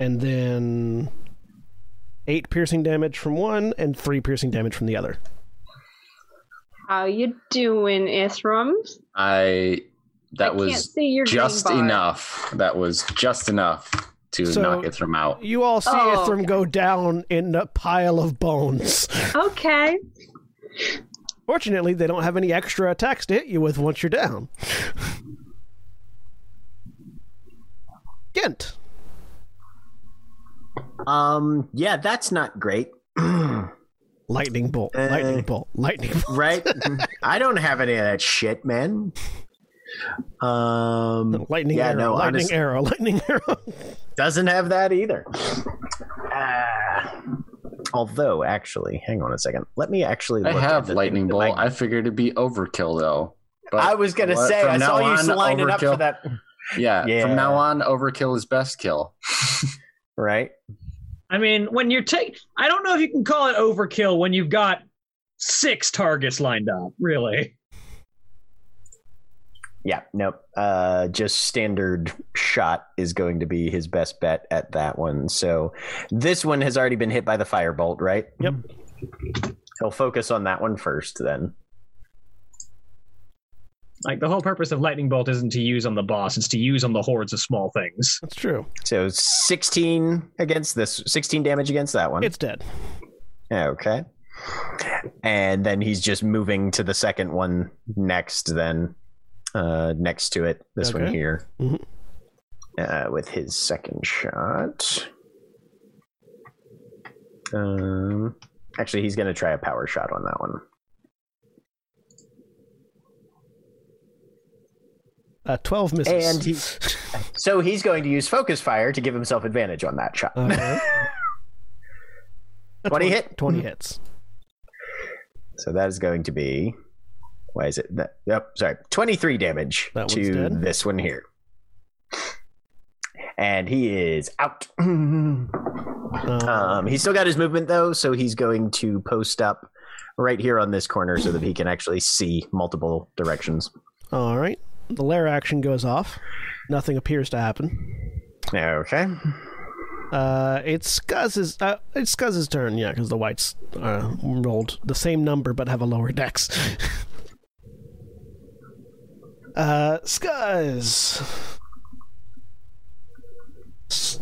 Speaker 1: And then 8 piercing damage from one, and 3 piercing damage from the other.
Speaker 3: How you doing, Ithram?
Speaker 5: I that
Speaker 3: I can't
Speaker 5: was
Speaker 3: see your green
Speaker 5: just
Speaker 3: bar.
Speaker 5: enough. That was just enough to
Speaker 1: So-
Speaker 5: knock it from out.
Speaker 1: You all see
Speaker 3: Oh,
Speaker 1: Ithram go down in a pile of bones.
Speaker 3: Okay.
Speaker 1: Fortunately, they don't have any extra attacks to hit you with once you're down. Gent.
Speaker 2: um, yeah, that's not great.
Speaker 1: Lightning bolt,
Speaker 2: Uh,
Speaker 1: lightning bolt, lightning bolt.
Speaker 2: right? I don't have any of that shit, man. Um,
Speaker 1: Lightning
Speaker 2: yeah,
Speaker 1: arrow,
Speaker 2: no,
Speaker 1: lightning
Speaker 2: honest-
Speaker 1: arrow, lightning arrow.
Speaker 2: doesn't have that either. Ah. although, actually, hang on a second. Let me actually.
Speaker 5: I
Speaker 2: look at
Speaker 5: have
Speaker 2: the
Speaker 5: lightning
Speaker 2: thing that
Speaker 5: bolt.
Speaker 2: I,
Speaker 5: I figured it'd be overkill though. But
Speaker 2: I was gonna
Speaker 5: What,
Speaker 2: say
Speaker 5: from
Speaker 2: I
Speaker 5: now
Speaker 2: saw you
Speaker 5: on,
Speaker 2: lining up for
Speaker 5: overkill?
Speaker 2: that,
Speaker 5: yeah,
Speaker 2: Yeah.
Speaker 5: from now on, overkill is best kill.
Speaker 2: right?
Speaker 8: I mean, when you're take, I don't know if you can call it overkill when you've got six targets lined up. Really,
Speaker 2: Yeah, nope. Uh, just standard shot is going to be his best bet at that one. So this one has already been hit by the firebolt, right?
Speaker 1: Yep.
Speaker 2: He'll focus on that one first, then.
Speaker 8: like the whole purpose of lightning bolt isn't to use on the boss; it's to use on the hordes of small things.
Speaker 1: That's true.
Speaker 2: So 16 against this, 16 damage against that one.
Speaker 1: It's dead.
Speaker 2: okay. And then he's just moving to the second one next, then uh, next to it, this one
Speaker 1: Okay.
Speaker 2: here,
Speaker 1: Mhm.
Speaker 2: uh, with his second shot. Um, actually, he's going to try a power shot on that one.
Speaker 1: Uh, Twelve misses.
Speaker 2: And he- So he's going to use focus fire to give himself advantage on that shot.
Speaker 1: Okay. A
Speaker 2: 20 hit?
Speaker 1: Twenty hits.
Speaker 2: So that is going to be. Why is it that? Yep, sorry. 23 damage
Speaker 1: That one's
Speaker 2: to
Speaker 1: dead.
Speaker 2: this one here. And he is out.
Speaker 1: Uh,
Speaker 2: Um, he's still got his movement though, so he's going to post up right here on this corner so that he can actually see multiple directions.
Speaker 1: all right. The lair action goes off. Nothing appears to happen.
Speaker 2: Okay.
Speaker 1: Uh, it's Scuzz's. Uh, it's Scuzz's turn. Yeah, because the whites uh, rolled the same number but have a lower dex. uh, Scuzz. S-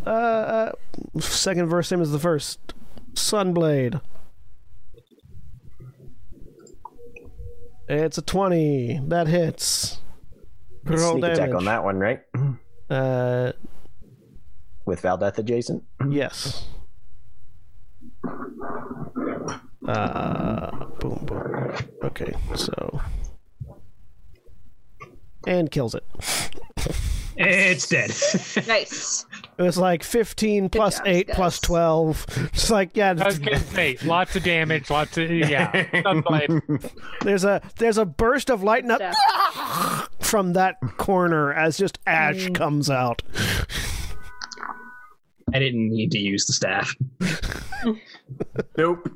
Speaker 1: Uh, uh, second verse same as the first. Sunblade. It's a twenty. That hits. Roll
Speaker 2: Sneak attack
Speaker 1: damage.
Speaker 2: on that one, right?
Speaker 1: Uh,
Speaker 2: With Valdeth adjacent.
Speaker 1: Yes. Uh, boom, boom. Okay, so. And kills it.
Speaker 8: It's dead.
Speaker 3: Nice.
Speaker 1: It was like 15 plus
Speaker 3: job,
Speaker 1: 8
Speaker 3: guys.
Speaker 1: plus 12. It's like, yeah,
Speaker 7: I was gonna say, lots of damage, lots of yeah. Sunblade.
Speaker 1: there's a there's a burst of light and a-
Speaker 3: Yeah.
Speaker 1: from that corner as just ash comes out.
Speaker 8: I didn't need to use the staff.
Speaker 2: Nope.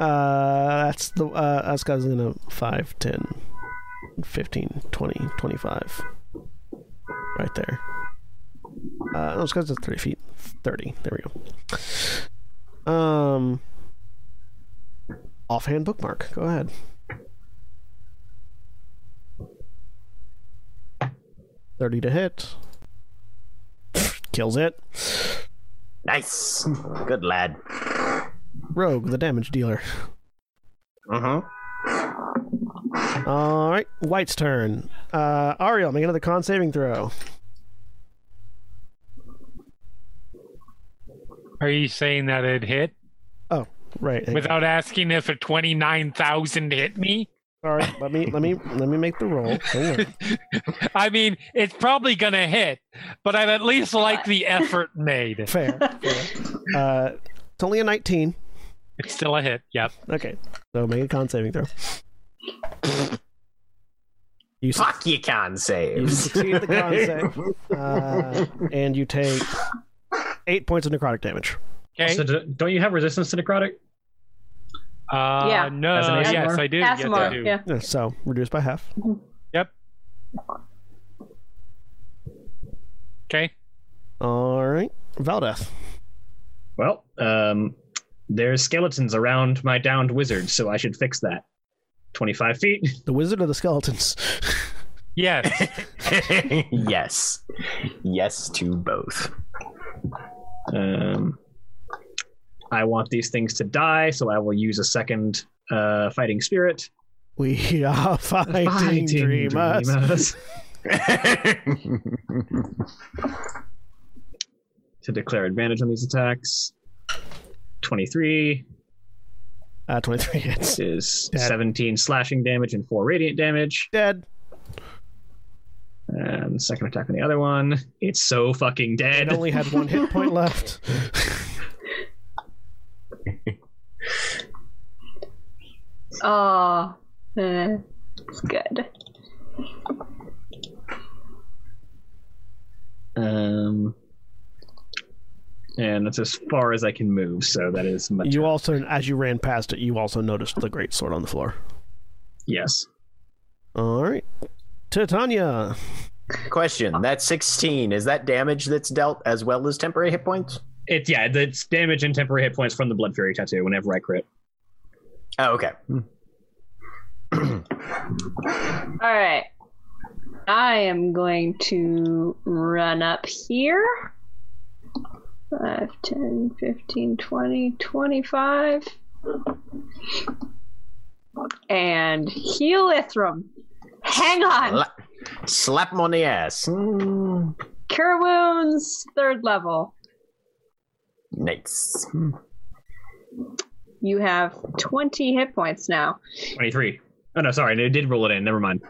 Speaker 1: Uh, that's the uh, that's guys gonna 5, 10, 15, 20, 25. Right there. Uh, those guys are 30 feet. 30. There we go. Um, offhand bookmark. Go ahead. Thirty to hit. Kills it.
Speaker 2: Nice. Good lad.
Speaker 1: Rogue, the damage dealer.
Speaker 2: Uh-huh.
Speaker 1: All right, White's turn. Uh, Ariel, make another con saving throw.
Speaker 7: Are you saying that it hit
Speaker 1: Oh, right. hang on.
Speaker 7: without asking if a twenty nine thousand hit me?
Speaker 1: Sorry, let me let me let me make the roll. Hang on.
Speaker 7: I mean, it's probably gonna hit, but I'd at least like the effort made.
Speaker 1: Fair. fair. Uh, it's only a 19.
Speaker 7: It's still a hit. Yep.
Speaker 1: Okay, so make a con saving throw. You, su-
Speaker 2: Fuck you can
Speaker 1: you
Speaker 2: saves.
Speaker 1: succeed the con save, uh, and you take eight points of necrotic damage.
Speaker 7: Okay.
Speaker 8: So do, don't you have resistance to necrotic?
Speaker 7: uh,
Speaker 3: Yeah.
Speaker 8: As
Speaker 7: No.
Speaker 8: an
Speaker 7: Yes,
Speaker 8: ASMR?
Speaker 7: I do. Yes, I
Speaker 3: Asimar,
Speaker 7: do.
Speaker 3: yeah.
Speaker 1: Uh, So reduced by half.
Speaker 7: Okay.
Speaker 1: All right, Valdeth.
Speaker 8: Well, um, there's skeletons around my downed wizard, so I should fix that. 25 feet.
Speaker 1: The wizard of the skeletons.
Speaker 7: Yes.
Speaker 2: yes. Yes to both.
Speaker 8: Um, I want these things to die, so I will use a second uh, fighting spirit.
Speaker 1: We are fighting, dreamers.
Speaker 8: dreamers. to declare advantage on these attacks. 23
Speaker 1: Uh, 23 hits.
Speaker 8: is
Speaker 1: Dead.
Speaker 8: 17 slashing damage and 4 radiant damage.
Speaker 1: Dead.
Speaker 8: And second attack on the other one. It's so fucking
Speaker 1: It
Speaker 8: dead.
Speaker 1: only had one hit point left.
Speaker 3: Oh, eh, it's good.
Speaker 8: Um, and that's as far as I can move, so that is my
Speaker 1: You
Speaker 8: turn.
Speaker 1: also, as you ran past it, you also noticed the great sword on the floor.
Speaker 8: yes.
Speaker 1: All right, Titania.
Speaker 2: Question. That 16, is that damage that's dealt as well as temporary hit points?
Speaker 8: It's yeah, it's damage and temporary hit points from the Blood Fury tattoo whenever I crit.
Speaker 2: Oh, okay.
Speaker 3: All right. I am going to run up here. 5, 10, 15, 20, 25. And heal Ithram. Hang on.
Speaker 2: La- Slap him on the ass. Mm,
Speaker 3: Cure wounds, third level.
Speaker 2: Nice.
Speaker 3: You have 20 hit points now.
Speaker 8: 23. Oh no, sorry, it did roll it in. Never mind.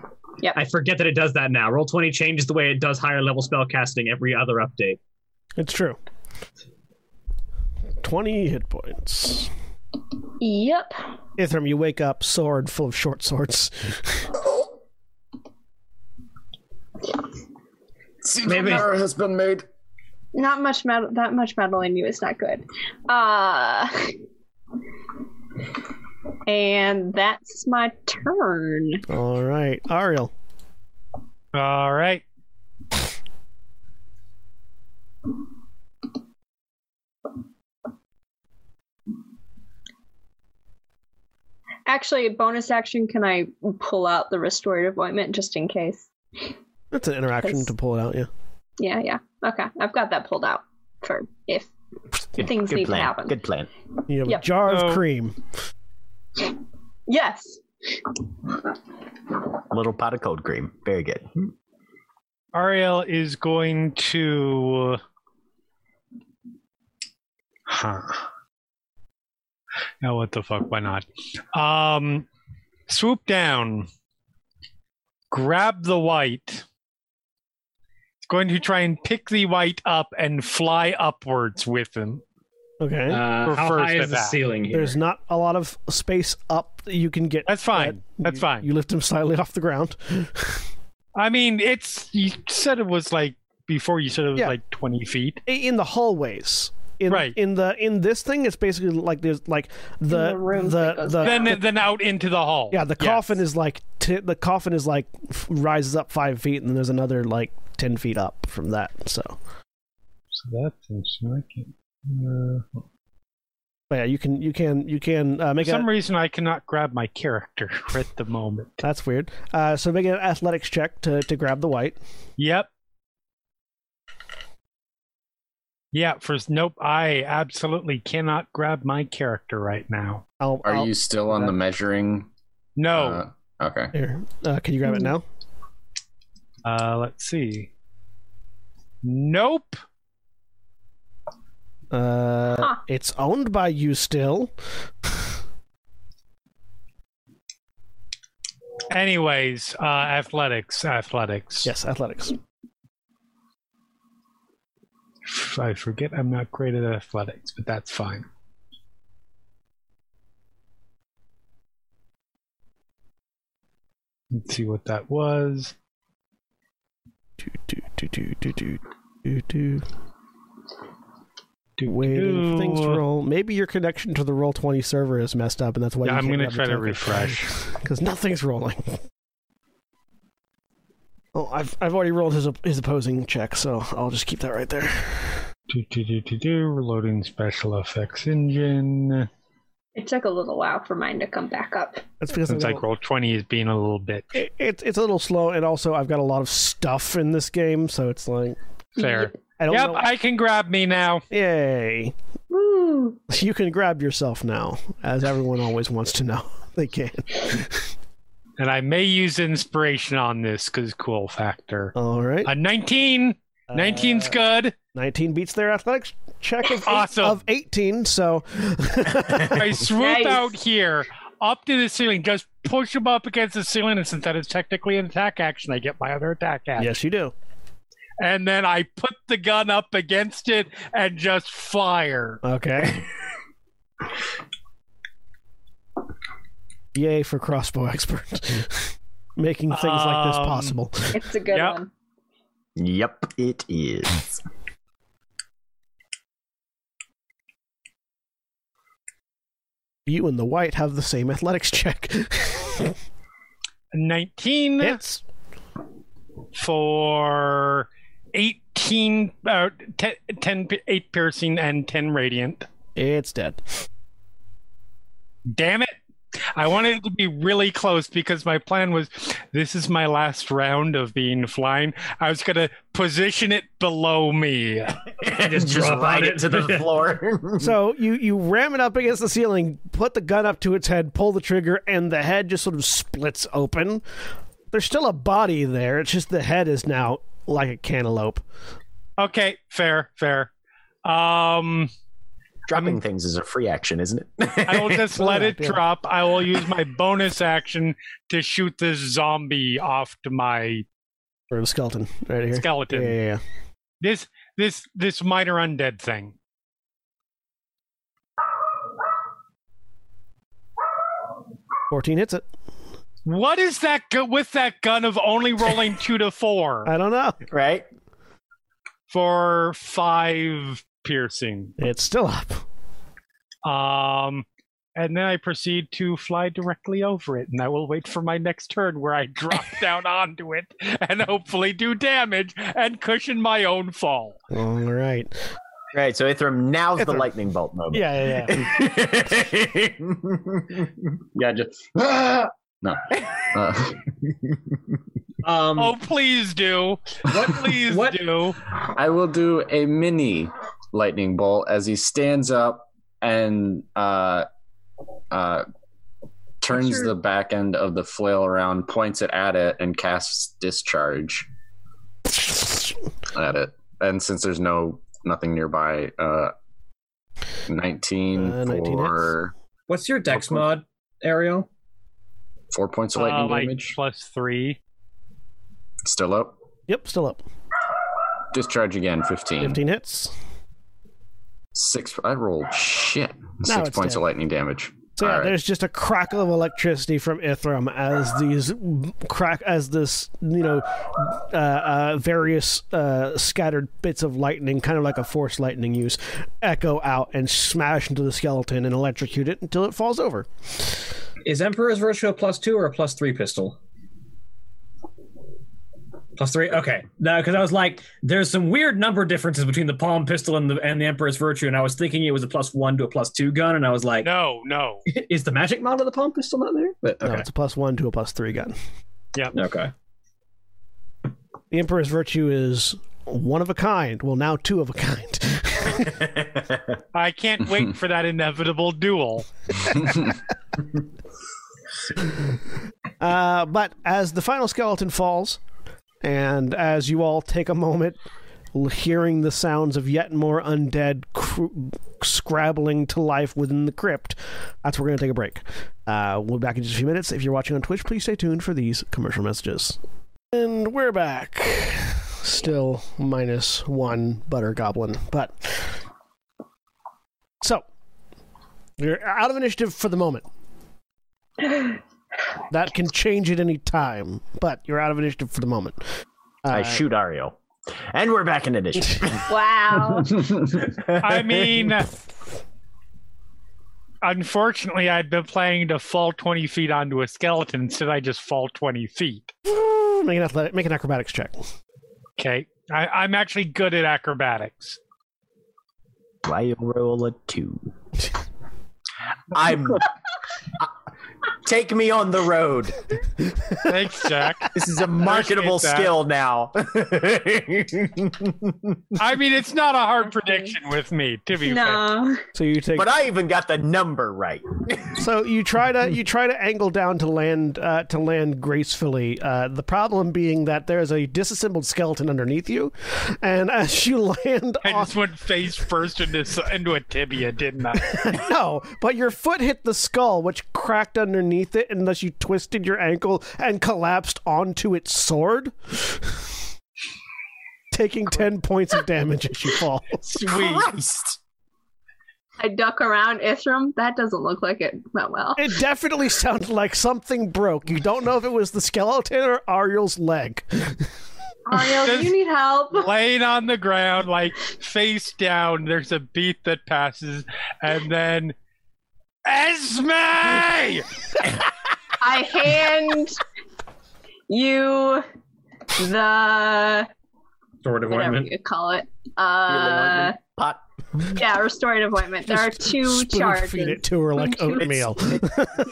Speaker 3: Yep.
Speaker 8: I forget that it does that now. Roll 20 changes the way it does higher level spell casting every other update.
Speaker 1: It's true. 20 hit points.
Speaker 3: Yep.
Speaker 1: Ithram, you wake up, sword full of short swords.
Speaker 8: Maybe.
Speaker 5: has been made.
Speaker 3: not much metal that much metal in you is not good uh and that's my turn
Speaker 1: All right, Ariel.
Speaker 7: All right.
Speaker 3: Actually, bonus action, can I pull out the restorative ointment just in case?
Speaker 1: That's an interaction to pull it out, yeah.
Speaker 3: Yeah, yeah. Okay, I've got that pulled out for if
Speaker 2: Good,
Speaker 3: Things
Speaker 2: good
Speaker 3: need to
Speaker 2: plan.
Speaker 3: happen.
Speaker 2: Good plan.
Speaker 1: You have
Speaker 3: Yep.
Speaker 1: a jar
Speaker 7: So-
Speaker 1: of cream.
Speaker 3: yes.
Speaker 2: Little pot of cold cream. Very good.
Speaker 7: Ariel is going to. Huh. Now what the fuck? Why not? Um, swoop down, grab the white. It's going to try and pick the white up and fly upwards with him.
Speaker 1: Okay.
Speaker 8: Uh, how
Speaker 7: Refers
Speaker 8: high
Speaker 7: to
Speaker 8: is the
Speaker 7: that.
Speaker 8: ceiling here?
Speaker 1: There's not a lot of space up that you can get.
Speaker 7: That's fine.
Speaker 1: but
Speaker 7: That's
Speaker 1: you-
Speaker 7: fine.
Speaker 1: You lift him slightly off the ground.
Speaker 7: I mean, it's you said it was like before. You said it was
Speaker 1: Yeah.
Speaker 7: like twenty feet.
Speaker 1: I- in the hallways. In,
Speaker 7: Right.
Speaker 1: in the in this thing, it's basically like there's like the
Speaker 3: the rooms
Speaker 1: the
Speaker 3: that goes
Speaker 1: Uh, the-
Speaker 7: Then then out into the hall.
Speaker 1: yeah the
Speaker 7: Yes.
Speaker 1: coffin is like t- the coffin is like f- rises up five feet and then there's another like ten feet up from that. So
Speaker 7: So that seems like it. Uh,
Speaker 1: but yeah, you can you can you can uh, make
Speaker 7: For
Speaker 1: a
Speaker 7: some reason, I cannot grab my character at the moment.
Speaker 1: that's weird. Uh, so make an athletics check to to grab the white.
Speaker 7: Yep. Yeah, first. Nope, I absolutely cannot grab my character right now.
Speaker 1: I'll,
Speaker 5: Are
Speaker 1: I'll-
Speaker 5: you still on the measuring?
Speaker 7: No.
Speaker 5: Uh, okay.
Speaker 1: Here, uh, can you
Speaker 3: Hmm.
Speaker 1: grab it now?
Speaker 7: Uh, let's see. Nope.
Speaker 1: Uh,
Speaker 3: Huh.
Speaker 1: It's owned by you still.
Speaker 7: Anyways, uh, athletics, athletics.
Speaker 1: Yes, athletics.
Speaker 7: I forget I'm not great at athletics, but that's fine. Let's see what that was.
Speaker 1: Do, do, do, do, do, do, do, do.
Speaker 7: Do-
Speaker 1: Waiting for things to
Speaker 7: do.
Speaker 1: roll. Maybe your connection to the roll twenty server is messed up, and that's why
Speaker 7: Yeah,
Speaker 1: you
Speaker 7: I'm
Speaker 1: can't
Speaker 7: gonna
Speaker 1: grab the
Speaker 7: try to
Speaker 1: token.
Speaker 7: refresh.
Speaker 1: because nothing's rolling. Oh, I've I've already rolled his op- his opposing check, so I'll just keep that right there.
Speaker 7: do, do, do, do, do. Reloading special effects engine.
Speaker 3: It took a little while for mine to come back up.
Speaker 1: That's because I'm
Speaker 7: Since I
Speaker 1: gonna-
Speaker 7: roll 20 is being a little bit
Speaker 1: it, it's it's a little slow, and also I've got a lot of stuff in this game, so it's like
Speaker 7: fair.
Speaker 1: I don't
Speaker 7: Yep,
Speaker 1: know.
Speaker 7: I can grab me now.
Speaker 1: Yay!
Speaker 3: Woo!
Speaker 1: You can grab yourself now, as everyone always wants to know. They can.
Speaker 7: And I may use inspiration on this because cool factor.
Speaker 1: All right,
Speaker 7: A 19. 19's
Speaker 1: Uh,
Speaker 7: good.
Speaker 1: Nineteen beats their athletics check of, eight-
Speaker 7: Awesome.
Speaker 1: of eighteen. So
Speaker 7: I swoop
Speaker 3: Nice.
Speaker 7: out here, up to the ceiling, just push him up against the ceiling, and since that is technically an attack action, I get my other attack action.
Speaker 1: yes, you do.
Speaker 7: And then I put the gun up against it and just fire.
Speaker 1: Okay. Yay for crossbow expert. Making things like this
Speaker 7: Um,
Speaker 1: possible.
Speaker 3: It's a good
Speaker 7: Yep.
Speaker 3: one.
Speaker 2: Yep, it is.
Speaker 1: You and the white have the same athletics check.
Speaker 7: 19
Speaker 1: Hits.
Speaker 7: for 18, uh, 10, 10 pi- 8 piercing and 10 radiant.
Speaker 1: It's dead.
Speaker 7: Damn it. I wanted it to be really close because my plan was this is my last round of being flying. I was going to position it below me.
Speaker 8: Just drop
Speaker 2: ride
Speaker 8: on
Speaker 2: it
Speaker 8: it.
Speaker 2: to the floor.
Speaker 1: So you you ram it up against the ceiling, put the gun up to its head, pull the trigger, and the head just sort of splits open. There's still a body there. It's just the head is now like a cantaloupe.
Speaker 7: Okay, fair, fair. Um,
Speaker 2: Dropping things is a free action, isn't
Speaker 7: I
Speaker 2: it?
Speaker 7: will just let it
Speaker 1: Yeah.
Speaker 7: drop. I will use my bonus action to shoot this zombie off to my
Speaker 1: Or a skeleton right here. Yeah,
Speaker 7: skeleton.
Speaker 1: yeah, yeah.
Speaker 7: This this this minor undead thing.
Speaker 1: Fourteen hits it.
Speaker 7: What is that gu- with that gun of only rolling 2 to 4
Speaker 1: I don't know.
Speaker 2: right?
Speaker 7: for 5 piercing?
Speaker 1: It's still up.
Speaker 7: Um, and then I proceed to fly directly over it, and I will wait for my next turn where I drop down onto it and hopefully do damage and cushion my own fall.
Speaker 1: All right.
Speaker 2: Right, so Ithram, now's the
Speaker 1: Ithram.
Speaker 2: lightning bolt moment.
Speaker 1: Yeah, yeah, yeah.
Speaker 5: Yeah, just ah! no. Uh,
Speaker 8: Um,
Speaker 7: Oh, please do. Please
Speaker 8: What?
Speaker 7: do.
Speaker 5: I will do a mini lightning bolt as he stands up and uh, uh, turns
Speaker 8: Sure.
Speaker 5: the back end of the flail around, points it at it, and casts discharge at it. And since there's no nothing nearby, uh, nineteen,
Speaker 1: Uh, 19
Speaker 5: for
Speaker 8: What's your dex mod, Ariel?
Speaker 5: four points of lightning
Speaker 7: Uh, like
Speaker 5: damage.
Speaker 7: plus three.
Speaker 5: Still up.
Speaker 1: Yep, still up.
Speaker 5: Discharge again, 15.
Speaker 1: 15 hits.
Speaker 5: Six. I rolled shit. Six
Speaker 1: it's
Speaker 5: points
Speaker 1: dead.
Speaker 5: of lightning damage.
Speaker 1: So yeah,
Speaker 5: All right.
Speaker 1: there's just a crackle of electricity from Ithram as these crack as this you know uh, uh, various uh, scattered bits of lightning, kind of like a force lightning use, echo out and smash into the skeleton and electrocute it until it falls over.
Speaker 8: Is Emperor's Virtue a plus two or a plus three pistol? Plus three. Okay, no, because I was like, there's some weird number differences between the palm pistol and the and the Emperor's Virtue, and I was thinking it was a plus one to a plus two gun, and I was like,
Speaker 7: No, no.
Speaker 8: is the magic mod of the palm pistol not there? But
Speaker 1: No,
Speaker 8: okay,
Speaker 1: it's a plus one to a plus three gun.
Speaker 8: okay.
Speaker 1: The Emperor's Virtue is one of a kind. Well, now two of a kind.
Speaker 7: I can't wait for that inevitable duel.
Speaker 1: Uh, but as the final skeleton falls, and as you all take a moment, l- hearing the sounds of yet more undead cr- scrabbling to life within the crypt, that's where we're going to take a break. Uh, we'll be back in just a few minutes. If you're watching on Twitch, please stay tuned for these commercial messages. And we're back. Still minus one butter goblin, but so you're out of initiative for the moment. That can change at any time, but you're out of initiative for the moment.
Speaker 2: I
Speaker 1: Uh,
Speaker 2: shoot Ario. And we're back in initiative.
Speaker 3: Wow.
Speaker 7: I mean, unfortunately, I'd been planning to fall 20 feet onto a skeleton. Instead, I just fall 20 feet.
Speaker 1: Make an athletic, make an acrobatics check.
Speaker 7: Okay. I, I'm actually good at acrobatics.
Speaker 2: Why roll a two? I'm. Take me on the road.
Speaker 7: Thanks, Jack.
Speaker 2: This is a marketable
Speaker 7: that.
Speaker 2: skill now.
Speaker 7: I mean, it's not a hard prediction with me, to be fair.
Speaker 3: no.
Speaker 1: So you take.
Speaker 2: but I even got the number right.
Speaker 1: so you try to you try to angle down to land uh, to land gracefully. Uh, the problem being that there is a disassembled skeleton underneath you, and as you land
Speaker 7: I
Speaker 1: off,
Speaker 7: just went face first into, s- into a tibia, didn't I?
Speaker 1: no, but your foot hit the skull, which cracked underneath it, and thus you twisted your ankle and collapsed onto its sword. Taking 10 points of damage as you fall.
Speaker 7: Sweet.
Speaker 2: Christ.
Speaker 3: I duck around Ishram. That doesn't look like it went well.
Speaker 1: It definitely sounded like something broke. You don't know if it was the skeleton or Ariel's leg.
Speaker 3: Ariel, you need help.
Speaker 7: laying on the ground, like face down. There's a beat that passes, and then Esme.
Speaker 3: I hand you the
Speaker 8: Sword of
Speaker 3: whatever
Speaker 8: ointment.
Speaker 3: you call it. Uh,
Speaker 2: Pot.
Speaker 3: yeah, restorative ointment. There are two
Speaker 1: Spoon
Speaker 3: charges
Speaker 1: feed it to her like
Speaker 3: One, two,
Speaker 1: oatmeal.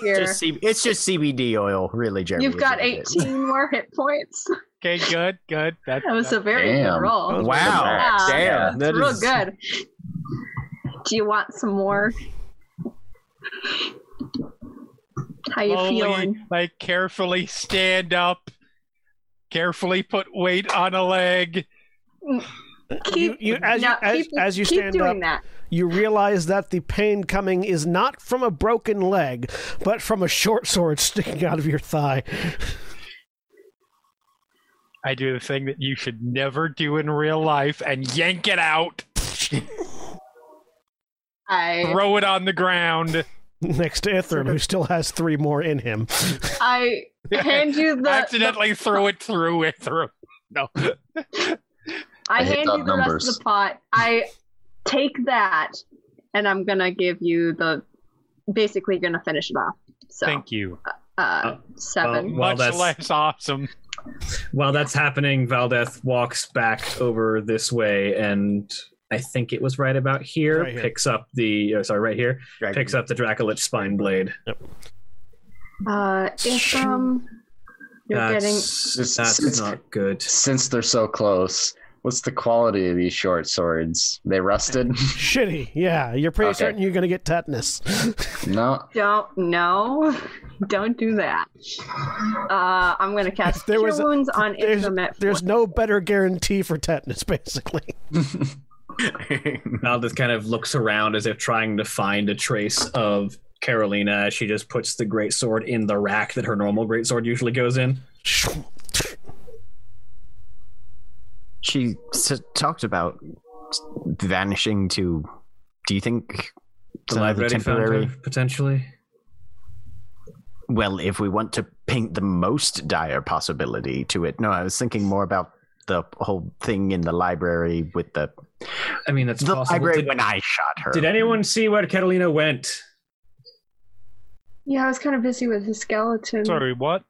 Speaker 3: here.
Speaker 2: Just C- it's just CBD oil, really, Jeremy.
Speaker 3: You've
Speaker 2: is
Speaker 3: got
Speaker 2: what it is.
Speaker 3: 18 more hit points.
Speaker 7: Okay, good, good. That,
Speaker 3: That was a very
Speaker 5: Damn.
Speaker 3: good roll.
Speaker 2: Wow.
Speaker 3: Yeah.
Speaker 2: Damn.
Speaker 3: It's
Speaker 2: that
Speaker 3: real
Speaker 2: is-
Speaker 3: good. Do you want some more? How you
Speaker 7: slowly,
Speaker 3: feeling?
Speaker 7: like carefully stand up, carefully put weight on a leg.
Speaker 3: Keep,
Speaker 1: you- as you-
Speaker 3: no,
Speaker 1: as-
Speaker 3: keep,
Speaker 1: as you
Speaker 3: keep
Speaker 1: stand
Speaker 3: doing
Speaker 1: up-
Speaker 3: that.
Speaker 1: You realize that the pain coming is not from a broken leg, but from a short sword sticking out of your thigh.
Speaker 7: I do the thing that you should never do in real life and yank it out,
Speaker 3: I
Speaker 7: throw it on the ground.
Speaker 1: Next to Ithram, who still has three more in him.
Speaker 3: I hand you the
Speaker 7: accidentally throw it through it through. No.
Speaker 3: I,
Speaker 5: I hate
Speaker 3: hand
Speaker 5: odd
Speaker 3: you the rest
Speaker 5: numbers.
Speaker 3: of the pot. I take that, and I'm gonna give you the. Basically, gonna finish it off. So
Speaker 7: Thank you.
Speaker 3: uh, seven.
Speaker 8: um, Well,
Speaker 7: Much
Speaker 8: that's-
Speaker 7: less awesome.
Speaker 8: While that's happening, Valdeth walks back over this way and I think it was right about here.
Speaker 1: Right here.
Speaker 8: Picks up the, oh, sorry, right here.
Speaker 2: Drag-
Speaker 8: Picks up the Dracolich spine blade.
Speaker 3: Uh, if um, you're getting
Speaker 8: That's,
Speaker 5: It's-
Speaker 8: that's
Speaker 5: it's-
Speaker 8: not good.
Speaker 5: Since they're so close, what's the quality of these short swords? They rusted?
Speaker 1: Shitty. Yeah, you're pretty
Speaker 5: Okay.
Speaker 1: certain you're gonna get tetanus.
Speaker 5: no.
Speaker 3: don't no, don't do that. Uh, I'm gonna cast
Speaker 1: There
Speaker 3: cure
Speaker 1: was a-
Speaker 3: wounds on
Speaker 1: there's,
Speaker 3: Internet.
Speaker 1: there's no better guarantee for tetanus, basically.
Speaker 8: Valdith kind of looks around as if trying to find a trace of Carolina. She just puts the great sword in the rack that her normal great sword usually goes in.
Speaker 2: she s- talked about vanishing to. Do you think
Speaker 8: The
Speaker 2: some of
Speaker 8: library found her, potentially.
Speaker 2: Well, if we want to paint the most dire possibility to it, no, I was thinking more about the whole thing in the library with the
Speaker 8: I mean, that's
Speaker 2: the
Speaker 8: possible.
Speaker 2: library
Speaker 8: Did,
Speaker 2: when I shot her.
Speaker 8: did anyone see where Catalina went?
Speaker 3: Yeah, I was kind of busy with his skeleton.
Speaker 7: Sorry, what?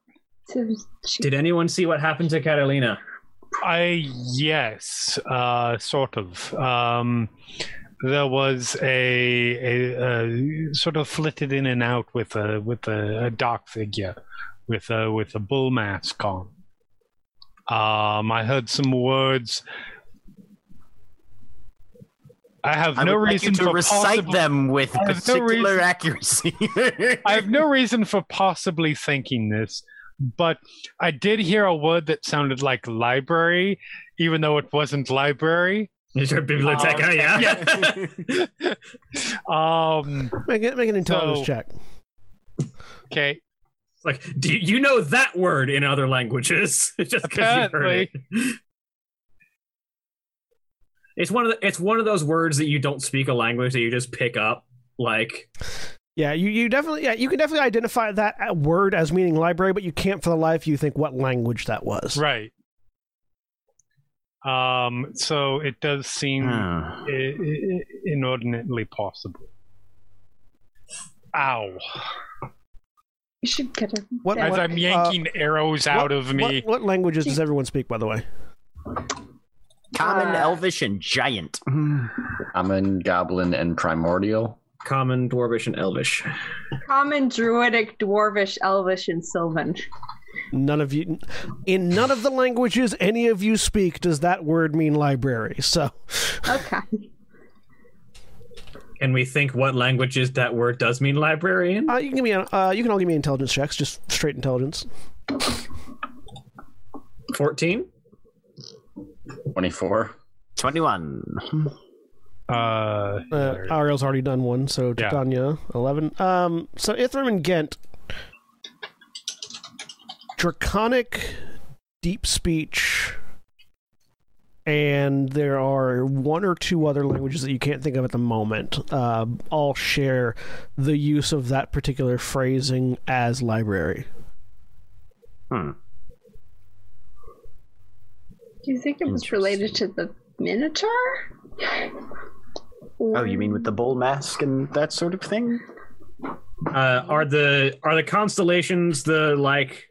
Speaker 3: To- she-
Speaker 8: Did anyone see what happened to Catalina?
Speaker 7: I yes, uh, sort of. Um, there was a, a, a sort of flitted in and out with a with a, a dark figure, with a with a bull mask on. Um, I heard some words. I have
Speaker 2: I
Speaker 7: no
Speaker 2: would like
Speaker 7: reason
Speaker 2: you to
Speaker 7: for
Speaker 2: recite
Speaker 7: possibly-
Speaker 2: them with
Speaker 7: I have no
Speaker 2: particular
Speaker 7: reason-
Speaker 2: accuracy.
Speaker 7: I have no reason for possibly thinking this, but I did hear a word that sounded like library, even though it wasn't library.
Speaker 8: Is your
Speaker 7: biblioteca,
Speaker 8: yeah?
Speaker 7: Um,
Speaker 1: Make, it, make an intelligence
Speaker 7: So-
Speaker 1: check.
Speaker 7: okay.
Speaker 8: like, do you- you know that word in other languages? It's just 'cause you heard it. It's one of the, it's one of those words that you don't speak a language that you just pick up. Like,
Speaker 1: Yeah, you, you definitely yeah you can definitely identify that uh, word as meaning library, but you can't for the life of you think what language that was.
Speaker 7: Right. Um, so it does seem i-
Speaker 2: Hmm.
Speaker 7: i- inordinately possible. Ow.
Speaker 3: you should get her.
Speaker 1: What,
Speaker 7: As
Speaker 1: what- uh,
Speaker 7: I'm yanking arrows out
Speaker 1: what-
Speaker 7: of me.
Speaker 1: What, what languages does everyone speak, by the way?
Speaker 2: Common,
Speaker 3: Uh,
Speaker 2: Elvish, and Giant.
Speaker 5: Common, Goblin, and Primordial.
Speaker 8: common dwarvish and elvish.
Speaker 3: Common, druidic, dwarvish, elvish, and sylvan.
Speaker 1: None of you, in none of the languages any of you speak, does that word mean library? So,
Speaker 3: Okay.
Speaker 8: Can we think what languages that word does mean librarian?
Speaker 1: uh, you can give me a, uh, you can all give me intelligence checks, just straight intelligence.
Speaker 8: 14?
Speaker 5: 24.
Speaker 2: 21.
Speaker 7: Uh,
Speaker 1: Uh, Ariel's already done one, so
Speaker 7: Yeah.
Speaker 1: Titania eleven. Um, so Ithram and Ghent, draconic, deep speech, and there are one or two other languages that you can't think of at the moment. Uh, all share the use of that particular phrasing as library.
Speaker 2: Hmm.
Speaker 3: Do you think it was related to the Minotaur?
Speaker 2: Oh, you mean with the bull mask and that sort of thing?
Speaker 8: Uh, are the are the constellations the like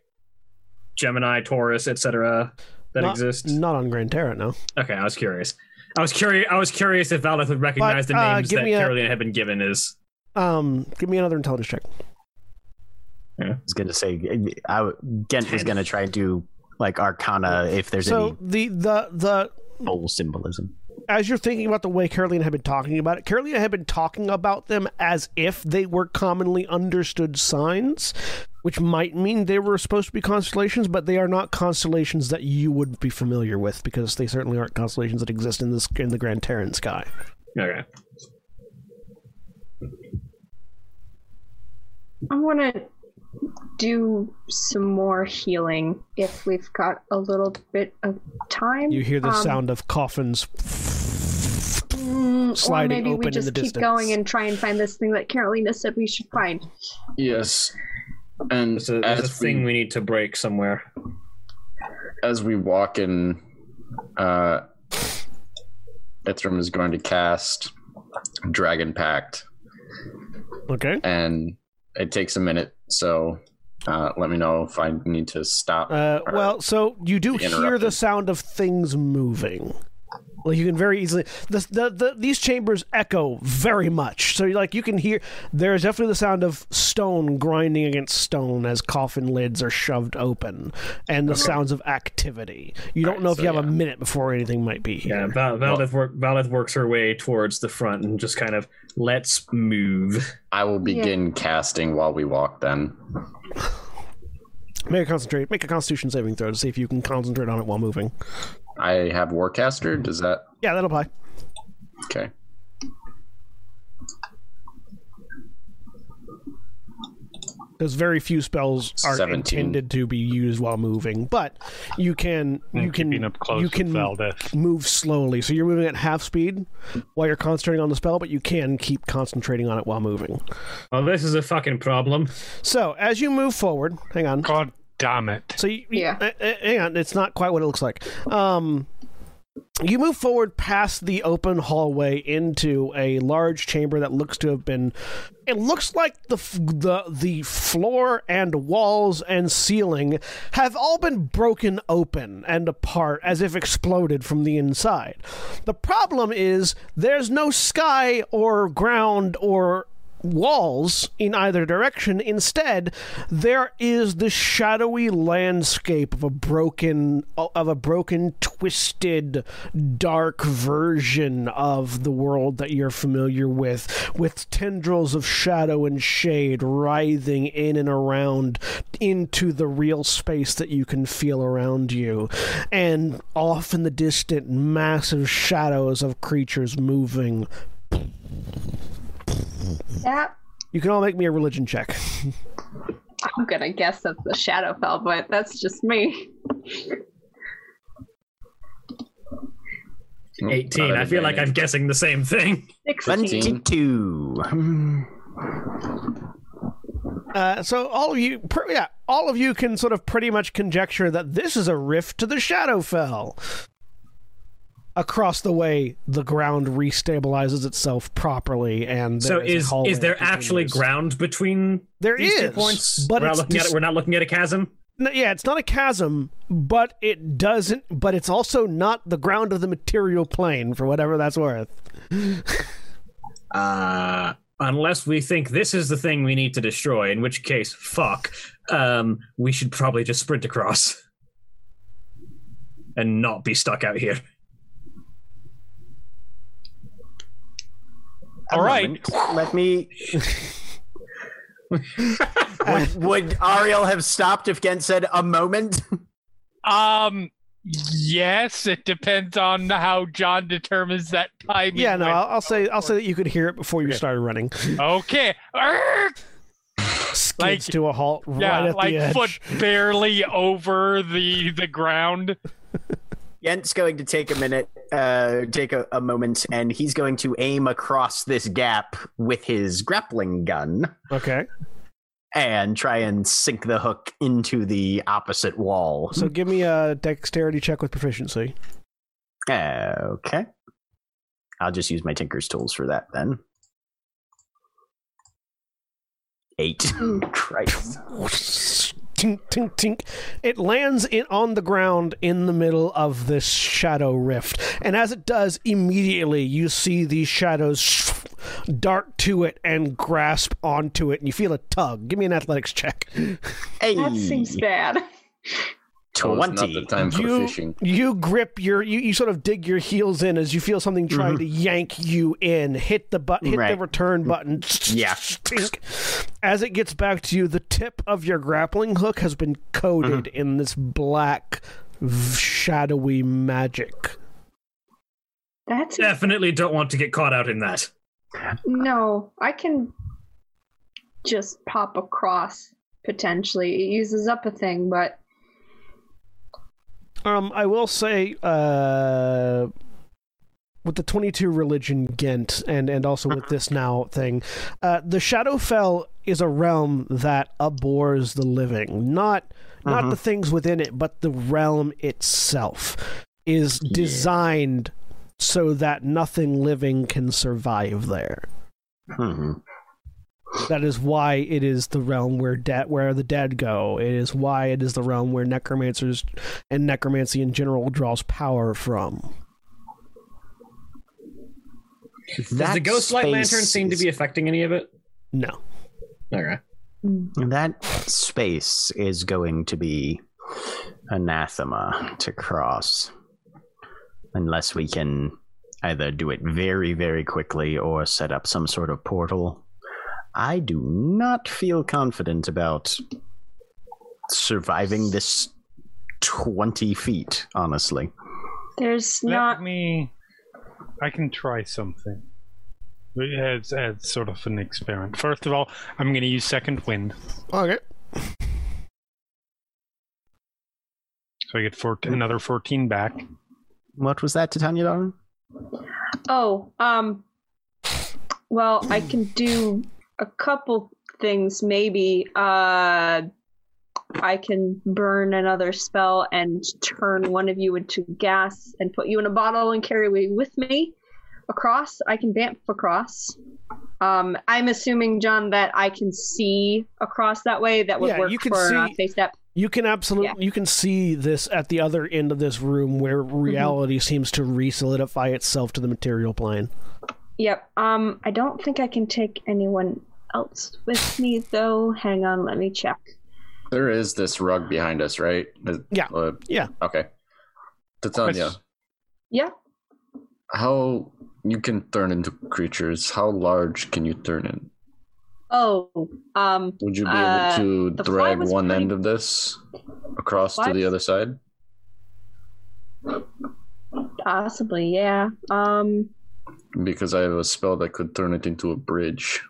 Speaker 8: Gemini, Taurus, etc. that
Speaker 1: not,
Speaker 8: exist?
Speaker 1: not on Grand Terra, no.
Speaker 8: Okay, I was curious. I was curious. I was curious if Valdeth would recognize
Speaker 1: But,
Speaker 8: the
Speaker 1: uh,
Speaker 8: names
Speaker 1: give
Speaker 8: that
Speaker 1: me a-
Speaker 8: Carolina had been given. Is
Speaker 1: Um, give me another intelligence check.
Speaker 2: I was going to say, I, w- Ghent was going to try to do like Arcana if there's
Speaker 1: So the the the
Speaker 2: any bull symbolism.
Speaker 1: as you're thinking about the way Carolina had been talking about it, Carolina had been talking about them as if they were commonly understood signs, which might mean they were supposed to be constellations, but they are not constellations that you would be familiar with because they certainly aren't constellations that exist in this in the Grand Terran sky.
Speaker 8: okay.
Speaker 3: I want to do some more healing if we've got a little bit of time.
Speaker 1: You hear the
Speaker 3: Um,
Speaker 1: sound of coffins.
Speaker 3: mm,
Speaker 1: sliding
Speaker 3: or maybe
Speaker 1: open
Speaker 3: we
Speaker 1: in
Speaker 3: just
Speaker 1: the
Speaker 3: keep
Speaker 1: distance.
Speaker 3: going and try and find this thing that Carolina said we should find.
Speaker 5: Yes. And
Speaker 8: There's a, there's a
Speaker 5: as we-
Speaker 8: thing we need to break somewhere.
Speaker 5: as we walk in, uh, Ithram is going to cast Dragon Pact,
Speaker 1: Okay.
Speaker 5: and it takes a minute. So uh, let me know if I need to stop.
Speaker 1: Uh, well, so you do
Speaker 5: Be
Speaker 1: hear the
Speaker 5: interrupted.
Speaker 1: sound of things moving. Like you can very easily the, the, the these chambers echo very much. So like you can hear there is definitely the sound of stone grinding against stone as coffin lids are shoved open and the sounds of activity. You don't know if
Speaker 5: Uh-huh. so
Speaker 1: you have a
Speaker 5: yeah.
Speaker 1: minute before anything might be
Speaker 8: Yeah,
Speaker 1: here.
Speaker 8: Val- Valeth, work, Valeth works her way towards the front and just kind of lets move.
Speaker 5: I will begin casting while we walk then.
Speaker 1: Make a concentrate make a constitution saving throw to see if you can concentrate on it while moving.
Speaker 5: I have Warcaster. Does that.
Speaker 1: Yeah, that'll apply.
Speaker 5: Okay.
Speaker 1: because very few spells are
Speaker 5: 17.
Speaker 1: intended to be used while moving. But you can you can
Speaker 7: keeping up close
Speaker 1: you
Speaker 7: with
Speaker 1: can
Speaker 7: Valdez.
Speaker 1: move slowly. So you're moving at half speed while you're concentrating on the spell, but you can keep concentrating on it while moving.
Speaker 8: Oh, this is a fucking problem.
Speaker 1: So as you move forward, hang on.
Speaker 7: God damn it.
Speaker 1: So you,
Speaker 3: Yeah.
Speaker 1: yeah, hang on. It's not quite what it looks like. Um, you move forward past the open hallway into a large chamber that looks to have been. It looks like the f- the the floor and walls and ceiling have all been broken open and apart as if exploded from the inside. The problem is there's no sky or ground or walls in either direction. Instead, there is the shadowy landscape of a broken of a broken, twisted, dark version of the world that you're familiar with, with tendrils of shadow and shade writhing in and around into the real space that you can feel around you. And off in the distant massive shadows of creatures moving.
Speaker 3: That
Speaker 1: You can all make me a religion check.
Speaker 3: I'm gonna guess that's the Shadowfell, but that's just me.
Speaker 8: 18. I feel like I'm guessing the same thing.
Speaker 3: Sixteen.
Speaker 2: 22.
Speaker 1: Uh, so all of you, per, yeah, all of you can sort of pretty much conjecture that this is a rift to the Shadowfell. Across the way, the ground restabilizes itself properly, and there
Speaker 8: so
Speaker 1: a
Speaker 8: is
Speaker 1: hallway
Speaker 8: is there
Speaker 1: that
Speaker 8: actually
Speaker 1: continues.
Speaker 8: ground between
Speaker 1: There
Speaker 8: these two
Speaker 1: is,
Speaker 8: points?
Speaker 1: but
Speaker 8: we're
Speaker 1: it's
Speaker 8: not looking at
Speaker 1: dis-
Speaker 8: it. We're not looking at a chasm.
Speaker 1: No, yeah, it's not a chasm, but it doesn't. But it's also not the ground of the material plane, for whatever that's worth.
Speaker 8: Uh, unless we think this is the thing we need to destroy, in which case, fuck. Um, we should probably just sprint across and not be stuck out here.
Speaker 7: All right.
Speaker 2: Let me. would, would Ariel have stopped if Gent said a moment?
Speaker 7: Um. Yes, it depends on how John determines that timing.
Speaker 1: Yeah, no,
Speaker 7: when-
Speaker 1: I'll, I'll say I'll say that you could hear it before you started running.
Speaker 7: Okay. Arrgh!
Speaker 1: Skids
Speaker 7: Like-
Speaker 1: to a halt right
Speaker 7: Yeah,
Speaker 1: at
Speaker 7: like
Speaker 1: the edge.
Speaker 7: foot barely over the the ground.
Speaker 2: Yent's going to take a minute, uh, take a, a moment, and he's going to aim across this gap with his grappling gun
Speaker 1: Okay,
Speaker 2: and try and sink the hook into the opposite wall.
Speaker 1: so give me a dexterity check with proficiency.
Speaker 2: Okay. I'll just use my Tinker's tools for that then. Eight. Christ.
Speaker 1: tink tink tink it lands in on the ground in the middle of this shadow rift and as it does immediately you see these shadows dart to it and grasp onto it and you feel a tug give me an athletics check
Speaker 2: Hey,
Speaker 3: That seems bad.
Speaker 5: Oh, it's not
Speaker 2: 20.
Speaker 5: the time for
Speaker 1: you,
Speaker 5: fishing.
Speaker 1: you grip your you, you sort of dig your heels in as you feel something trying to yank you in hit the button hit the
Speaker 2: Mm-hmm. Right. Mm.
Speaker 1: return button
Speaker 2: Yeah.
Speaker 1: Tink. as it gets back to you the tip of your grappling hook has been coated
Speaker 2: Mm-hmm.
Speaker 1: in this black v- shadowy magic
Speaker 3: That's
Speaker 8: Definitely don't want to get caught out in that.
Speaker 3: no. I can just pop across potentially. It uses up a thing, but
Speaker 1: um i will say uh with the 22 religion Ghent and, and also with this now thing, uh, the Shadowfell is a realm that abhors the living, not not the things within it, but the realm itself is designed so that nothing living can survive there.
Speaker 2: Mhm.
Speaker 1: That is why it is the realm where dead where the dead go. It is why it is the realm where necromancers and necromancy in general draws power from.
Speaker 2: That
Speaker 8: Does the ghost light
Speaker 2: space
Speaker 8: lantern seem to
Speaker 2: is-
Speaker 8: be affecting any of it?
Speaker 1: No.
Speaker 8: Okay.
Speaker 2: That space is going to be anathema to cross unless we can either do it very, very quickly or set up some sort of portal. I do not feel confident about surviving this 20 feet, honestly.
Speaker 3: There's
Speaker 7: Let
Speaker 3: not.
Speaker 7: me. I can try something. As, as sort of an experiment. First of all, I'm going to use second wind,
Speaker 1: Okay.
Speaker 7: so I get four, another 14 back.
Speaker 2: What was that, Titania Darwin?
Speaker 3: Oh, um. Well, I can do a couple things maybe. Uh, I can burn another spell and turn one of you into gas and put you in a bottle and carry you with me across. I can bamf across. Um, I'm assuming, John, that I can see across that way. That would
Speaker 1: Yeah,
Speaker 3: work
Speaker 1: you can
Speaker 3: for uh,
Speaker 1: see-
Speaker 3: face step.
Speaker 1: You can absolutely you can see this at the other end of this room where reality seems to re-solidify itself to the material plane.
Speaker 3: Yep. Um, I don't think I can take anyone else with me though. Hang on, let me check.
Speaker 5: There is this rug behind us, right? The-
Speaker 1: Yeah.
Speaker 5: uh,
Speaker 1: Yeah.
Speaker 5: Okay. Titania,
Speaker 3: Yeah.
Speaker 7: Yes.
Speaker 5: how you can turn into creatures? How large can you turn in?
Speaker 3: Oh, um,
Speaker 5: Would you be
Speaker 3: Uh,
Speaker 5: able to
Speaker 3: the fly
Speaker 5: drag
Speaker 3: was
Speaker 5: one
Speaker 3: pretty-
Speaker 5: end of this across
Speaker 3: Fly-
Speaker 5: to the other side?
Speaker 3: possibly, yeah. Um,
Speaker 5: Because I have a spell that could turn it into a bridge.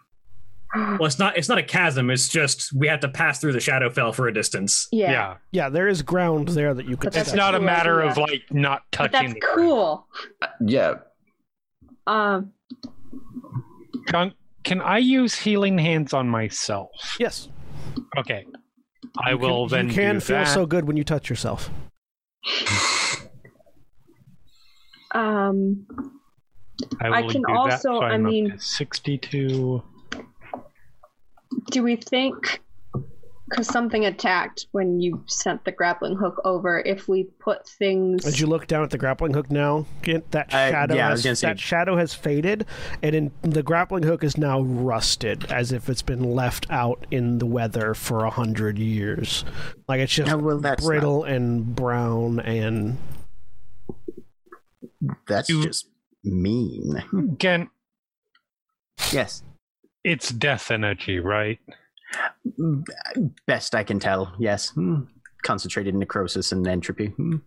Speaker 8: Well, it's not. It's not a chasm. It's just we have to pass through the Shadowfell for a distance.
Speaker 3: yeah.
Speaker 7: yeah.
Speaker 1: Yeah, there is ground there that you could
Speaker 3: But that's
Speaker 7: It's
Speaker 1: step.
Speaker 7: not a
Speaker 3: cool
Speaker 7: matter of
Speaker 3: idea.
Speaker 7: like not
Speaker 3: But
Speaker 7: touching.
Speaker 3: that's
Speaker 7: the ground.
Speaker 3: cool.
Speaker 5: Uh, Yeah,
Speaker 3: Um,
Speaker 7: Can, can I use healing hands on myself?
Speaker 1: Yes.
Speaker 7: Okay. I
Speaker 1: You can-
Speaker 7: will then
Speaker 1: You can
Speaker 7: do
Speaker 1: feel
Speaker 7: that.
Speaker 1: so good when you touch yourself.
Speaker 3: um, I
Speaker 7: will
Speaker 3: can
Speaker 7: do that,
Speaker 3: also-
Speaker 7: so
Speaker 3: I
Speaker 7: I'm up
Speaker 3: mean-
Speaker 7: to 62.
Speaker 3: do we think? Because something attacked when you sent the grappling hook over. If we put things,
Speaker 1: As you look down at the grappling hook now, get that
Speaker 2: Uh,
Speaker 1: shadow
Speaker 2: yeah, I was
Speaker 1: has,
Speaker 2: gonna say-
Speaker 1: that shadow has faded, and in, the grappling hook is now rusted, as if it's been left out in the weather for a hundred years. Like it's just
Speaker 2: Oh, well, that's
Speaker 1: brittle and brown and
Speaker 2: That's
Speaker 7: You-
Speaker 2: just mean.
Speaker 7: Again,
Speaker 2: Yes.
Speaker 7: it's death energy, right?
Speaker 2: Best I can tell, yes. Hmm. Concentrated necrosis and entropy. Hmm.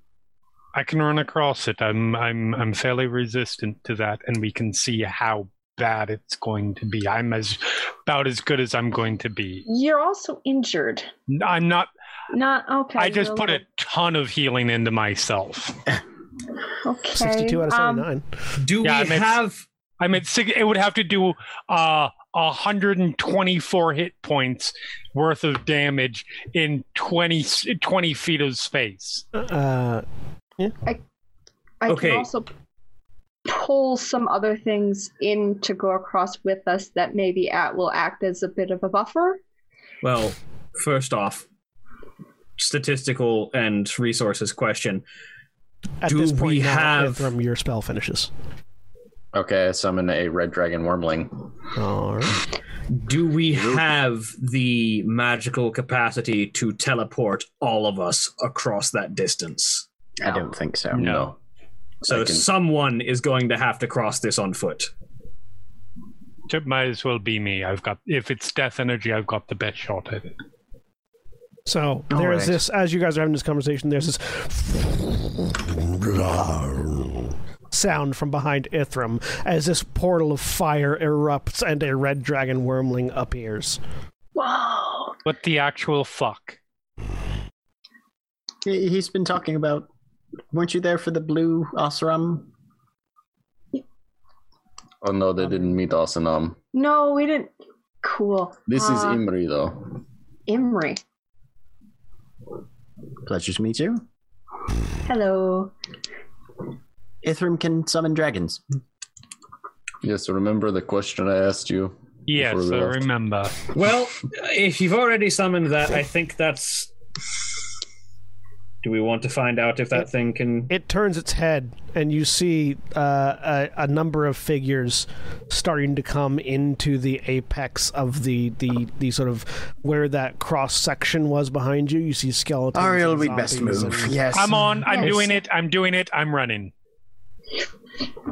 Speaker 7: I can run across it. I'm I'm I'm fairly resistant to that, and we can see how bad it's going to be. I'm as about as good as I'm going to be.
Speaker 3: you're also injured.
Speaker 7: I'm not.
Speaker 3: Not okay.
Speaker 7: I just
Speaker 3: well,
Speaker 7: put a ton of healing into myself.
Speaker 3: Okay.
Speaker 1: sixty-two out of
Speaker 3: um,
Speaker 1: seventy-nine.
Speaker 8: Do
Speaker 7: Yeah,
Speaker 8: we
Speaker 7: it makes-
Speaker 8: have?
Speaker 7: I'm at six. It would have to do uh 124 hit points worth of damage in 20 s- 20 feet of space.
Speaker 1: Uh,
Speaker 3: I
Speaker 8: Okay.
Speaker 3: can also pull some other things in to go across with us that maybe at will act as a bit of a buffer.
Speaker 8: Well, first off, statistical and resources question.
Speaker 1: at
Speaker 8: Do
Speaker 1: this point,
Speaker 8: we
Speaker 1: now,
Speaker 8: have-
Speaker 1: Ithram, your spell finishes?
Speaker 5: Okay, I summon a red dragon wormling.
Speaker 1: All right.
Speaker 8: Do we have the magical capacity to teleport all of us across that distance?
Speaker 2: I don't think so.
Speaker 7: No.
Speaker 8: So
Speaker 5: I can-
Speaker 8: someone is going to have to cross this on foot.
Speaker 7: It might as well be me. I've got if it's death energy, I've got the best shot at it.
Speaker 1: So there is
Speaker 2: right.
Speaker 1: this. As you guys are having this conversation, there's this sound from behind Ithram as this portal of fire erupts and a red dragon wormling appears.
Speaker 3: Whoa!
Speaker 7: What the actual fuck?
Speaker 2: He- He's been talking about. Weren't you there for the blue Osram?
Speaker 5: Oh no, they didn't meet Asanam.
Speaker 3: No, we didn't. Cool.
Speaker 5: This is
Speaker 2: Ah.
Speaker 3: Uh,
Speaker 5: Imri though.
Speaker 3: Imri.
Speaker 2: Pleasure to meet you.
Speaker 3: Hello.
Speaker 2: Ithram can summon dragons.
Speaker 5: Yes, remember the question I asked you?
Speaker 7: Yes,
Speaker 5: Before we
Speaker 7: I
Speaker 5: left.
Speaker 7: remember.
Speaker 8: Well, if you've already summoned that, I think that's Do we want to find out if that thing can?
Speaker 1: It turns its head, and you see uh, a, a number of figures starting to come into the apex of the the, the sort of where that cross section was behind you. You see skeletons.
Speaker 2: Ariel,
Speaker 1: and
Speaker 2: we best
Speaker 1: zombies
Speaker 2: move.
Speaker 1: and-
Speaker 2: Yes.
Speaker 7: I'm on. I'm
Speaker 2: Yes.
Speaker 7: doing it. I'm doing it. I'm running.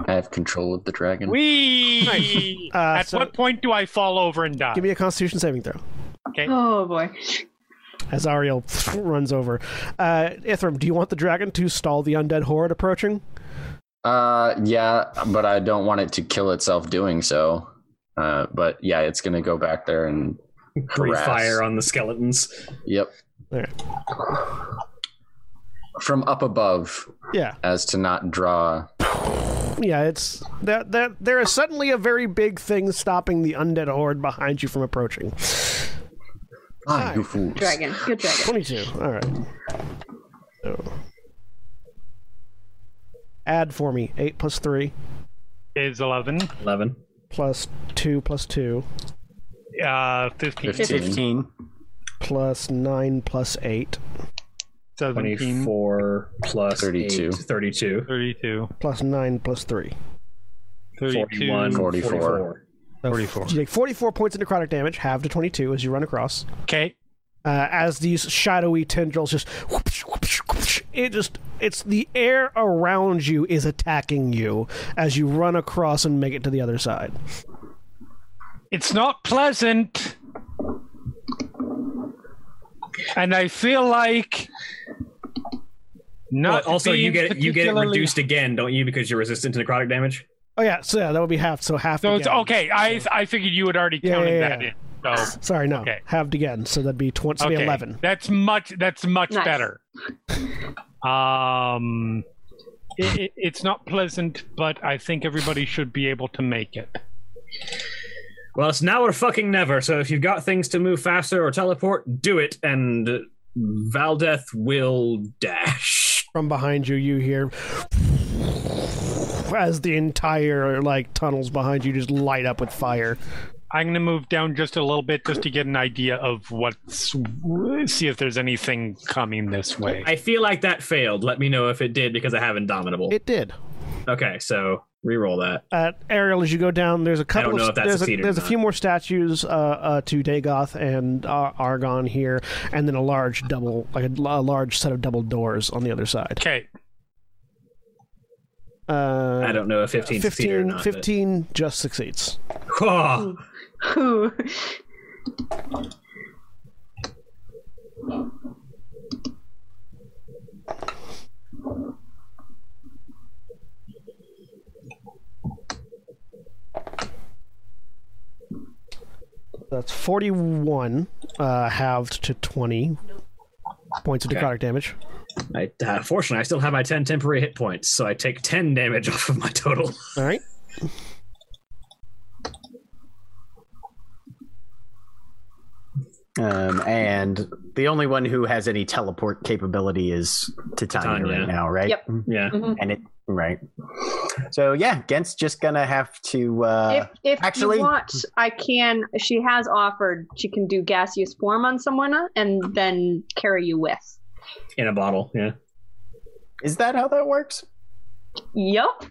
Speaker 5: I have control of the dragon.
Speaker 7: We.
Speaker 1: Uh,
Speaker 7: At
Speaker 1: so-
Speaker 7: what point do I fall over and die?
Speaker 1: Give me a Constitution saving throw.
Speaker 3: Oh boy.
Speaker 1: As Ariel runs over, uh, Ithram, do you want the dragon to stall the undead horde approaching?
Speaker 5: Uh, yeah, but I don't want it to kill itself doing so. Uh, but yeah, it's gonna go back there and
Speaker 8: breathe
Speaker 5: harass.
Speaker 8: fire on the skeletons.
Speaker 5: yep.
Speaker 1: There.
Speaker 5: From up above,
Speaker 1: Yeah.
Speaker 5: as to not draw.
Speaker 1: Yeah, it's that that there is suddenly a very big thing stopping the undead horde behind you from approaching.
Speaker 5: Ah, you fools!
Speaker 3: Dragon. Good dragon.
Speaker 1: Twenty-two. All right. So, add for me eight plus three
Speaker 7: Is eleven.
Speaker 8: Eleven.
Speaker 1: plus two plus two
Speaker 7: Uh, fifteen.
Speaker 5: Fifteen.
Speaker 2: Fifteen.
Speaker 1: plus nine plus eight
Speaker 7: Seventeen.
Speaker 8: Twenty-four plus
Speaker 5: 32.
Speaker 8: eight, 32.
Speaker 7: 32.
Speaker 1: plus nine plus three.
Speaker 7: 32.
Speaker 8: 41,
Speaker 5: 44.
Speaker 8: 44.
Speaker 1: So
Speaker 7: 44.
Speaker 1: You take forty-four points of necrotic damage, halved to twenty-two as you run across.
Speaker 7: Okay.
Speaker 1: uh, as these shadowy tendrils just whoopsh, whoopsh, whoopsh, it just it's the air around you is attacking you as you run across and make it to the other side
Speaker 7: It's not pleasant. And I feel like
Speaker 8: Well,
Speaker 7: not
Speaker 8: also, you
Speaker 7: being
Speaker 8: get you get it
Speaker 7: particularly-
Speaker 8: reduced again, don't you? Because you're resistant to necrotic damage.
Speaker 1: oh yeah so yeah that would be half so half
Speaker 7: So it's
Speaker 1: again.
Speaker 7: okay. I I figured you had already
Speaker 1: Yeah,
Speaker 7: counted
Speaker 1: yeah,
Speaker 7: that
Speaker 1: yeah.
Speaker 7: in. So
Speaker 1: sorry no
Speaker 7: Okay.
Speaker 1: halved again so that'd be 20 so it'd be
Speaker 7: okay.
Speaker 1: 11
Speaker 7: That's much. That's much
Speaker 3: Nice.
Speaker 7: better. Um, it, it- it's not pleasant, but I think everybody should be able to make it.
Speaker 8: Well, it's now or fucking never. So if you've got things to move faster or teleport, do it. And Valdeth will dash.
Speaker 1: from behind you you hear as the entire like tunnels behind you just light up with fire
Speaker 7: I'm going to move down just a little bit just to get an idea of what's. See if there's anything coming this way.
Speaker 8: I feel like that failed. Let me know if it did because I have Indomitable.
Speaker 1: it did
Speaker 8: okay, so re-roll that.
Speaker 1: uh, Ariel, as you go down, there's a couple
Speaker 8: know
Speaker 1: of
Speaker 8: if that's
Speaker 1: there's, a,
Speaker 8: succeeded or
Speaker 1: there's a
Speaker 8: not.
Speaker 1: few more statues uh, uh, to Dagoth and uh, Argon here, and then a large double, like a, a large set of double doors on the other side.
Speaker 7: Okay.
Speaker 1: Uh,
Speaker 8: I don't know if 15 succeeded
Speaker 1: 15,
Speaker 8: or not.
Speaker 1: 15 just succeeds.
Speaker 8: but- Oh,
Speaker 3: Ooh.
Speaker 1: That's 41 uh, halved to 20 points of
Speaker 8: Okay.
Speaker 1: necrotic damage.
Speaker 8: I, uh, fortunately, I still have my 10 temporary hit points, so I take 10 damage off of my total.
Speaker 1: All right.
Speaker 2: Um, and the only one who has any teleport capability is Titania,
Speaker 8: Titania.
Speaker 2: right now, right? Hmm.
Speaker 3: Yep.
Speaker 8: Yeah.
Speaker 2: And it right. So yeah, Gent's just gonna have to. Uh,
Speaker 3: if if
Speaker 2: actually-
Speaker 3: you want, I can. She has offered she can do gaseous form on someone and then carry you with.
Speaker 8: In a bottle, yeah.
Speaker 2: is that how that works?
Speaker 3: Yup.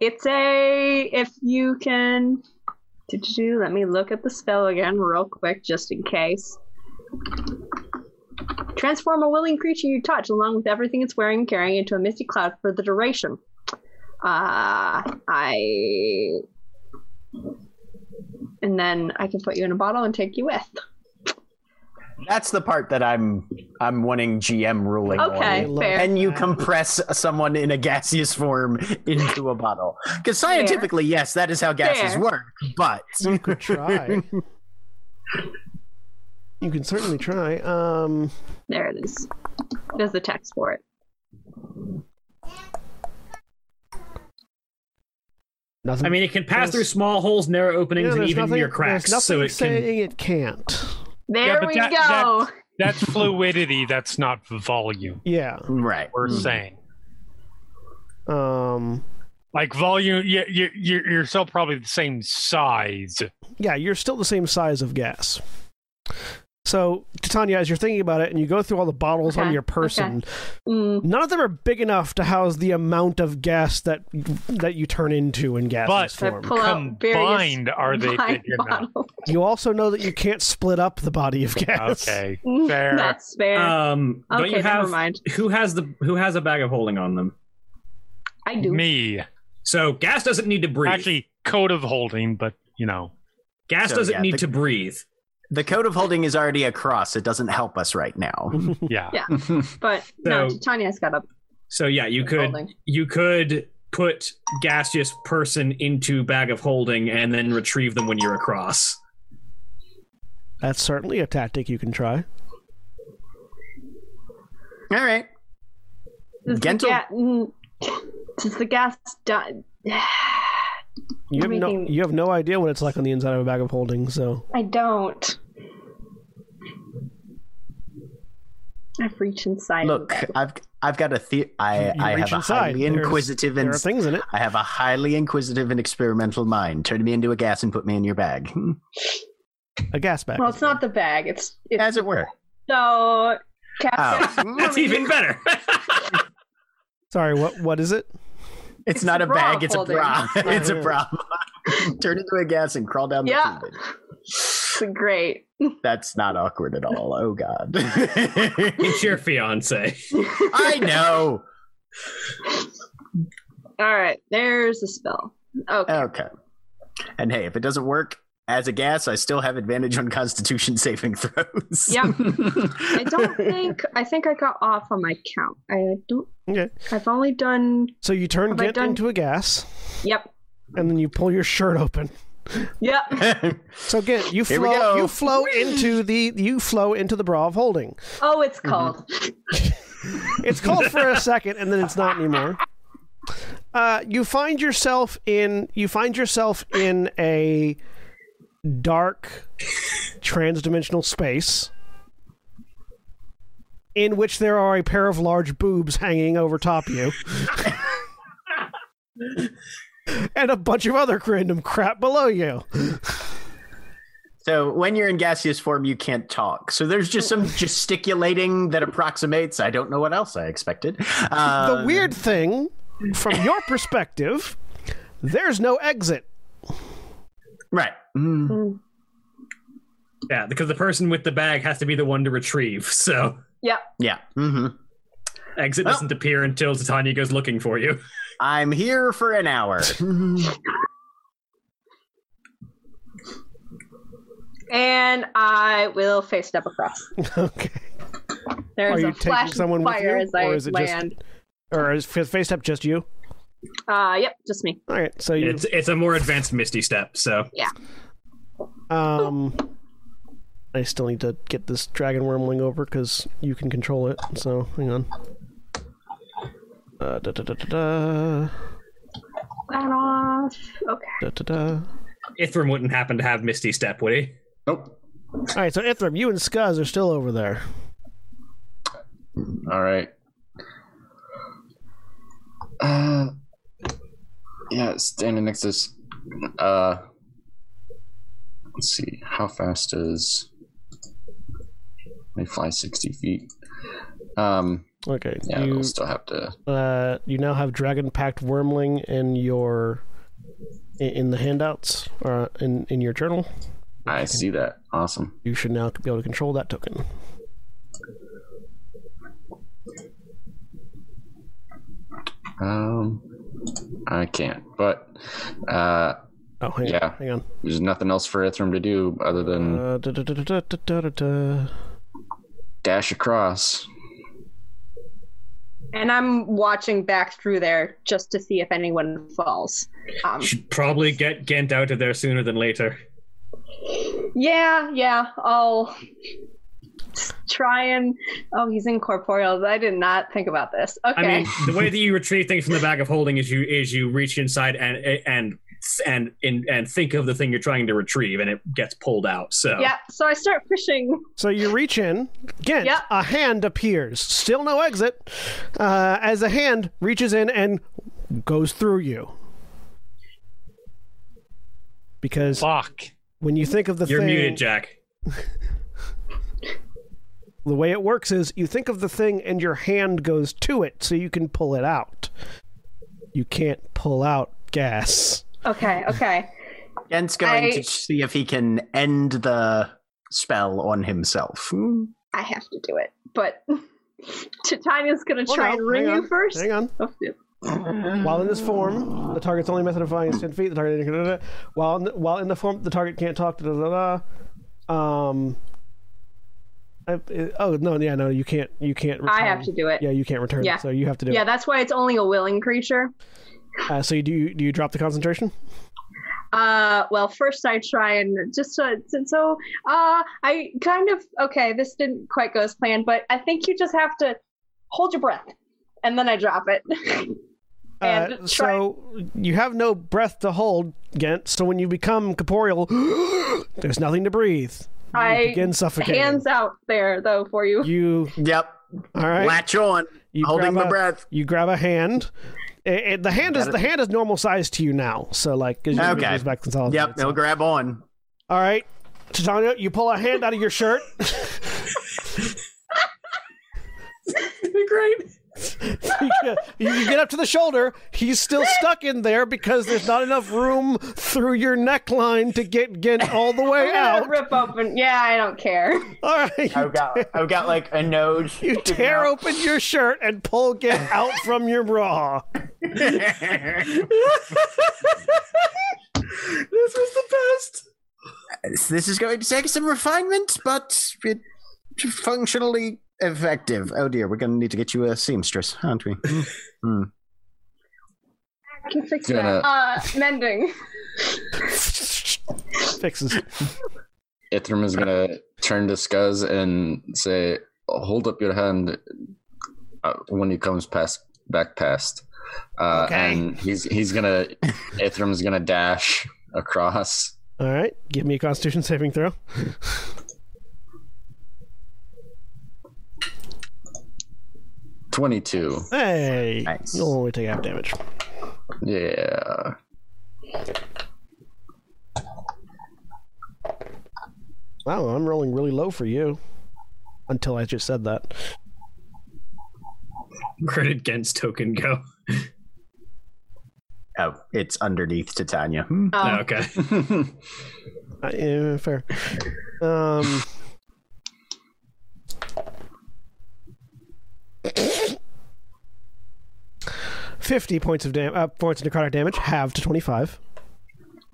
Speaker 3: It's a if you can. Did you let me look at the spell again real quick just in case? Transform a willing creature you touch along with everything it's wearing and carrying into a misty cloud for the duration. Uh, I. And then I can put you in a bottle and take you with.
Speaker 2: That's the part that I'm I'm wanting GM ruling. on.
Speaker 3: Okay,
Speaker 1: love
Speaker 3: fair.
Speaker 2: Can you compress someone in a gaseous form into a bottle? Because scientifically, yes, that is how gases
Speaker 3: Fair.
Speaker 2: work. But
Speaker 1: Try. you can certainly try. Um,
Speaker 3: There it is. There's the text for it.
Speaker 1: nothing.
Speaker 8: I mean, it can
Speaker 1: There's-
Speaker 8: pass through small holes, narrow
Speaker 1: Yeah,
Speaker 8: openings, and
Speaker 1: there's
Speaker 8: even
Speaker 1: nothing,
Speaker 8: near cracks.
Speaker 1: There's nothing
Speaker 8: So it can.
Speaker 1: saying it can't.
Speaker 3: There
Speaker 7: but
Speaker 3: we
Speaker 7: that-
Speaker 3: go.
Speaker 7: That's fluidity. That's not volume.
Speaker 1: Yeah.
Speaker 2: right,
Speaker 7: We're saying.
Speaker 1: Um,
Speaker 7: Like volume, you, you, you're you're still probably the same size.
Speaker 1: yeah, you're still the same size of gas. So, Titania, as you're thinking about it and you go through all the bottles on
Speaker 3: Okay,
Speaker 1: your person,
Speaker 3: Mm,
Speaker 1: none of them are big enough to house the amount of gas that that you turn into in gas
Speaker 7: But-
Speaker 3: I
Speaker 1: form.
Speaker 3: pull out various
Speaker 7: Combined, are they
Speaker 3: wine
Speaker 7: big enough?
Speaker 3: bottles.
Speaker 1: You also know that you can't split up the body of gas.
Speaker 7: Okay,
Speaker 3: Mm,
Speaker 7: fair.
Speaker 3: That's fair.
Speaker 8: Um, don't
Speaker 3: okay,
Speaker 8: you have
Speaker 3: never mind.
Speaker 8: who has the who has a bag of holding on them?
Speaker 3: I do.
Speaker 7: Me
Speaker 8: So gas doesn't need to breathe.
Speaker 7: actually code of holding, but you know,
Speaker 8: gas
Speaker 2: So,
Speaker 8: doesn't
Speaker 2: yeah,
Speaker 8: need
Speaker 2: the-
Speaker 8: to breathe.
Speaker 2: The code of holding is already a cross. It doesn't help us right now.
Speaker 7: yeah.
Speaker 3: But no,
Speaker 8: So-
Speaker 3: Tanya's got a
Speaker 8: So yeah, you could
Speaker 3: holding.
Speaker 8: you could put gaseous person into bag of holding and then retrieve them when you're across.
Speaker 1: That's certainly a tactic you can try.
Speaker 2: All right.
Speaker 3: Does the,
Speaker 2: Gentle-
Speaker 3: ga- mm, does the gas die?
Speaker 1: You have no,
Speaker 3: Everything-
Speaker 1: you have no idea what it's like on the inside of a bag of holding. So,
Speaker 3: I don't. I've reached inside. of
Speaker 2: Look,
Speaker 3: it.
Speaker 2: I've I've got a the- I,
Speaker 1: You
Speaker 2: I
Speaker 1: reach
Speaker 2: have a
Speaker 1: inside.
Speaker 2: highly
Speaker 1: There's-
Speaker 2: inquisitive
Speaker 1: there
Speaker 2: and
Speaker 1: are things in it.
Speaker 2: I have a highly inquisitive and experimental mind. Turn me into a gas and put me in your bag, Hmm.
Speaker 1: A gas bag.
Speaker 3: well, it's not the bag. It's it's
Speaker 2: as it were.
Speaker 3: so.
Speaker 2: Oh,
Speaker 8: That's even better.
Speaker 1: Sorry, what what is it?
Speaker 2: it's,
Speaker 3: It's
Speaker 2: not
Speaker 3: a
Speaker 2: a
Speaker 3: bra
Speaker 2: bag. It's a
Speaker 3: holding.
Speaker 2: bra. it's a
Speaker 1: yeah.
Speaker 2: bra. Turn into a gas and crawl down the
Speaker 3: Yeah.
Speaker 2: tube.
Speaker 3: It's great.
Speaker 2: That's not awkward at all. Oh God.
Speaker 8: it's your fiance.
Speaker 2: I know.
Speaker 3: All right, there's the spell. Okay.
Speaker 2: Okay. And hey, if it doesn't work as a gas, I still have advantage on Constitution saving throws.
Speaker 3: Yep. I don't think I think I got off on my count. I don't.
Speaker 1: Okay.
Speaker 3: I've only done.
Speaker 1: So you turn
Speaker 3: Have I
Speaker 1: Gint
Speaker 3: done-
Speaker 1: into a gas,
Speaker 3: Yep.
Speaker 1: and then you pull your shirt open.
Speaker 3: Yep.
Speaker 1: So Gint, you
Speaker 2: Here we
Speaker 1: flow
Speaker 2: go.
Speaker 1: you flow into the you flow into the bra of holding.
Speaker 3: Oh, it's
Speaker 1: Mm-hmm.
Speaker 3: cold.
Speaker 1: It's called for a second, and then it's not anymore. Uh, you find yourself in you find yourself in a dark transdimensional space in which there are a pair of large boobs hanging over top you. and a bunch of other random crap below you.
Speaker 2: so when you're in gaseous form, you can't talk. So there's just
Speaker 3: Mm.
Speaker 2: some gesticulating that approximates. I don't know what else I expected.
Speaker 1: the
Speaker 2: Um,
Speaker 1: weird thing, from your perspective, there's no exit.
Speaker 2: Right. Mm.
Speaker 8: Yeah, because the person with the bag has to be the one to retrieve. So
Speaker 3: Yep.
Speaker 2: Yeah. hmm
Speaker 8: exit
Speaker 2: Well-
Speaker 8: doesn't appear until Titania goes looking for you.
Speaker 2: I'm here for an hour.
Speaker 3: And I will face step across.
Speaker 1: Okay.
Speaker 3: There's
Speaker 1: Are you
Speaker 3: a
Speaker 1: taking
Speaker 3: flash
Speaker 1: someone
Speaker 3: of
Speaker 1: with
Speaker 3: fire
Speaker 1: you,
Speaker 3: as I
Speaker 1: or is it just-
Speaker 3: land.
Speaker 1: Or is F- face step just you?
Speaker 3: Uh, yep, just me.
Speaker 1: All right. So you
Speaker 8: It's it's a more advanced Misty step. So
Speaker 1: um I still need to get this dragon wormling over cuz you can control it. So, hang on. Uh, da, da, da, da, da,
Speaker 3: Sign off. Okay.
Speaker 1: da, da, da.
Speaker 8: Ithram wouldn't happen to have Misty step, would he?
Speaker 5: Nope.
Speaker 1: All right, so Ithram, you and Scuzz are still over there.
Speaker 5: All right. Uh, yeah, standing next to this. Uh, let's see. How fast is? They fly sixty feet. Um,
Speaker 1: Okay,
Speaker 5: yeah,
Speaker 1: you
Speaker 5: we'll still have to.
Speaker 1: uh, you now have dragon packed wormling in your i- in the handouts uh, in in your journal.
Speaker 5: I see that. Awesome.
Speaker 1: You should now be able to control that token.
Speaker 5: Um, I can't, but uh,
Speaker 1: Oh, hang on,
Speaker 5: Yeah. Mm.
Speaker 1: hang on.
Speaker 5: there's nothing else for Ithram to do other than
Speaker 1: Uh, da, da, da, da, da, da, da, da.
Speaker 5: dash across.
Speaker 3: And I'm watching back through there just to see if anyone falls. Um,
Speaker 8: Should probably get Gent out of there sooner than later.
Speaker 3: yeah, yeah, I'll try and. Oh, he's incorporeal. I did not think about this. Okay.
Speaker 8: I mean, the way that you retrieve things from the bag of holding is you is you reach inside and and and and, and think of the thing you're trying to retrieve, and it gets pulled out. So
Speaker 3: yeah, so I start pushing.
Speaker 1: So you reach in. Again,
Speaker 3: Yep.
Speaker 1: a hand appears. Still no exit. Uh, as a hand reaches in and goes through you. Because
Speaker 7: Fuck.
Speaker 1: when you think of the
Speaker 8: you're
Speaker 1: thing,
Speaker 8: muted, Jack.
Speaker 1: The way it works is you think of the thing and your hand goes to it so you can pull it out. You can't pull out gas.
Speaker 3: Okay, okay.
Speaker 2: Gen's going
Speaker 3: I-
Speaker 2: to see if he can end the spell on himself. Hmm.
Speaker 3: I have to do it. But Titania's gonna
Speaker 1: Well,
Speaker 3: try
Speaker 1: no,
Speaker 3: and ring
Speaker 1: hang
Speaker 3: you
Speaker 1: on,
Speaker 3: first.
Speaker 1: Hang on.
Speaker 3: Oh, yeah.
Speaker 1: While in this form, the target's only method of flying is ten feet. The target while in the, while in the form, the target can't talk. Da, da, da, da. Um. I, it- oh no! Yeah, no, you can't. You can't. Return.
Speaker 3: I have to do it.
Speaker 1: Yeah,
Speaker 3: Yeah,
Speaker 1: you can't return.
Speaker 3: Yeah.
Speaker 1: it, so you have to do
Speaker 3: that's why it's only a willing creature.
Speaker 1: it. Uh, so you do. You, do you drop the concentration?
Speaker 3: Uh, well, first I try and just so, so uh, I kind of okay. This didn't quite go as planned, but I think you just have to hold your breath, and then I drop it. And
Speaker 1: uh,
Speaker 3: try-
Speaker 1: so you have no breath to hold, Gent. So when you become corporeal, there's nothing to breathe. You
Speaker 3: I-
Speaker 1: begin suffocating.
Speaker 3: Hands out there though for you.
Speaker 1: You
Speaker 2: Yep.
Speaker 1: all right?
Speaker 2: Latch on.
Speaker 1: You
Speaker 2: holding
Speaker 1: grab
Speaker 2: my
Speaker 1: a-
Speaker 2: breath.
Speaker 1: You grab a hand. It- it- the hand is the hand is normal size to you now. So like, 'cause your
Speaker 2: Okay.
Speaker 1: memory is back consolidated.
Speaker 2: Yep.
Speaker 1: so-
Speaker 2: He'll grab on.
Speaker 1: All right, Titania, you pull a hand out of your shirt. Great. you, you get up to the shoulder. He's still stuck in there because there's not enough room through your neckline to get get all the way
Speaker 3: Yeah,
Speaker 1: out.
Speaker 3: rip open. Yeah, I don't care.
Speaker 1: All right, you,
Speaker 2: I've got. I've got like a nose.
Speaker 1: you tear open your shirt and pull get out from your bra.
Speaker 2: This was the best. This is going to take some refinement, but it functionally effective. Oh dear, we're going to need to get you a seamstress, aren't we?
Speaker 3: I can fix
Speaker 5: Gonna-
Speaker 3: that. Uh, mending.
Speaker 1: Fixes.
Speaker 5: Ithram is gonna turn to Scuzz and say, "Hold up your hand uh, when he comes past back past." Uh,
Speaker 1: Okay.
Speaker 5: And he's he's gonna Ithram's gonna dash across.
Speaker 1: All right, give me a Constitution saving throw.
Speaker 5: Twenty two.
Speaker 1: Hey,
Speaker 2: Nice.
Speaker 1: you'll only take half damage.
Speaker 5: Yeah.
Speaker 1: Wow, I'm rolling really low for you. Until I just said that.
Speaker 8: Where did Gent's token go?
Speaker 2: Oh, it's underneath Titania. Hmm.
Speaker 3: Um,
Speaker 8: Oh, okay.
Speaker 1: Uh, yeah, fair. Um. Fifty points of dam- uh, points of necrotic damage, halved to twenty-five.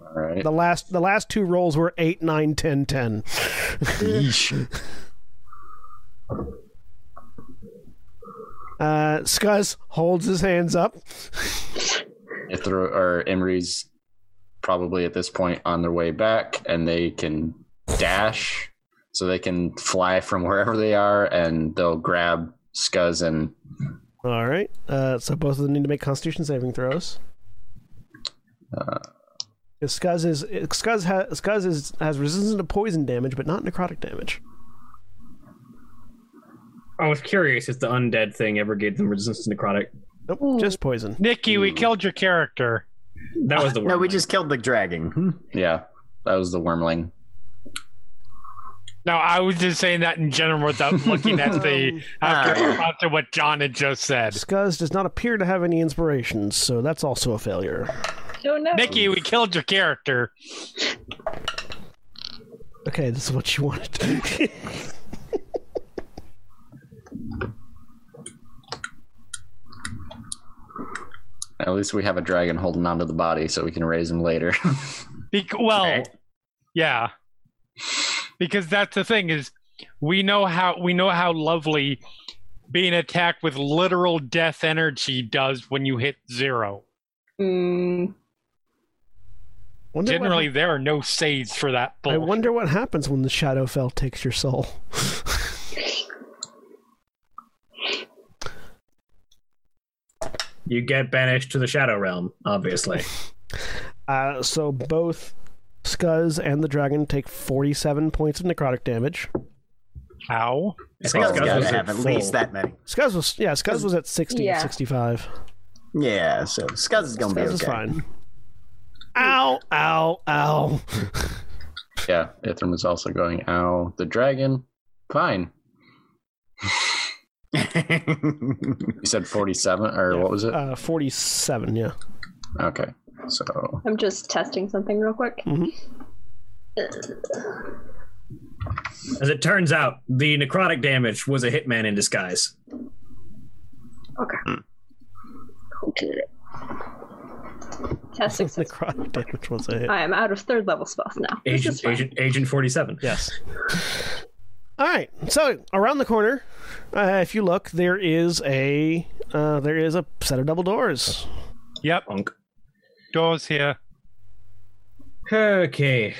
Speaker 5: All right.
Speaker 1: The last, the last two rolls were eight, nine, ten, ten. Uh, Scuzz holds his hands up.
Speaker 5: Ithra or Emery's probably at this point on their way back, and they can dash, so they can fly from wherever they are, and they'll grab Scuzz and
Speaker 1: All right. Uh, so both of them need to make Constitution saving throws. Uh, Scuzz is Scuzz, ha, Scuzz is, has resistance to poison damage, but not necrotic damage.
Speaker 8: I was curious if the undead thing ever gave them resistance to necrotic.
Speaker 1: Nope, just poison.
Speaker 7: Nikki, we killed your character.
Speaker 8: That was the word.
Speaker 2: No, we just killed the dragon. Hmm.
Speaker 5: yeah, that was the wormling.
Speaker 7: No, I was just saying that in general without looking at the after after what John had just said.
Speaker 1: Scuzz does not appear to have any inspirations, so that's also a failure.
Speaker 3: don't know.
Speaker 7: Nikki, we killed your character.
Speaker 1: Okay, this is what you wanted.
Speaker 5: At least we have a dragon holding onto the body, so we can raise him later.
Speaker 7: Bec well,
Speaker 2: Okay.
Speaker 7: yeah, because that's the thing is we know how we know how lovely being attacked with literal death energy does when you hit zero.
Speaker 3: Mm,
Speaker 1: Wonder what
Speaker 7: Generally, there are no saves for that.
Speaker 1: hap- I
Speaker 7: Bull.
Speaker 1: wonder what happens when the Shadowfell takes your soul.
Speaker 8: you get banished to the shadow realm, obviously.
Speaker 1: Uh, so both Scuzz and the dragon take forty-seven points of necrotic damage.
Speaker 7: How?
Speaker 8: I think
Speaker 2: Scott's
Speaker 8: Scuzz
Speaker 2: gotta
Speaker 8: was
Speaker 2: have at
Speaker 8: full.
Speaker 2: least that many.
Speaker 1: Scuzz was yeah, Scuzz was at sixty
Speaker 3: Yeah.
Speaker 1: and sixty-five.
Speaker 2: Yeah, so Scuzz is gonna
Speaker 1: Scuzz
Speaker 2: be
Speaker 1: is
Speaker 2: okay.
Speaker 1: fine. Ow, ow, ow.
Speaker 5: yeah, Ithram is also going. Ow, the dragon. Fine. You said 47, or what was it?
Speaker 1: Uh, 47, yeah.
Speaker 5: Okay. So
Speaker 3: I'm just testing something real quick.
Speaker 8: As it turns out, the necrotic damage was a hitman in disguise.
Speaker 3: Testing.
Speaker 1: The necrotic damage was a hit.
Speaker 3: I am out of third level spells now. This is
Speaker 8: Agent,
Speaker 3: fine.
Speaker 8: agent, agent 47.
Speaker 1: Yes. All right. So around the corner, uh, if you look, there is a uh, there is a set of double doors.
Speaker 7: Yep,
Speaker 8: Bonk.
Speaker 7: doors here.
Speaker 8: Okay.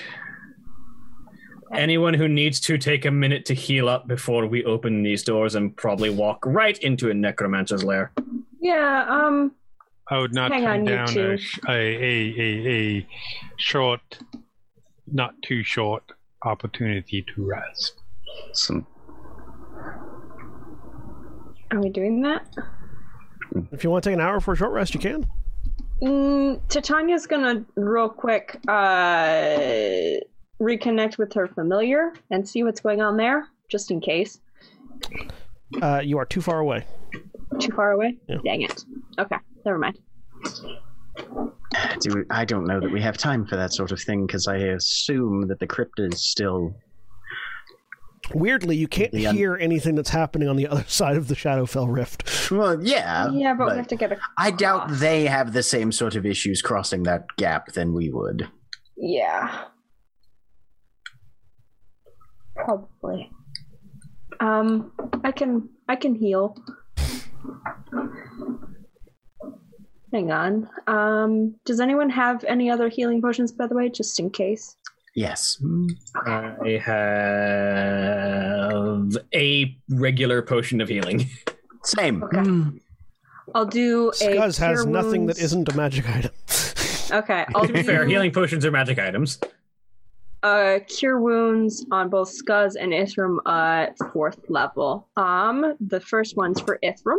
Speaker 8: Anyone who needs to take a minute to heal up before we open these doors and probably walk right into a necromancer's lair.
Speaker 3: Yeah. Um.
Speaker 7: I would not
Speaker 3: Hang
Speaker 7: turn
Speaker 3: on, you
Speaker 7: down
Speaker 3: two.
Speaker 7: a, sh- a, a, a, a short, not too short opportunity to rest.
Speaker 5: some
Speaker 3: Are we doing that?
Speaker 1: If you want to take an hour for a short rest, you can.
Speaker 3: Mm, Titania's gonna real quick uh, reconnect with her familiar and see what's going on there, just in case.
Speaker 1: Uh, you are too far away.
Speaker 3: Too far away.
Speaker 1: Yeah.
Speaker 3: Dang it. Okay, never mind.
Speaker 2: Do, I don't know that we have time for that sort of thing because I assume that the crypt is still.
Speaker 1: Weirdly, you can't
Speaker 2: The un-
Speaker 1: hear anything that's happening on the other side of the Shadowfell Rift.
Speaker 2: Well, yeah.
Speaker 3: yeah, but, we have to get a.
Speaker 2: I doubt they have the same sort of issues crossing that gap than we would.
Speaker 3: Yeah. Probably. Um, I can I can heal. Hang on. Um, does anyone have any other healing potions, by the way, just in case?
Speaker 2: Yes.
Speaker 8: I have a regular potion of healing.
Speaker 2: Same.
Speaker 3: Okay. I'll do a.
Speaker 1: Skuz has
Speaker 3: cure
Speaker 1: nothing that
Speaker 3: wounds-
Speaker 1: isn't a magic item.
Speaker 3: Okay, I'll
Speaker 8: To be
Speaker 3: do
Speaker 8: fair, healing potions are magic items.
Speaker 3: uh, cure wounds on both Skuz and Ithram at fourth level. Um, the first one's for Ithram.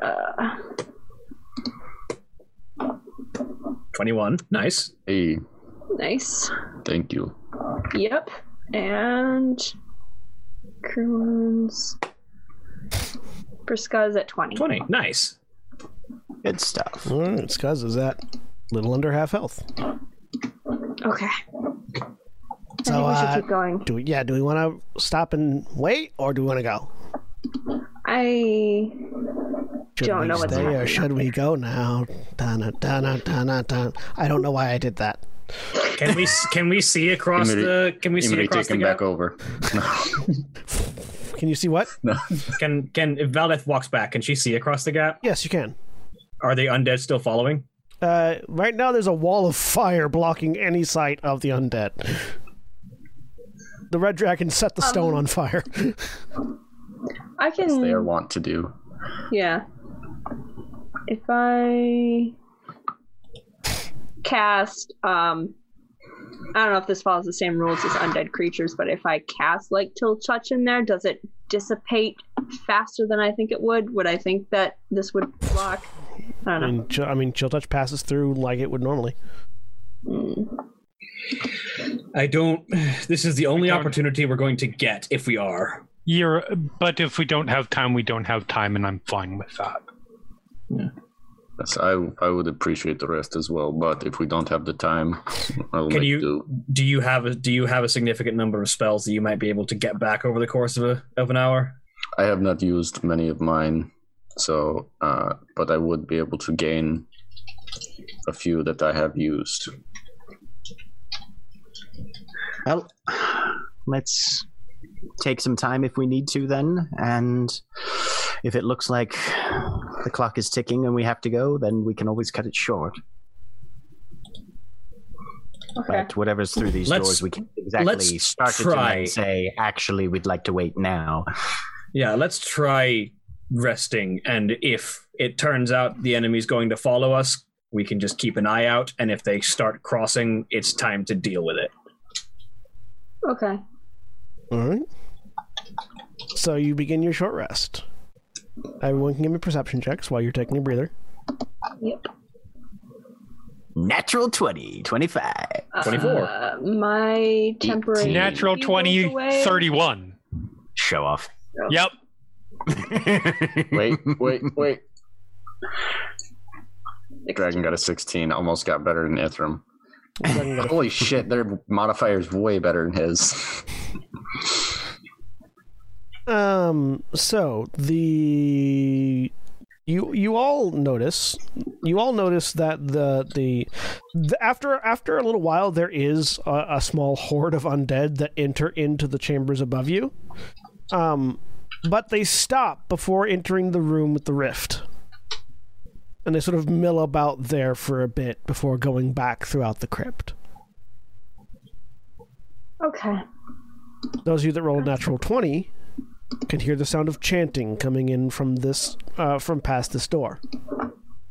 Speaker 3: Uh,
Speaker 8: 21. Nice.
Speaker 5: hey,
Speaker 3: nice.
Speaker 5: thank you.
Speaker 3: Yep. And cure wounds for Skuz at 20.
Speaker 8: 20. Nice.
Speaker 2: Good stuff.
Speaker 1: All right, Skuz is at little under half health.
Speaker 3: Okay. I
Speaker 1: So,
Speaker 3: think we should
Speaker 1: uh,
Speaker 3: keep going.
Speaker 1: do we, yeah, do we want to stop and wait, or do we want to go?
Speaker 3: I
Speaker 1: Should
Speaker 3: Don't
Speaker 1: we
Speaker 3: know what's
Speaker 1: stay or
Speaker 3: happening
Speaker 1: should we go now? Dun, dun, dun, dun, dun. I don't know why I did that.
Speaker 8: Can we can we see across the
Speaker 5: Immediate-
Speaker 8: can we see
Speaker 5: Imri,
Speaker 8: across
Speaker 5: take
Speaker 8: the
Speaker 5: him
Speaker 8: gap?
Speaker 5: back over.
Speaker 1: Can you see what?
Speaker 8: Can can if Valdeth walks back, can she see across the gap?
Speaker 1: Yes, you can.
Speaker 8: Are the undead still following?
Speaker 1: Uh, right now, there's a wall of fire blocking any sight of the undead. The red dragon set the stone
Speaker 3: Um,
Speaker 1: on fire.
Speaker 3: I can
Speaker 5: They are want to do.
Speaker 3: Yeah. If I cast, um, I don't know if this follows the same rules as undead creatures, but if I cast like Tilchuch in there, does it dissipate faster than I think it would? Would I think that this would block? I
Speaker 1: I
Speaker 3: don't know.
Speaker 1: mean, chill, I mean, chill touch passes through like it would normally.
Speaker 8: I don't this is the only opportunity we're going to get if we are.
Speaker 7: You're, but if we don't have time, we don't have time, and I'm fine with that.
Speaker 5: Yes, I I would appreciate the rest as well, but if we don't have the time, I'll
Speaker 8: Can
Speaker 5: make
Speaker 8: you-
Speaker 5: do.
Speaker 8: Do you have a do you have a significant number of spells that you might be able to get back over the course of a of an hour?
Speaker 5: I have not used many of mine, so uh, but I would be able to gain a few that I have used.
Speaker 2: Well, let's take some time if we need to then. And if it looks like the clock is ticking and we have to go, then we can always cut it short.
Speaker 3: Okay.
Speaker 2: But whatever's through these
Speaker 8: Let's-
Speaker 2: doors, we can't exactly
Speaker 8: let's
Speaker 2: start it
Speaker 8: try.
Speaker 2: and say, actually, we'd like to wait now.
Speaker 8: Yeah, let's try resting, and if it turns out the enemy's going to follow us, we can just keep an eye out, and if they start crossing, it's time to deal with it.
Speaker 3: Okay.
Speaker 1: All right. So you begin your short rest. Everyone can give me perception checks while you're taking a breather.
Speaker 3: Yep.
Speaker 2: Natural 20, 25.
Speaker 8: Twenty four.
Speaker 3: Uh, my temporary
Speaker 7: Natural
Speaker 3: heal goes
Speaker 7: 20,
Speaker 3: away.
Speaker 7: 31.
Speaker 2: Show off.
Speaker 7: Yep.
Speaker 5: Wait, wait, wait. Dragon got a 16. Almost got better than Ithram. Holy shit, their modifier's way better than his.
Speaker 1: Um. So the you you all notice you all notice that the the, the after after a little while there is a, a small horde of undead that enter into the chambers above you. Um, but they stop before entering the room with the rift. And they sort of mill about there for a bit before going back throughout the crypt.
Speaker 3: Okay.
Speaker 1: Those of you that roll a natural 20 can hear the sound of chanting coming in from this uh, from past this door.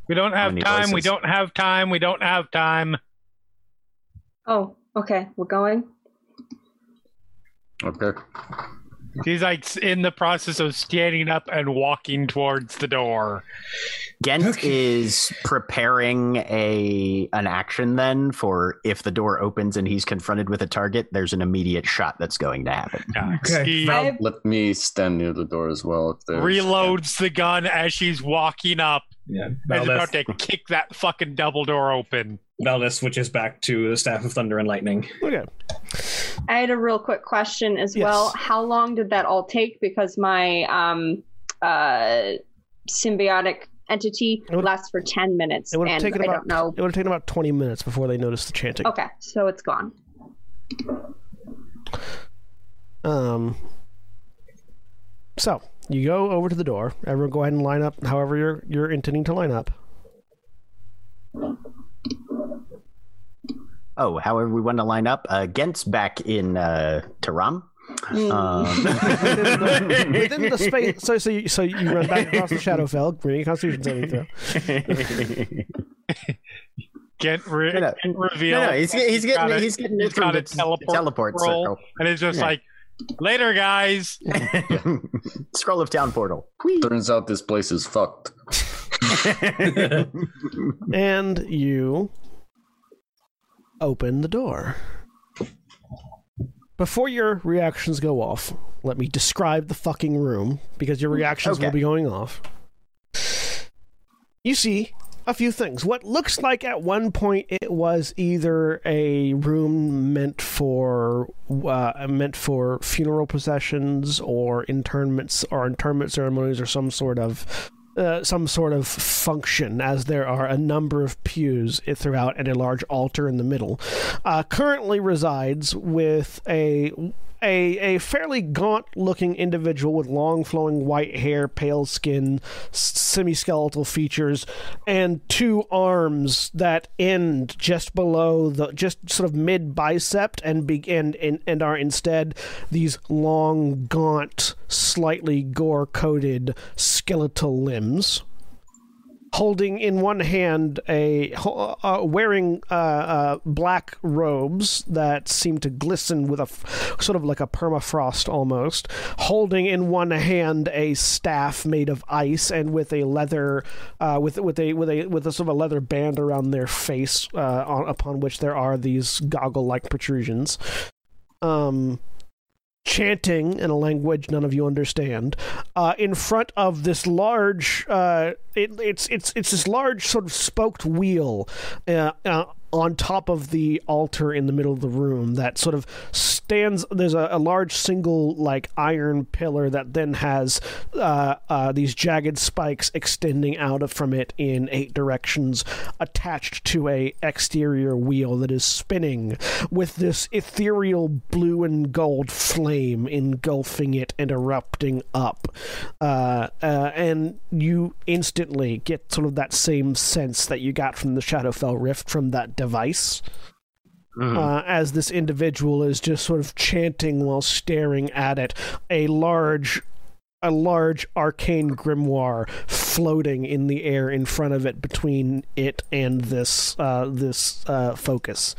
Speaker 7: We don't have
Speaker 2: many
Speaker 7: time. We
Speaker 2: voices?
Speaker 7: don't have time. We don't have time.
Speaker 3: Oh, okay. We're going.
Speaker 5: Okay.
Speaker 7: He's like in the process of standing up and walking towards the door.
Speaker 2: Gent is preparing a an action then for if the door opens and he's confronted with a target, there's an immediate shot that's going to happen.
Speaker 7: Yeah.
Speaker 8: Okay.
Speaker 7: He
Speaker 3: I,
Speaker 5: Let me stand near the door as well. If there's-
Speaker 7: reloads the gun as she's walking up
Speaker 8: Yeah,
Speaker 7: and is
Speaker 8: Valdez,
Speaker 7: about to kick that fucking double door open.
Speaker 8: Valdez switches back to the staff of thunder and lightning.
Speaker 1: Okay.
Speaker 3: I had a real quick question as
Speaker 1: Yes.
Speaker 3: well. How long did that all take? Because my um, uh, symbiotic entity
Speaker 1: would-
Speaker 3: lasts for 10 minutes.
Speaker 1: It
Speaker 3: And
Speaker 1: would
Speaker 3: I
Speaker 1: have taken
Speaker 3: don't
Speaker 1: about
Speaker 3: know.
Speaker 1: it would have taken about 20 minutes before they noticed the chanting.
Speaker 3: Okay, so it's gone.
Speaker 1: Um So, you go over to the door. Everyone go ahead and line up however you're you're intending to line up.
Speaker 2: Oh, however we want to line up. Uh, Gent's back in uh, Taram. Um,
Speaker 1: Within the space so so you, so you run back across the Shadowfell, make a constitution saving throw.
Speaker 2: Um,
Speaker 7: Get re-
Speaker 2: No, no.
Speaker 7: Gent reveal.
Speaker 2: no, no, he's, he's
Speaker 7: got
Speaker 2: getting
Speaker 7: a-
Speaker 2: he's getting
Speaker 7: he's
Speaker 2: it through
Speaker 7: got
Speaker 2: the
Speaker 7: a teleport
Speaker 2: teleport
Speaker 7: roll.
Speaker 2: circle.
Speaker 7: and it's just
Speaker 2: Yeah.
Speaker 7: like, later, guys.
Speaker 2: Scroll of town portal.
Speaker 5: Turns out this place is fucked.
Speaker 1: And you open the door. Before your reactions go off, let me describe the fucking room because your reactions will
Speaker 2: Okay.
Speaker 1: be going off. You see a few things. What looks like at one point it was either a room meant for uh, meant for funeral processions or internments or internment ceremonies or some sort of uh, some sort of function, as there are a number of pews throughout and a large altar in the middle. Uh, currently resides with a a, a fairly gaunt looking individual with long flowing white hair, pale skin, semi skeletal features, and two arms that end just below the just sort of mid bicep and begin and, and are instead these long, gaunt, slightly gore coated skeletal limbs holding in one hand a ho- uh, wearing uh, uh, black robes that seem to glisten with a f- sort of like a permafrost almost holding in one hand a staff made of ice and with a leather uh, with with a with a with a sort of a leather band around their face uh, on, upon which there are these goggle like protrusions um chanting in a language none of you understand uh, in front of this large uh, it, it's it's it's this large sort of spoked wheel uh, uh, on top of the altar in the middle of the room that sort of stands there's a, a large single like iron pillar that then has uh, uh, these jagged spikes extending out of, from it in eight directions attached to a exterior wheel that is spinning with this ethereal blue and gold flame engulfing it and erupting up. Uh, uh, and you instantly get sort of that same sense that you got from the Shadowfell Rift from that device. Uh, as this individual is just sort of chanting while staring at it, a large a large arcane grimoire floating in the air in front of it between it and this uh, this uh, focus.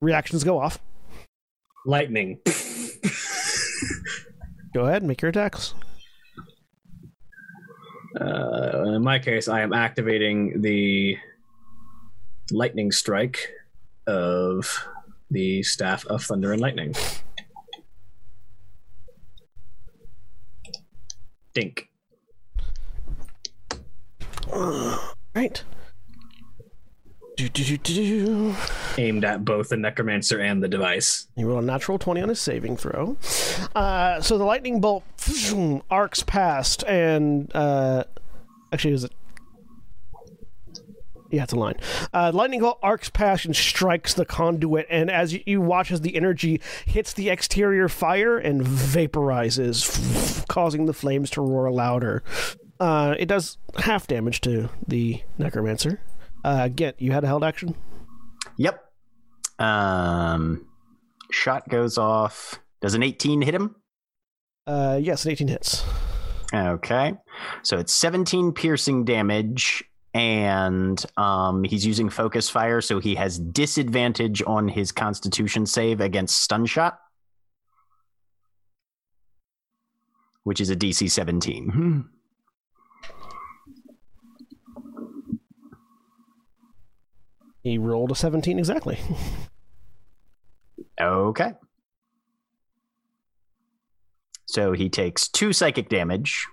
Speaker 1: Reactions go off.
Speaker 8: Lightning.
Speaker 1: Go ahead, make your attacks.
Speaker 8: Uh, in my case, I am activating the lightning strike of the staff of thunder and lightning. stink.
Speaker 1: Right. Do, do, do, do, do.
Speaker 8: Aimed at both the necromancer and the device.
Speaker 1: He rolled a natural 20 on his saving throw. Uh, so the lightning bolt arcs past, and uh, actually, is it? Yeah, it's a line. Uh, lightning bolt arcs past and strikes the conduit, and as you, you watch as the energy hits the exterior fire and vaporizes, causing the flames to roar louder. Uh, it does half damage to the necromancer. Uh, Get you had a held action.
Speaker 2: Yep. Um, shot goes off. Does an 18 hit him?
Speaker 1: Uh, yes, an 18 hits.
Speaker 2: Okay. So it's 17 piercing damage, and um, he's using focus fire, so he has disadvantage on his constitution save against stun shot, which is a DC 17.
Speaker 1: He rolled a 17 exactly.
Speaker 2: Okay. So he takes two psychic damage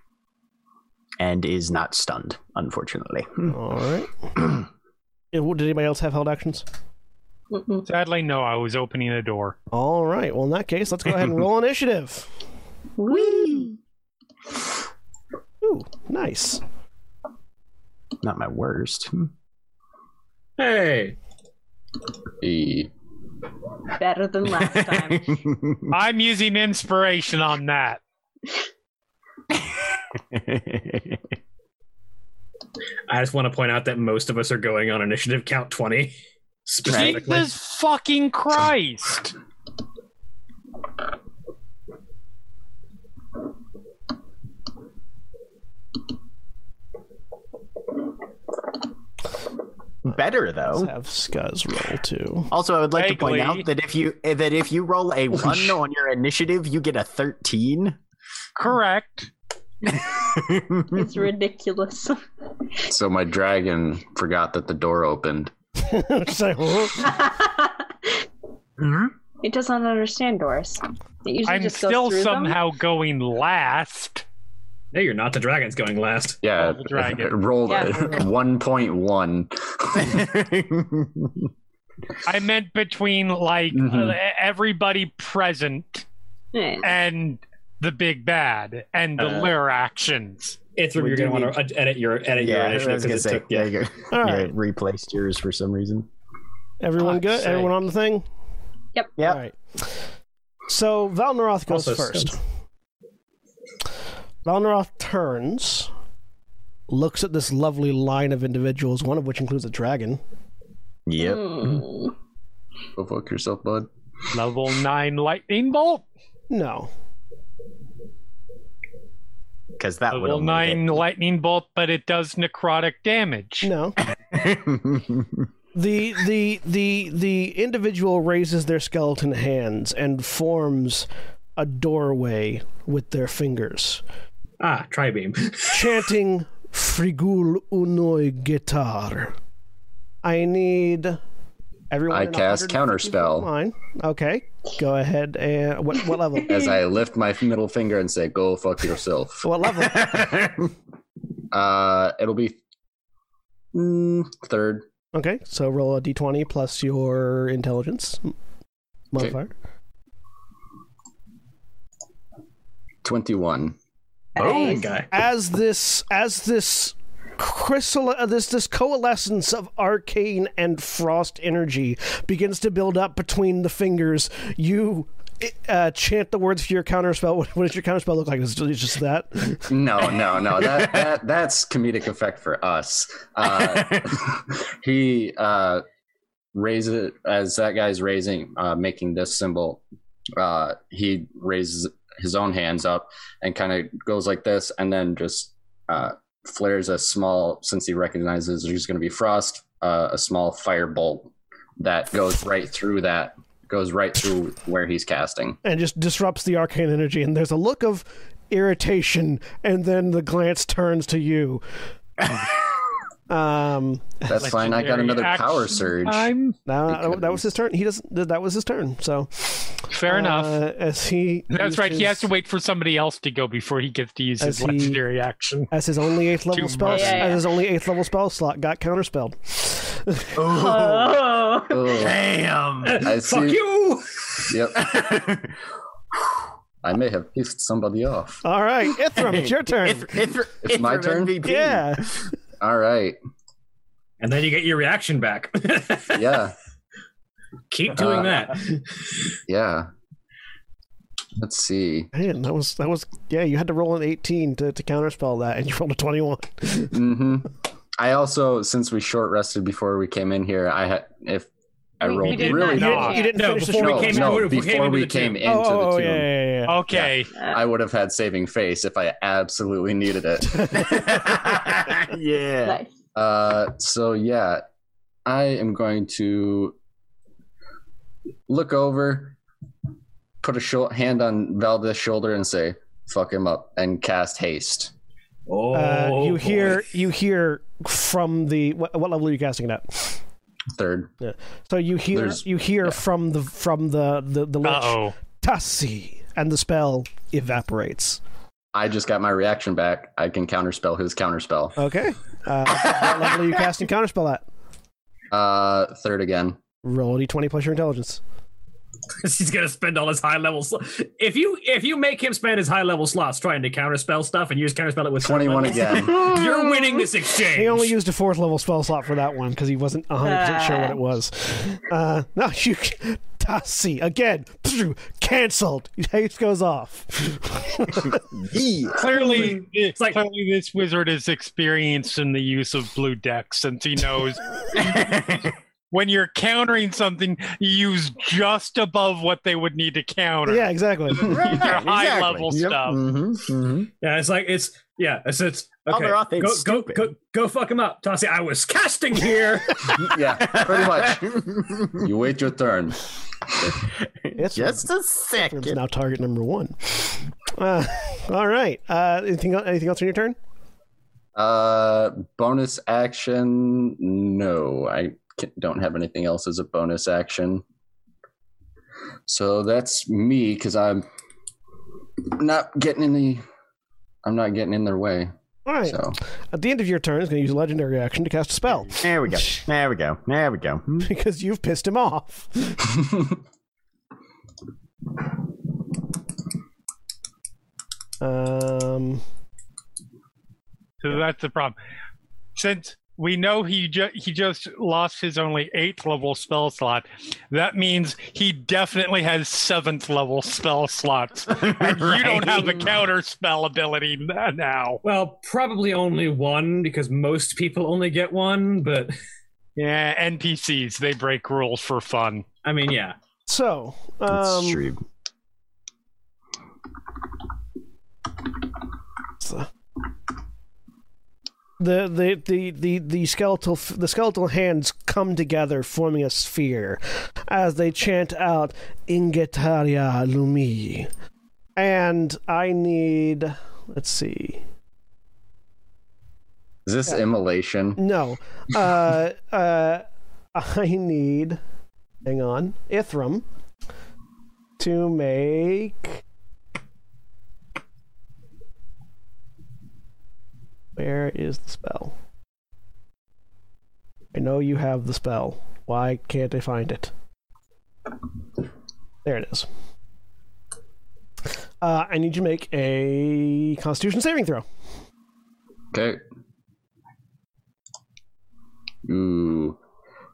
Speaker 2: and is not stunned, unfortunately. Hmm,
Speaker 1: All right. And what- Did anybody else have held actions?
Speaker 3: Mm-hmm.
Speaker 7: Sadly, no. I was opening a door.
Speaker 1: All right. Well, in that case, let's go ahead and roll initiative.
Speaker 2: Whee!
Speaker 1: Ooh, nice.
Speaker 2: Not my worst. Hmm.
Speaker 8: Hey,
Speaker 5: E.
Speaker 3: Better than last time.
Speaker 7: I'm using inspiration on that.
Speaker 8: I just want to point out that most of us are going on initiative count 20. Specifically.
Speaker 7: Jesus fucking Christ!
Speaker 2: Better though.
Speaker 1: Let's have Scuzz roll too.
Speaker 2: Also, I would like to point
Speaker 7: Vaguely.
Speaker 2: out that if you that if you roll a one on your initiative, you get a thirteen.
Speaker 7: Correct.
Speaker 3: it's ridiculous.
Speaker 5: So my dragon forgot that the door opened.
Speaker 1: Just like, "Huh?"
Speaker 3: It does not understand doors. It usually
Speaker 7: I'm
Speaker 3: just goes
Speaker 7: still
Speaker 3: through them.
Speaker 7: somehow going last.
Speaker 8: No, you're not. The dragon's going last.
Speaker 5: Yeah,
Speaker 7: Oh, the dragon.
Speaker 5: it rolled
Speaker 3: Yeah.
Speaker 5: a 1.1.
Speaker 7: I meant between like
Speaker 5: Mhm.
Speaker 7: uh, everybody present
Speaker 3: Yeah.
Speaker 7: and the big bad and the
Speaker 8: Uh,
Speaker 7: lair actions.
Speaker 8: It's where
Speaker 2: We
Speaker 8: you're going
Speaker 2: do
Speaker 8: to want to edit your edit your
Speaker 2: yeah, I
Speaker 8: initiative
Speaker 2: was gonna
Speaker 8: because it
Speaker 2: say.
Speaker 8: took yeah.
Speaker 2: there you go.
Speaker 1: All
Speaker 2: Yeah,
Speaker 1: right.
Speaker 2: it replaced yours for some reason.
Speaker 1: Everyone
Speaker 7: Fuck's
Speaker 1: good?
Speaker 7: sake.
Speaker 1: Everyone on the thing?
Speaker 2: Yep.
Speaker 1: All right. So Valnaroth goes
Speaker 8: Also
Speaker 1: first.
Speaker 8: since-
Speaker 1: Valnaroth turns, looks at this lovely line of individuals, one of which includes a dragon.
Speaker 2: Yep.
Speaker 3: Mm.
Speaker 5: Go fuck yourself, bud.
Speaker 7: Level nine lightning bolt.
Speaker 1: No.
Speaker 2: Because that would
Speaker 7: Level
Speaker 2: only
Speaker 7: nine lightning bolt, but it does necrotic damage.
Speaker 1: No.
Speaker 2: hit.
Speaker 1: the the the the individual raises their skeleton hands and forms a doorway with their fingers,
Speaker 8: Ah, tri beam.
Speaker 1: chanting "Frigul unoi guitar." I need everyone.
Speaker 5: I
Speaker 1: in a
Speaker 5: cast
Speaker 1: 150
Speaker 5: Counterspell.
Speaker 1: foot Line. Okay, go ahead and what what level?
Speaker 5: As I lift my middle finger and say, go fuck yourself.
Speaker 1: what level?
Speaker 5: Uh, it'll be mm, third.
Speaker 1: Okay, so roll a d20 plus your intelligence modifier.
Speaker 5: 21.
Speaker 3: Nice.
Speaker 8: guy.
Speaker 1: as this as this crystal uh, this this coalescence of arcane and frost energy begins to build up between the fingers you uh, chant the words for your counterspell what, what does your counterspell look like is it just that
Speaker 5: No, no, no. That, that that's comedic effect for us. Uh, he uh, raises as that guy's raising, uh, making this symbol. Uh, he raises his own hands up and kind of goes like this, and then just uh, flares a small. Since he recognizes there's going to be frost, uh, a small fire bolt that goes right through that goes right through where he's casting.
Speaker 1: and just disrupts the arcane energy and there's a look of irritation and then the glance turns to you um
Speaker 5: That's fine. I got
Speaker 7: Legendary
Speaker 5: another power
Speaker 7: action
Speaker 5: surge.
Speaker 7: Time.
Speaker 1: that, that was his turn he doesn't that was his turn so
Speaker 7: Fair enough.
Speaker 1: Uh, as he
Speaker 7: That's right. He has
Speaker 1: uses-
Speaker 7: to wait for somebody else to go before he gets to use
Speaker 1: As
Speaker 7: his
Speaker 1: he-
Speaker 7: legendary action.
Speaker 1: as his only eighth level
Speaker 7: Too
Speaker 1: spell
Speaker 7: much.
Speaker 3: Yeah, yeah,
Speaker 1: as his only eighth level spell slot got counterspelled.
Speaker 3: Oh.
Speaker 5: Oh,
Speaker 2: Oh, Damn.
Speaker 5: I
Speaker 4: Fuck
Speaker 5: see.
Speaker 4: you!
Speaker 5: Yep. I may have pissed somebody off.
Speaker 1: All right, Ithram, it's your turn.
Speaker 2: Ith- Ith-
Speaker 5: It's my
Speaker 2: Ithram
Speaker 5: turn?
Speaker 2: MVP.
Speaker 1: yeah,
Speaker 5: All right.
Speaker 8: And then you get your reaction back.
Speaker 5: Yeah.
Speaker 8: Keep doing
Speaker 5: Uh,
Speaker 8: that.
Speaker 5: Yeah. Let's see.
Speaker 1: I didn't. That was that was yeah. You had to roll an eighteen to, to counterspell that, and you rolled a twenty-one.
Speaker 5: hmm I also, since we short rested before we came in here, I had if I
Speaker 3: We- we
Speaker 5: rolled
Speaker 3: did
Speaker 5: really
Speaker 1: You
Speaker 3: not.
Speaker 5: hard.
Speaker 1: didn't, you didn't
Speaker 8: No,
Speaker 1: finish the
Speaker 8: before we
Speaker 1: short
Speaker 8: came
Speaker 1: rest.
Speaker 8: in-
Speaker 5: no,
Speaker 8: we came
Speaker 5: before
Speaker 8: into
Speaker 5: we
Speaker 8: the
Speaker 5: came
Speaker 8: tomb.
Speaker 5: into
Speaker 1: oh, oh,
Speaker 5: the
Speaker 1: oh,
Speaker 5: tomb,
Speaker 1: yeah, yeah, yeah.
Speaker 7: Okay.
Speaker 5: I would have had saving face if I absolutely needed it.
Speaker 2: yeah.
Speaker 3: Nice.
Speaker 5: Uh, so yeah, I am going to look over, put a shul- hand on Valdez's shoulder, and say, "Fuck him up," and cast haste.
Speaker 8: Oh,
Speaker 1: Uh, you
Speaker 8: boy.
Speaker 1: hear you hear from the what, what level are you casting it at?
Speaker 5: Third.
Speaker 1: So you hear
Speaker 5: There's-
Speaker 1: you hear from the from the the, the
Speaker 7: Uh
Speaker 1: lich
Speaker 7: oh.
Speaker 1: Tassi, and the spell evaporates.
Speaker 5: I just got my reaction back. I can counterspell his counterspell.
Speaker 1: Okay. Uh, what level are you casting counterspell at?
Speaker 5: Uh, third again.
Speaker 1: Roll a d20 plus your intelligence.
Speaker 8: he's gonna spend all his high level. Sl- if you if you make him spend his high level slots trying to counterspell stuff, and you just counterspell it with
Speaker 5: Twenty one
Speaker 8: high levels,
Speaker 5: again.
Speaker 8: you're winning this exchange.
Speaker 1: He only used a fourth level spell slot for that one because he wasn't 100% sure what it was. Uh, no, you. Tassi, again, cancelled. Haste goes off.
Speaker 5: Yeah.
Speaker 7: Clearly, it's
Speaker 8: like-
Speaker 7: clearly this wizard is experienced in the use of blue decks since he knows when you're countering something, you use just above what they would need to counter.
Speaker 1: yeah, exactly.
Speaker 7: Your high level stuff.
Speaker 2: Mm-hmm,
Speaker 8: Yeah, it's like it's yeah, it's it's okay.
Speaker 2: Other auth ain't
Speaker 8: go, go,
Speaker 2: stupid.
Speaker 8: go go fuck him up, Tossie. I was casting here.
Speaker 5: yeah, pretty much. You wait your turn.
Speaker 1: It's
Speaker 2: Just a
Speaker 1: It's
Speaker 2: second.
Speaker 1: now target number one. Uh, all right. Uh, anything, el- anything else on your turn?
Speaker 5: Uh, bonus action? No, I ca- don't have anything else as a bonus action. So that's me because I'm not getting in the. I'm not getting in their way.
Speaker 1: All right.
Speaker 5: So
Speaker 1: At the end of your turn, he's going to use a legendary action to cast a spell
Speaker 2: There we go. There we go. There we go.
Speaker 1: because you've pissed him off. Um,
Speaker 7: So that's the problem. Since we know he ju- he just lost his only eighth level spell slot, that means he definitely has seventh level spell slots. And You don't have a counter spell ability n- now.
Speaker 8: well, probably only one because most people only get one. But
Speaker 7: Yeah, NPCs they break rules for fun.
Speaker 8: I mean, yeah,
Speaker 1: so,
Speaker 2: That's
Speaker 1: um,
Speaker 2: true.
Speaker 1: the the the the the skeletal f- the skeletal hands come together, forming a sphere, as they chant out "Ingetaria Lumi," and I need. Let's see.
Speaker 5: is this immolation?
Speaker 1: No. Uh, uh, I need. Hang on, Ithram, to make. Where is the spell? I know you have the spell. Why can't I find it? There it is. Uh, I need you to make a Constitution saving throw.
Speaker 5: Okay. Ooh,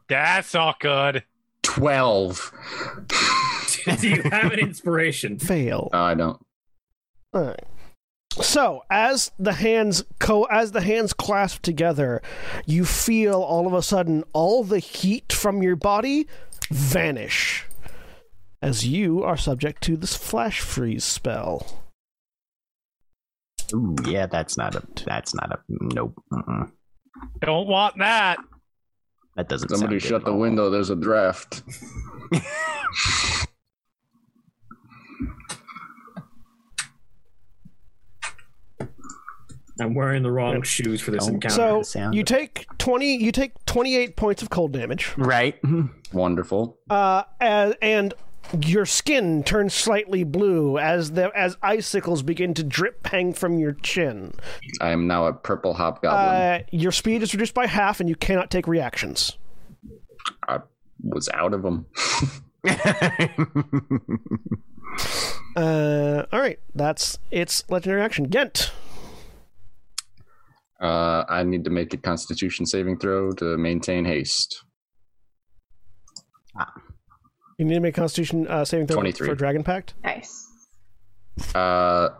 Speaker 7: That's not good.
Speaker 5: twelve.
Speaker 8: do you have an inspiration?
Speaker 1: Fail.
Speaker 5: Oh, I don't.
Speaker 1: All right. So as the hands co as the hands clasp together, you feel all of a sudden all the heat from your body vanish, as you are subject to this flash freeze spell.
Speaker 2: Ooh, yeah, that's not a. That's not a. Nope. Mm-mm.
Speaker 7: Don't want that.
Speaker 2: That doesn't.
Speaker 5: Somebody
Speaker 2: sound good
Speaker 5: shut
Speaker 2: at
Speaker 5: the
Speaker 2: all.
Speaker 5: window. There's a draft.
Speaker 8: I'm wearing the wrong shoes for this
Speaker 2: Don't.
Speaker 8: encounter.
Speaker 2: Counter
Speaker 1: So
Speaker 2: the sound.
Speaker 1: you take twenty you take twenty eight points of cold damage.
Speaker 2: Right.
Speaker 5: Wonderful.
Speaker 1: Uh, and, and Your skin turns slightly blue as the as icicles begin to drip hang from your chin.
Speaker 5: I am now a purple hobgoblin.
Speaker 1: Uh, your speed is reduced by half, and you cannot take reactions.
Speaker 5: I was out of them.
Speaker 1: Uh, all right, that's its legendary action. Ghent.
Speaker 5: Uh, I need to make a Constitution saving throw to maintain haste.
Speaker 1: You need to make a Constitution uh, saving throw
Speaker 5: 23.
Speaker 1: for Dragon Pact.
Speaker 3: Nice.
Speaker 5: Uh,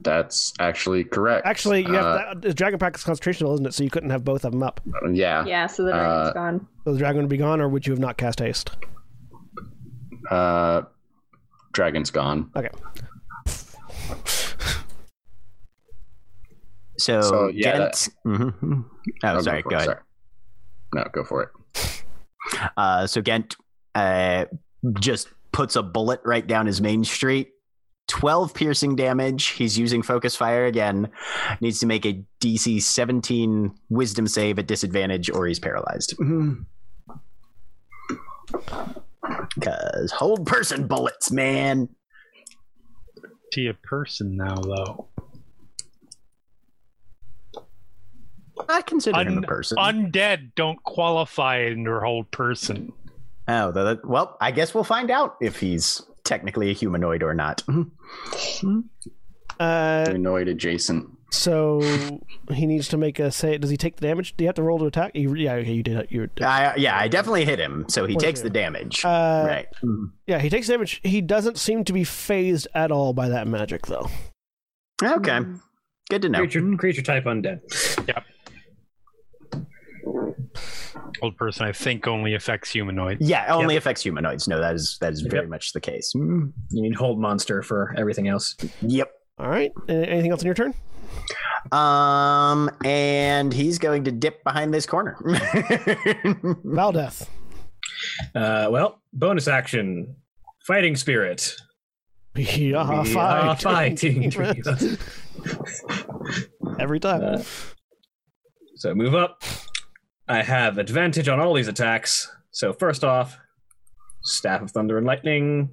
Speaker 5: that's actually correct.
Speaker 1: Actually, you have
Speaker 5: Uh,
Speaker 1: that, uh, Dragon Pact is concentrational, isn't it? So you couldn't have both of them up.
Speaker 5: Yeah.
Speaker 3: Yeah, so the dragon's
Speaker 5: Uh,
Speaker 3: gone.
Speaker 1: So the dragon would be gone, or would you have not cast haste?
Speaker 5: Uh, dragon's gone.
Speaker 1: Okay.
Speaker 2: So,
Speaker 5: So, yeah,
Speaker 2: Ghent. Mhm. Oh,
Speaker 5: I'll
Speaker 2: sorry.
Speaker 5: for
Speaker 2: Go
Speaker 5: it,
Speaker 2: ahead.
Speaker 5: sorry. No, go for it.
Speaker 2: Uh, so Ghent uh, just puts a bullet right down his main street. 12 piercing damage. He's using focus fire again. Needs to make a DC 17 wisdom save at disadvantage or he's paralyzed. Because whole person bullets, man.
Speaker 7: To a person now, though.
Speaker 2: I consider him
Speaker 7: Un-
Speaker 2: a person.
Speaker 7: Undead don't qualify under whole person.
Speaker 2: oh, tha- tha- well, I guess we'll find out if he's technically a humanoid or not.
Speaker 1: Mm-hmm. Uh,
Speaker 5: Humanoid adjacent.
Speaker 1: so he needs to make a say. Does he take the damage? Do you have to roll to attack? You- yeah, okay, you did. You
Speaker 2: I, yeah, I definitely hit him, so he
Speaker 1: Or
Speaker 2: takes
Speaker 1: two.
Speaker 2: the damage.
Speaker 1: uh,
Speaker 2: right.
Speaker 1: Yeah, he takes damage. He doesn't seem to be phased at all by that magic, though.
Speaker 2: Okay.
Speaker 1: Hmm.
Speaker 2: Good to know.
Speaker 8: Creature, creature type undead.
Speaker 7: Old person, I think, only affects humanoid.
Speaker 2: Yeah, it only affects humanoids. No, that is that is very much the case. Mm.
Speaker 8: You need hold monster for everything else.
Speaker 2: Yep.
Speaker 1: All right. A- Anything else in your turn?
Speaker 2: Um, and he's going to dip behind this corner.
Speaker 1: Valdeth.
Speaker 8: Uh, well, bonus action. Fighting spirit.
Speaker 1: Yeah,
Speaker 8: Yeah,
Speaker 1: fight.
Speaker 8: fighting.
Speaker 1: Every time.
Speaker 8: Uh, so move up. I have advantage on all these attacks. So first off, Staff of Thunder and Lightning.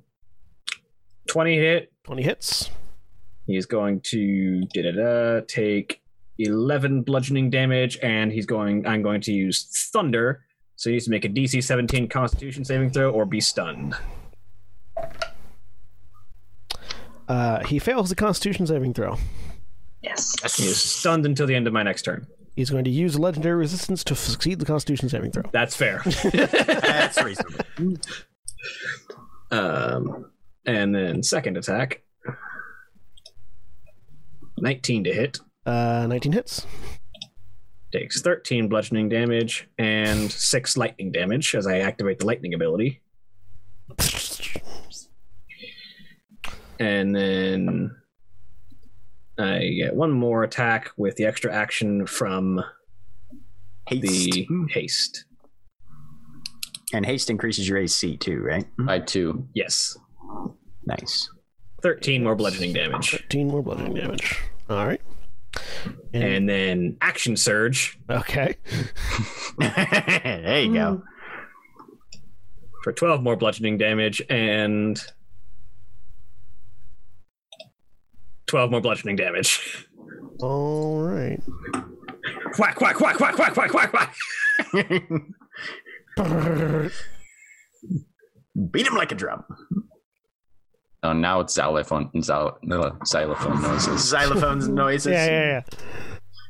Speaker 8: 20 hit.
Speaker 1: 20 hits.
Speaker 8: He's going to da-da-da, take 11 bludgeoning damage, and he's going. I'm going to use Thunder. So he needs to make a DC 17 Constitution saving throw or be stunned.
Speaker 1: Uh, he fails the Constitution saving throw.
Speaker 3: Yes.
Speaker 8: He is stunned until the end of my next turn.
Speaker 1: He's going to use legendary resistance to succeed the Constitution saving throw.
Speaker 8: That's fair.
Speaker 2: That's reasonable.
Speaker 8: Um, and then second attack. 19 to hit.
Speaker 1: Uh, 19 hits.
Speaker 8: Takes 13 bludgeoning damage and 6 lightning damage as I activate the lightning ability. And then I get one more attack with the extra action from
Speaker 2: Haste.
Speaker 8: the haste.
Speaker 2: And haste increases your AC too, right?
Speaker 5: I too.
Speaker 8: Yes.
Speaker 2: Nice.
Speaker 8: 13 more bludgeoning damage.
Speaker 1: 13 more bludgeoning damage. All right.
Speaker 8: And then action surge
Speaker 1: Okay.
Speaker 2: there you go.
Speaker 8: for 12 more bludgeoning damage and 12 more bludgeoning damage.
Speaker 1: All right.
Speaker 8: Quack, quack, quack, quack, quack, quack, quack, quack.
Speaker 1: Hmm.
Speaker 2: Beat him like a drum.
Speaker 5: Oh, now it's xylophone, xyl- no, xylophone noises.
Speaker 2: Xylophones and noises.
Speaker 1: Yeah, yeah, yeah.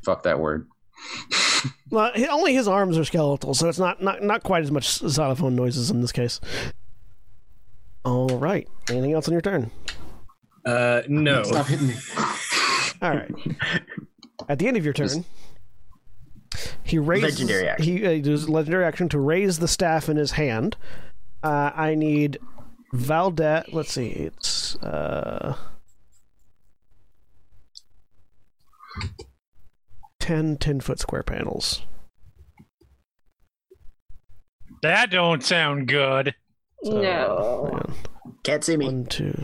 Speaker 5: Fuck that word.
Speaker 1: Well, he- only his arms are skeletal, so it's not, not, not quite as much xylophone noises in this case. All right. Anything else on your turn?
Speaker 8: Uh, no.
Speaker 9: Stop hitting me.
Speaker 1: All right. At the end of your turn, he raises
Speaker 2: Legendary action.
Speaker 1: He uh, does legendary action to raise the staff in his hand. Uh, I need Valdet. Let's see. It's uh, ten ten foot square panels.
Speaker 7: That don't sound good.
Speaker 3: no.
Speaker 1: Hang on.
Speaker 2: Can't see me.
Speaker 1: One, two.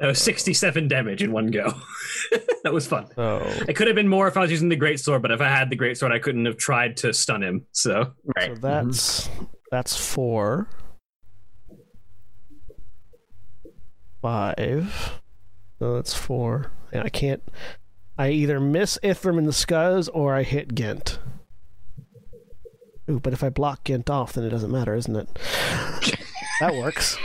Speaker 8: Oh, 67 damage in one go. that was fun.
Speaker 1: Oh.
Speaker 8: It could have been more if I was using the great sword, but if I had the great sword, I couldn't have tried to stun him. So
Speaker 1: So that's that's four. five. So that's four. Yeah, I can't. I either miss Ithram in the Scuzz or I hit Gint. Ooh, but if I block Gint off, then it doesn't matter, isn't it? that works.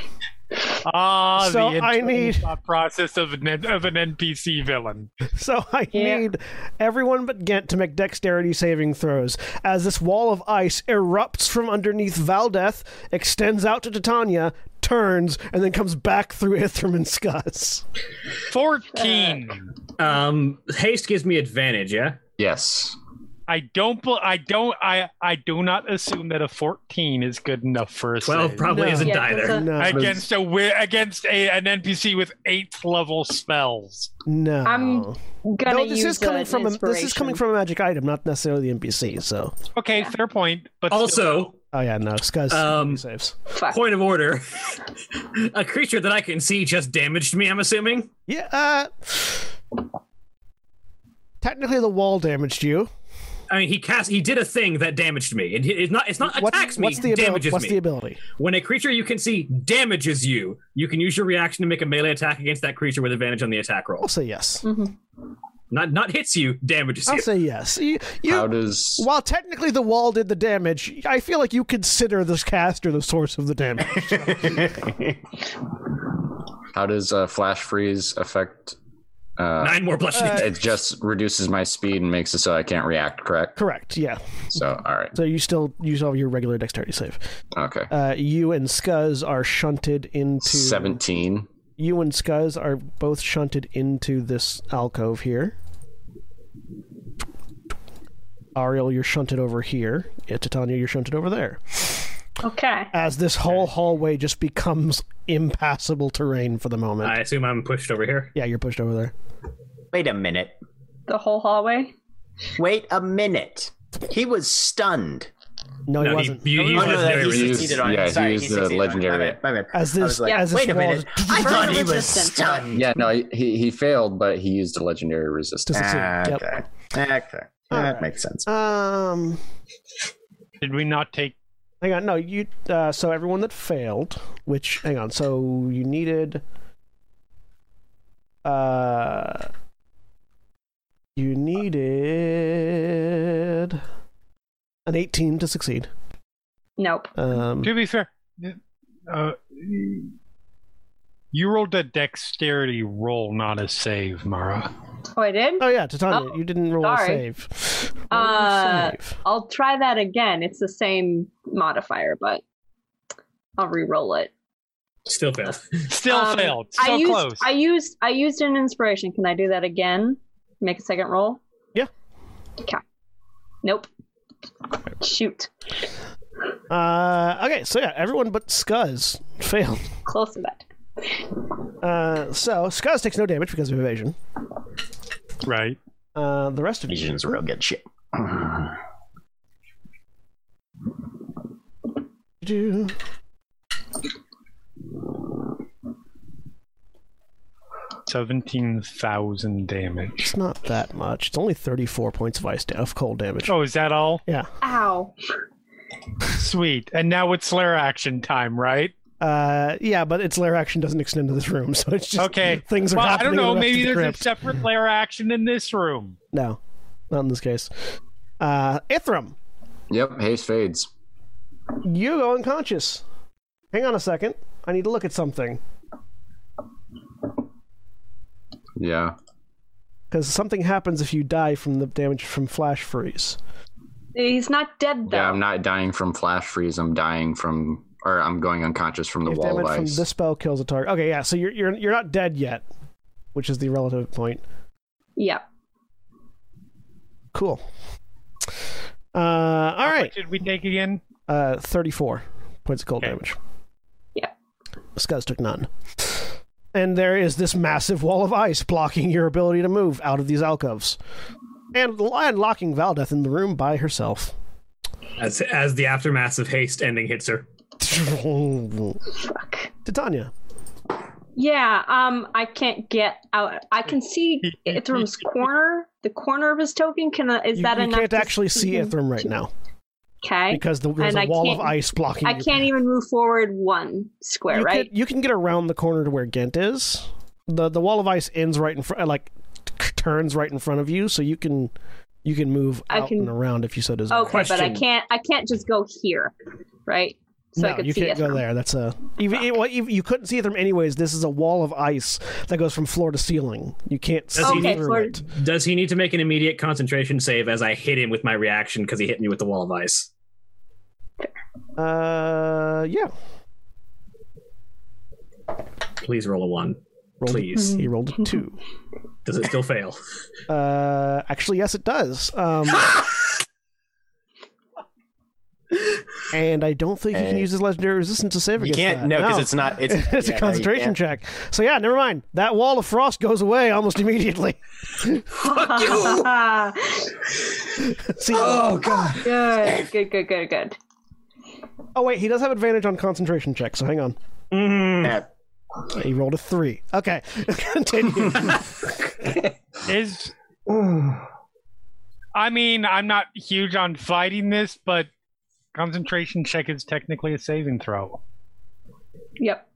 Speaker 7: Ah,
Speaker 1: So
Speaker 7: the
Speaker 1: I need-
Speaker 7: internal thought process of an, of an NPC villain.
Speaker 1: So I
Speaker 3: Yeah.
Speaker 1: need everyone but Gent to make dexterity saving throws as this wall of ice erupts from underneath Valdeth, extends out to Titania, turns, and then comes back through Ithram and Scuzz.
Speaker 7: Fourteen.
Speaker 8: Um, haste gives me advantage. Yeah.
Speaker 5: Yes.
Speaker 7: I don't. bel- I don't. I. I do not assume that a fourteen is good enough for a
Speaker 8: Twelve
Speaker 7: save.
Speaker 8: probably
Speaker 1: No.
Speaker 8: isn't
Speaker 3: Yeah,
Speaker 8: either.
Speaker 3: that's
Speaker 1: No,
Speaker 7: against a wi- against a, an NPC with eighth level spells.
Speaker 1: no.
Speaker 3: I'm Gonna
Speaker 1: no, this
Speaker 3: use
Speaker 1: is coming
Speaker 3: an
Speaker 1: from a, this is coming
Speaker 3: inspiration.
Speaker 1: from a magic item, not necessarily the NPC. So,
Speaker 7: Okay, fair point. But still-
Speaker 8: also,
Speaker 1: oh yeah, no, Scuzz
Speaker 8: Um,
Speaker 1: saves.
Speaker 3: Fuck.
Speaker 8: point of order: a creature that I can see just damaged me. I'm assuming.
Speaker 1: Yeah. Uh, technically, the wall damaged you.
Speaker 8: I mean, he cast. He did a thing that damaged me. It, it's not. It's not
Speaker 1: What-
Speaker 8: attacks me.
Speaker 1: what's the ability?
Speaker 8: damages
Speaker 1: What's
Speaker 8: me.
Speaker 1: the ability?
Speaker 8: when a creature you can see damages you, you can use your reaction to make a melee attack against that creature with advantage on the attack roll.
Speaker 1: I'll say yes.
Speaker 3: Mm-hmm.
Speaker 8: Not not hits you, damages
Speaker 1: I'll
Speaker 8: you.
Speaker 1: say yes. You, you-
Speaker 5: How does
Speaker 1: while technically the wall did the damage, I feel like you consider this caster the source of the damage.
Speaker 5: how does uh, flash freeze affect? Uh,
Speaker 8: Nine more bludgeoning.
Speaker 5: it just reduces my speed and makes it so I can't react. Correct.
Speaker 1: Correct. Yeah.
Speaker 5: So all right.
Speaker 1: So you still use all your regular dexterity save.
Speaker 5: Okay.
Speaker 1: Uh, you and Scuzz are shunted into.
Speaker 5: Seventeen.
Speaker 1: You and Scuzz are both shunted into this alcove here. Ariel, you're shunted over here. Yeah, Titania, you're shunted over there.
Speaker 3: Okay.
Speaker 1: As this whole hallway just becomes impassable terrain for the moment.
Speaker 8: I assume I'm pushed over here.
Speaker 1: Yeah, you're pushed over there.
Speaker 2: Wait a minute.
Speaker 3: The whole hallway.
Speaker 2: Wait a minute. He was stunned.
Speaker 1: No, he
Speaker 8: No, he,
Speaker 1: wasn't.
Speaker 8: you
Speaker 2: Oh,
Speaker 8: use
Speaker 2: no,
Speaker 8: legendary
Speaker 2: that- he
Speaker 8: resistance.
Speaker 2: succeeded on it.
Speaker 5: Yeah, he
Speaker 2: Sorry,
Speaker 5: used the
Speaker 2: succeeded on it.
Speaker 5: legendary-
Speaker 2: My bad, my bad.
Speaker 1: As
Speaker 2: I
Speaker 1: this-
Speaker 2: was like,
Speaker 1: as this
Speaker 2: wait a
Speaker 1: wall
Speaker 2: minute.
Speaker 1: is-
Speaker 2: I thought he was
Speaker 3: Resistance.
Speaker 2: stunned.
Speaker 5: Yeah, no, he he failed, but he used a legendary resistance.
Speaker 1: To succeed. Yep.
Speaker 2: Okay. Okay. That
Speaker 1: Alright.
Speaker 2: makes sense.
Speaker 1: Um,
Speaker 7: did we not take?
Speaker 1: hang on. No, you. Uh, so everyone that failed, which hang on. So you needed. Uh, you needed an eighteen to succeed.
Speaker 3: Nope.
Speaker 1: Um,
Speaker 7: To be fair, uh, you rolled a dexterity roll, not a save, Mara.
Speaker 3: Oh, I did.
Speaker 1: oh yeah, Titania,
Speaker 3: Oh,
Speaker 1: you didn't roll
Speaker 3: sorry.
Speaker 1: a save. Roll a
Speaker 3: Uh,
Speaker 1: save.
Speaker 3: I'll try that again. It's the same modifier, but I'll re-roll it.
Speaker 8: Still failed.
Speaker 7: Still
Speaker 3: Um,
Speaker 7: failed.
Speaker 3: I
Speaker 7: So
Speaker 3: used,
Speaker 7: close.
Speaker 3: I used I used an inspiration. Can I do that again? Make a second roll?
Speaker 1: Yeah.
Speaker 3: Okay. Nope. Shoot.
Speaker 1: Uh, okay, so yeah, everyone but Scuzz failed.
Speaker 3: Close to that.
Speaker 1: Uh, so Scuzz takes no damage because of evasion.
Speaker 7: right.
Speaker 1: Uh, the rest of you.
Speaker 2: Vision's real good shit.
Speaker 1: do.
Speaker 7: Seventeen thousand damage.
Speaker 1: It's not that much. It's only 34 points of ice da- of cold damage.
Speaker 7: Oh, is that all?
Speaker 1: Yeah.
Speaker 3: Ow.
Speaker 7: Sweet. And now it's lair action time, right?
Speaker 1: Uh, yeah, but its lair action doesn't extend to this room, so it's just
Speaker 7: Okay.
Speaker 1: things are
Speaker 7: Well, I
Speaker 1: happening.
Speaker 7: don't
Speaker 1: in
Speaker 7: know.
Speaker 1: the rest
Speaker 7: Maybe
Speaker 1: of the
Speaker 7: there's
Speaker 1: crypt.
Speaker 7: a separate lair action in this room.
Speaker 1: no, not in this case. Uh, Ithram,
Speaker 5: Yep, haste fades.
Speaker 1: you go unconscious. Hang on a second. I need to look at something
Speaker 5: Yeah.
Speaker 1: because something happens if you die from the damage from flash freeze.
Speaker 3: He's not dead though.
Speaker 5: Yeah, I'm not dying from flash freeze. I'm dying from, or I'm going unconscious from the
Speaker 1: If
Speaker 5: wall of
Speaker 1: damage from
Speaker 5: ice.
Speaker 1: this spell kills a target. Okay, yeah. So you're you're you're not dead yet, which is the relative point.
Speaker 3: yeah.
Speaker 1: Cool. Uh, all right.
Speaker 7: What did we take again?
Speaker 1: Uh, 34 points of cold
Speaker 7: Okay.
Speaker 1: damage.
Speaker 3: Yeah.
Speaker 1: Scuzz took none. And there is this massive wall of ice blocking your ability to move out of these alcoves. And, and locking Valdeth in the room by herself.
Speaker 8: As, as the aftermath of haste ending hits her.
Speaker 1: Titania.
Speaker 3: Fuck. Yeah, um I can't get out. I can see Ithram's corner, the corner of his token. Can I, is
Speaker 1: You,
Speaker 3: that
Speaker 1: you
Speaker 3: enough?
Speaker 1: can't
Speaker 3: to
Speaker 1: actually see
Speaker 3: him?
Speaker 1: Ithram right now.
Speaker 3: Okay.
Speaker 1: because the, there's
Speaker 3: And
Speaker 1: a
Speaker 3: I
Speaker 1: wall of
Speaker 3: can't-
Speaker 1: ice blocking.
Speaker 3: I
Speaker 1: your
Speaker 3: can't even move forward one square,
Speaker 1: you
Speaker 3: right?
Speaker 1: Can, you can get around the corner to where Ghent is. the The wall of ice ends right in front, like t- turns right in front of you, so you can you can move
Speaker 3: I
Speaker 1: out
Speaker 3: can-
Speaker 1: and around if you so desire.
Speaker 3: Okay, but I
Speaker 5: Question.
Speaker 3: can't. I can't just go here, right? So I
Speaker 1: no,
Speaker 3: could
Speaker 1: you
Speaker 3: see
Speaker 1: can't
Speaker 3: it.
Speaker 1: go there. That's a even, it- well, even- you couldn't see it from anyways. This is a wall of ice that goes from floor to ceiling. You can't see
Speaker 8: Does he
Speaker 3: Okay,
Speaker 1: through
Speaker 3: floor-
Speaker 1: it.
Speaker 8: Does he need to make an immediate concentration save as I hit him with my reaction because he hit me with the wall of ice?
Speaker 1: Uh, yeah.
Speaker 8: Please roll a one.
Speaker 1: Rolled a-
Speaker 8: Please.
Speaker 1: he rolled a two.
Speaker 8: Does it still fail?
Speaker 1: Uh, actually, yes, it does. Um, and I don't think he can
Speaker 2: Hey.
Speaker 1: use his legendary resistance to save
Speaker 2: You
Speaker 1: against
Speaker 2: can't
Speaker 1: that.
Speaker 2: no because it's not. It's, yeah,
Speaker 1: it's
Speaker 2: no,
Speaker 1: a
Speaker 2: you
Speaker 1: concentration
Speaker 2: can't.
Speaker 1: check. So yeah, never mind. That wall of frost goes away almost immediately. See, oh.
Speaker 3: good, good, good, good, good.
Speaker 1: Oh, wait, he does have advantage on concentration checks. So hang on.
Speaker 7: Mm-hmm.
Speaker 2: Yeah.
Speaker 1: He rolled a three. Okay, continue.
Speaker 7: Is I mean, I'm not huge on fighting this, but concentration check is technically a saving throw.
Speaker 3: Yep.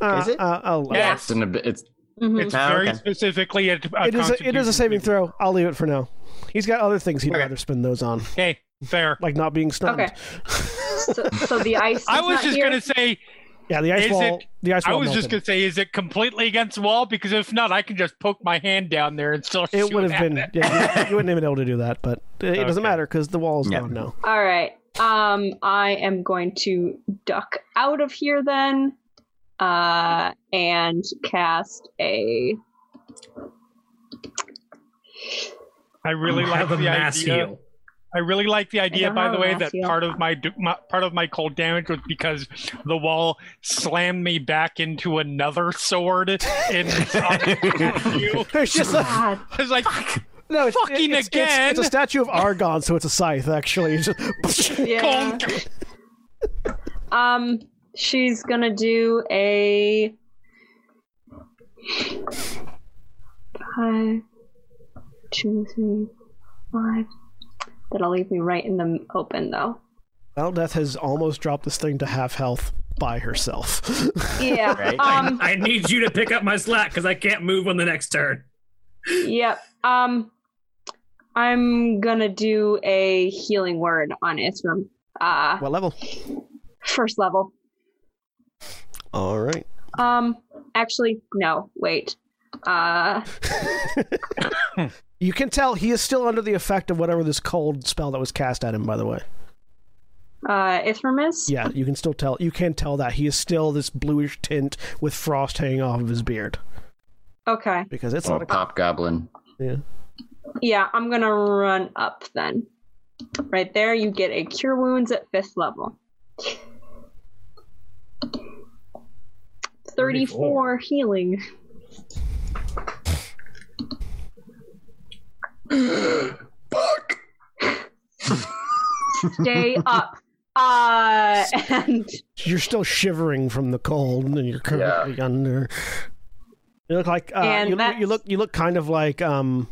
Speaker 1: Uh,
Speaker 2: Is it?
Speaker 1: Uh, I'll-
Speaker 7: Yeah.
Speaker 5: It's an ab- it's
Speaker 3: hmm
Speaker 7: It's
Speaker 2: Oh,
Speaker 7: very
Speaker 2: okay.
Speaker 7: specifically a, a
Speaker 1: It is a, it is a
Speaker 7: Uh, constitution
Speaker 1: saving
Speaker 7: saving-
Speaker 1: throw. I'll leave it for now. He's got other things he'd
Speaker 2: Okay.
Speaker 1: rather spend those on,
Speaker 7: Okay, fair.
Speaker 1: like not being stunned.
Speaker 3: Okay. So, so the ice. Is
Speaker 7: I was
Speaker 3: not
Speaker 7: just
Speaker 3: here?
Speaker 7: gonna say,
Speaker 1: Yeah, the ice
Speaker 7: Is
Speaker 1: wall.
Speaker 7: it-
Speaker 1: the ice
Speaker 7: I
Speaker 1: wall.
Speaker 7: was just
Speaker 1: melted.
Speaker 7: gonna say, is it completely against the wall? Because if not, I can just poke my hand down there and still.
Speaker 1: It
Speaker 7: shoot
Speaker 1: would have
Speaker 7: at
Speaker 1: been.
Speaker 7: it.
Speaker 1: Yeah, you, you wouldn't have been able to do that, but it it doesn't
Speaker 7: Okay.
Speaker 1: matter because the wall is
Speaker 2: Yeah.
Speaker 1: gone now.
Speaker 3: All right. Um, I am going to duck out of here then, uh, and cast a.
Speaker 7: I really
Speaker 8: You
Speaker 7: like
Speaker 8: have a
Speaker 7: the
Speaker 8: mass
Speaker 7: idea.
Speaker 8: heal.
Speaker 7: I really like the idea,
Speaker 3: don't
Speaker 7: by
Speaker 3: have
Speaker 7: the
Speaker 3: a
Speaker 7: way,
Speaker 3: mass
Speaker 7: that
Speaker 3: heal.
Speaker 7: part of my, d- my part of my cold damage was because the wall slammed me back into another sword. In I
Speaker 1: There's just a,
Speaker 3: God.
Speaker 7: was like,
Speaker 1: no. It's,
Speaker 7: Fucking
Speaker 1: it's- it's-
Speaker 7: again!
Speaker 1: It's, a statue of Argon, so it's a scythe. Actually, It's just-
Speaker 3: Yeah. Um, she's gonna do a. Five, two, three, five. That'll leave me right in the open though.
Speaker 1: well, Death has almost dropped this thing to half health by herself.
Speaker 3: Yeah.
Speaker 2: Right.
Speaker 3: Um.
Speaker 8: I need you to pick up my slack because I can't move on the next turn.
Speaker 3: Yep. Um, I'm gonna do a healing word on Isram. Uh,
Speaker 1: what level?
Speaker 3: first level.
Speaker 1: All right.
Speaker 3: Um, actually, no. Wait. Uh,
Speaker 1: You can tell he is still under the effect of whatever this cold spell that was cast at him. By the way,
Speaker 3: uh, Ithram is.
Speaker 1: yeah, you can still tell. You can tell that he is still this bluish tint with frost hanging off of his beard
Speaker 3: Okay.
Speaker 1: because it's
Speaker 5: oh,
Speaker 1: not a
Speaker 5: pop goblin.
Speaker 3: Yeah, I'm gonna run up then. Right there, you get a cure wounds at fifth level. 34 healing. Stay up. Uh, and
Speaker 1: you're still shivering from the cold and you're currently under you look like uh,
Speaker 3: And
Speaker 1: you, look,
Speaker 3: that's-
Speaker 1: you look you look kind of like um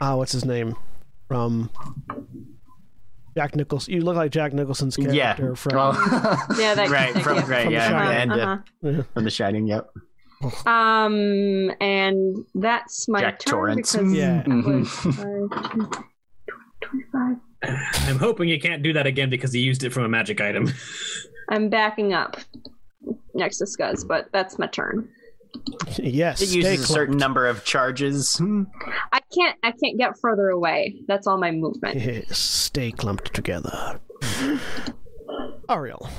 Speaker 1: ah what's his name from jack nicholson you look like jack nicholson's character
Speaker 2: Yeah.
Speaker 1: from
Speaker 5: Oh.
Speaker 3: yeah, that
Speaker 2: Right,
Speaker 3: that-
Speaker 2: from-
Speaker 3: yeah.
Speaker 2: right,
Speaker 1: From
Speaker 2: yeah,
Speaker 1: The
Speaker 3: Uh-huh,
Speaker 2: and, uh,
Speaker 3: uh-huh.
Speaker 2: from The Shining. Yep.
Speaker 3: Um, and that's my
Speaker 2: Jack
Speaker 3: turn
Speaker 2: Torrance. Mm-hmm.
Speaker 3: because
Speaker 1: Yeah.
Speaker 3: that was five, two, tw- 25.
Speaker 8: I'm hoping you can't do that again because he used it from a magic item.
Speaker 3: I'm backing up next to Scuzz, but that's my turn.
Speaker 1: yes
Speaker 2: It
Speaker 1: stay
Speaker 2: uses a
Speaker 1: close.
Speaker 2: certain number of charges.
Speaker 3: I can't. I can't get further away. That's all my movement.
Speaker 1: Yes, stay clumped together ariel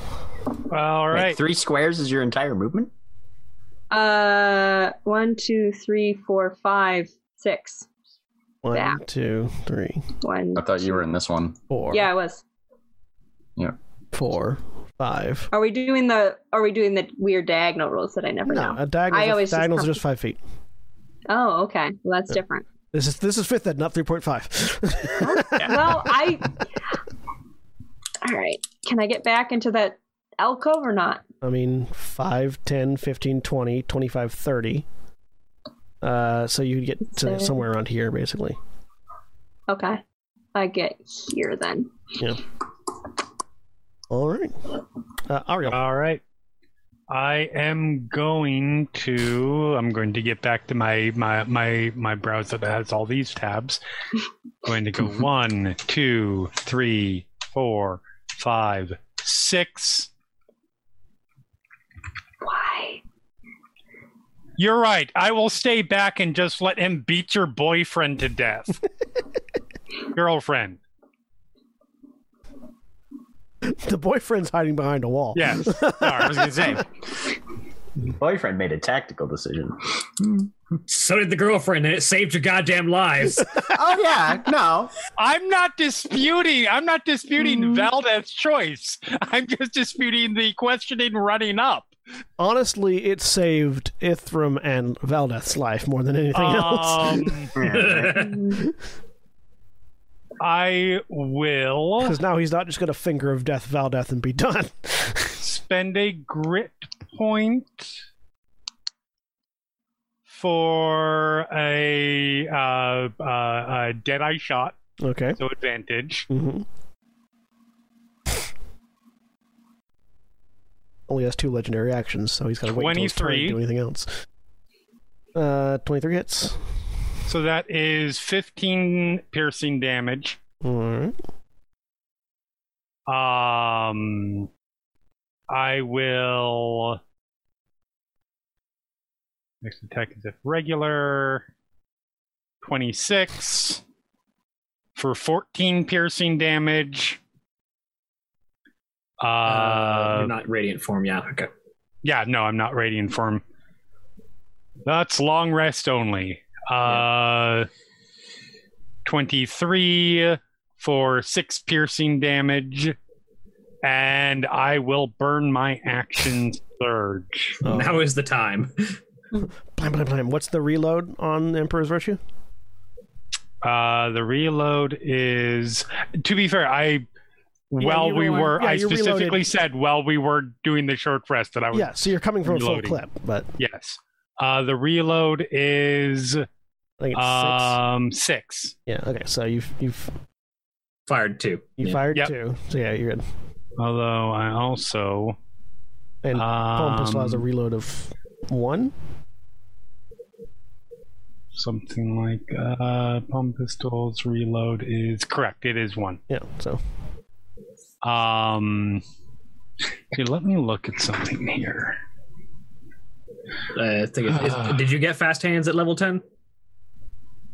Speaker 7: all
Speaker 2: Like,
Speaker 7: right.
Speaker 2: three squares is your entire movement.
Speaker 3: Uh, one, two, three, four, five, six.
Speaker 1: one,
Speaker 3: Back.
Speaker 1: two, three,
Speaker 3: One.
Speaker 5: I thought you were in this one.
Speaker 1: four,
Speaker 3: Yeah, I was.
Speaker 1: four, five.
Speaker 3: Are we doing the? Are we doing the weird diagonal rules that I never
Speaker 1: no
Speaker 3: know?
Speaker 1: a diagonal
Speaker 3: I always just
Speaker 1: diagonals are
Speaker 3: come-
Speaker 1: just five feet
Speaker 3: Oh, okay. Well, that's different.
Speaker 1: this is this is fifth ed not 3.5
Speaker 3: Well, I. All right. Can I get back into that alcove or not?
Speaker 1: I mean, 5, 10, 15, 20, 25, 30. Uh, so you get to
Speaker 3: So-
Speaker 1: somewhere around here, basically.
Speaker 3: Okay. I get here then.
Speaker 1: All right. Uh, Ariel.
Speaker 7: All right. I am going to. I'm going to get back to my my my my browser that has all these tabs. going to go one, two, three, four, five, six.
Speaker 3: Why?
Speaker 7: You're right. I will stay back and just let him beat your boyfriend to death. Girlfriend.
Speaker 1: the boyfriend's hiding behind a wall.
Speaker 7: Yes. Sorry, I was gonna say.
Speaker 2: Boyfriend made a tactical decision.
Speaker 8: So did the girlfriend, and it saved your goddamn lives.
Speaker 2: oh yeah, no,
Speaker 7: I'm not disputing. I'm not disputing Valdez's choice. I'm just disputing the questioning running up.
Speaker 1: Honestly, it saved Ithram and Valdeth's life more than anything else.
Speaker 7: Um,
Speaker 1: Uh,
Speaker 7: I will
Speaker 1: Because now he's not just going to finger of death Valdeth and be done.
Speaker 7: spend a grit point for a, uh, uh, a deadeye shot,
Speaker 1: okay.
Speaker 7: so advantage.
Speaker 1: hmm Only has two legendary actions, so he's got to wait until his turn to
Speaker 7: 23.
Speaker 1: do anything else. Uh, 23 hits.
Speaker 7: So that is 15 piercing damage.
Speaker 1: All right.
Speaker 7: Um, I will. Next attack is if regular. 26 for 14 piercing damage. Uh,
Speaker 8: you're not radiant form, yeah. Okay.
Speaker 7: yeah, no, I'm not radiant form. That's long rest only. Uh, 23 for six piercing damage. And I will burn my action surge.
Speaker 1: Oh.
Speaker 8: Now is the time.
Speaker 1: Blam, blam, blam. What's the reload on Emperor's Virtue?
Speaker 7: Uh, the reload is, to be fair, I. while
Speaker 1: you
Speaker 7: we
Speaker 1: reload-
Speaker 7: were,
Speaker 1: yeah,
Speaker 7: I
Speaker 1: you reloaded.
Speaker 7: specifically said while we were doing the short rest that I was
Speaker 1: Yeah, so you're coming from
Speaker 7: Reloading.
Speaker 1: a full clip, but
Speaker 7: yes. Uh, the reload is
Speaker 1: I think it's
Speaker 7: um six.
Speaker 1: six. Yeah, okay, so you've you've
Speaker 8: Fired two.
Speaker 1: you
Speaker 8: Yeah.
Speaker 1: fired
Speaker 7: Yep.
Speaker 1: two, so yeah, you're good.
Speaker 7: Although I also
Speaker 1: And Palm Pistol has a
Speaker 7: um,
Speaker 1: reload of one.
Speaker 7: something like uh, pump pistols reload is correct. It is one.
Speaker 1: Yeah, so
Speaker 7: Um, here, let me look at something here.
Speaker 8: Uh, I think it-
Speaker 1: Ah.
Speaker 8: it- did you get fast hands at level ten?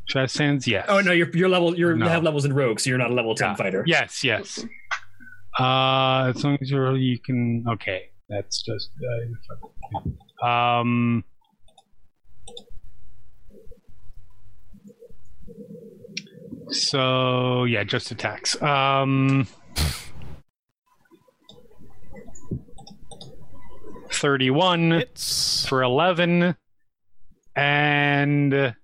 Speaker 7: Fast hands, yes.
Speaker 8: Oh no, you're you're level you're
Speaker 7: No.
Speaker 8: you have levels in rogue, so you're not a level ten fighter.
Speaker 7: Yes, yes. Uh, as long as you're, you can. Okay, that's just. Uh, um. So yeah, just attacks. Um. Thirty-one
Speaker 1: it's
Speaker 7: for 11 and
Speaker 8: There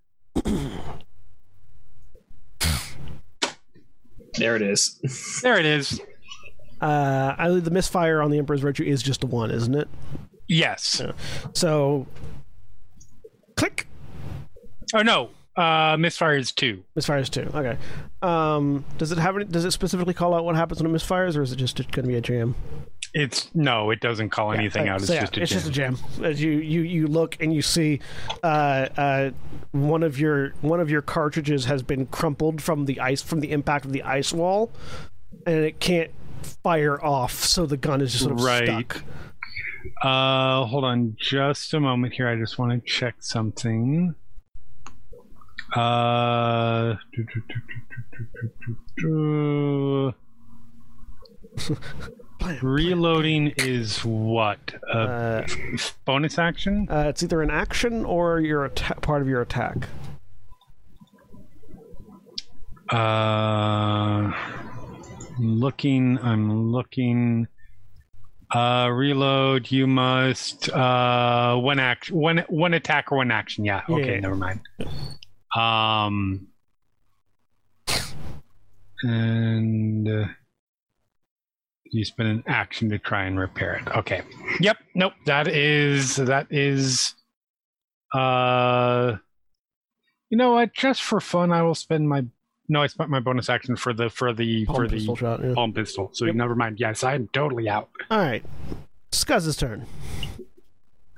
Speaker 8: it is.
Speaker 7: there it is
Speaker 1: uh, I the misfire on the Emperor's Virtue is just one, isn't it?
Speaker 7: yes
Speaker 1: So, click.
Speaker 7: oh no uh misfire is two
Speaker 1: Misfires two. Okay. Um, does it have? Any, does it specifically call out what happens when it misfires, or is it just going to be a jam?
Speaker 7: it's no it doesn't call anything
Speaker 1: Yeah,
Speaker 7: out it's
Speaker 1: so yeah,
Speaker 7: just a
Speaker 1: it's
Speaker 7: gem.
Speaker 1: just a jam. As you, you you look and you see, uh, uh, one of your one of your cartridges has been crumpled from the ice from the impact of the ice wall, and it can't fire off. So the gun is just sort of
Speaker 7: Right.
Speaker 1: stuck.
Speaker 7: uh hold on just a moment here i just want to check something uh do, do, do, do, do, do, do, do. reloading is what a
Speaker 1: Uh,
Speaker 7: bonus action
Speaker 1: uh, it's either an action or your atta- part of your attack.
Speaker 7: Uh, looking, I'm looking. Uh, reload. You must uh one action, one one attack or one action. Yeah.
Speaker 1: Yeah,
Speaker 7: Okay.
Speaker 1: yeah.
Speaker 7: Never mind. Um. And uh, you spend an action to try and repair it. Okay. Yep. Nope. That is that is. Uh. You know what? Just for fun, I will spend my No, I spent my bonus action for the for the
Speaker 1: Palm
Speaker 7: for
Speaker 1: pistol
Speaker 7: the
Speaker 1: shot. Yeah.
Speaker 7: palm pistol. So
Speaker 1: Yep.
Speaker 7: never mind. Yes, I am totally out.
Speaker 1: All right, Scuzz's turn.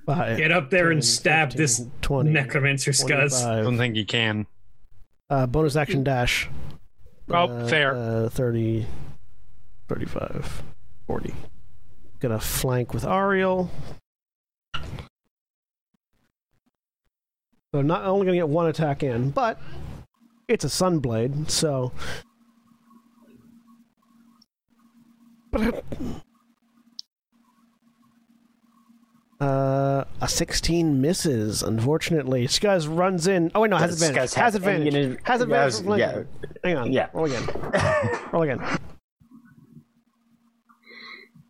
Speaker 1: Five,
Speaker 9: Get up there
Speaker 1: 10,
Speaker 9: and stab
Speaker 1: 15,
Speaker 9: this
Speaker 1: 20,
Speaker 9: necromancer scuzz.
Speaker 1: 25.
Speaker 7: I don't think he can.
Speaker 1: Uh, bonus action dash.
Speaker 7: Oh,
Speaker 1: Uh,
Speaker 7: fair.
Speaker 1: Uh, 30, 35, 40. Gonna flank with Ariel. So not only gonna get one attack in, but it's a sunblade, so. Uh, a 16 misses, unfortunately. Skuz runs in. Oh, wait, no, has
Speaker 2: Skuz
Speaker 1: advantage.
Speaker 2: has-
Speaker 1: Has advantage.
Speaker 2: and it-
Speaker 1: Has advantage.
Speaker 2: yes,
Speaker 1: from flanking.
Speaker 2: yeah.
Speaker 1: Hang on.
Speaker 2: Yeah.
Speaker 1: Roll again. Roll again.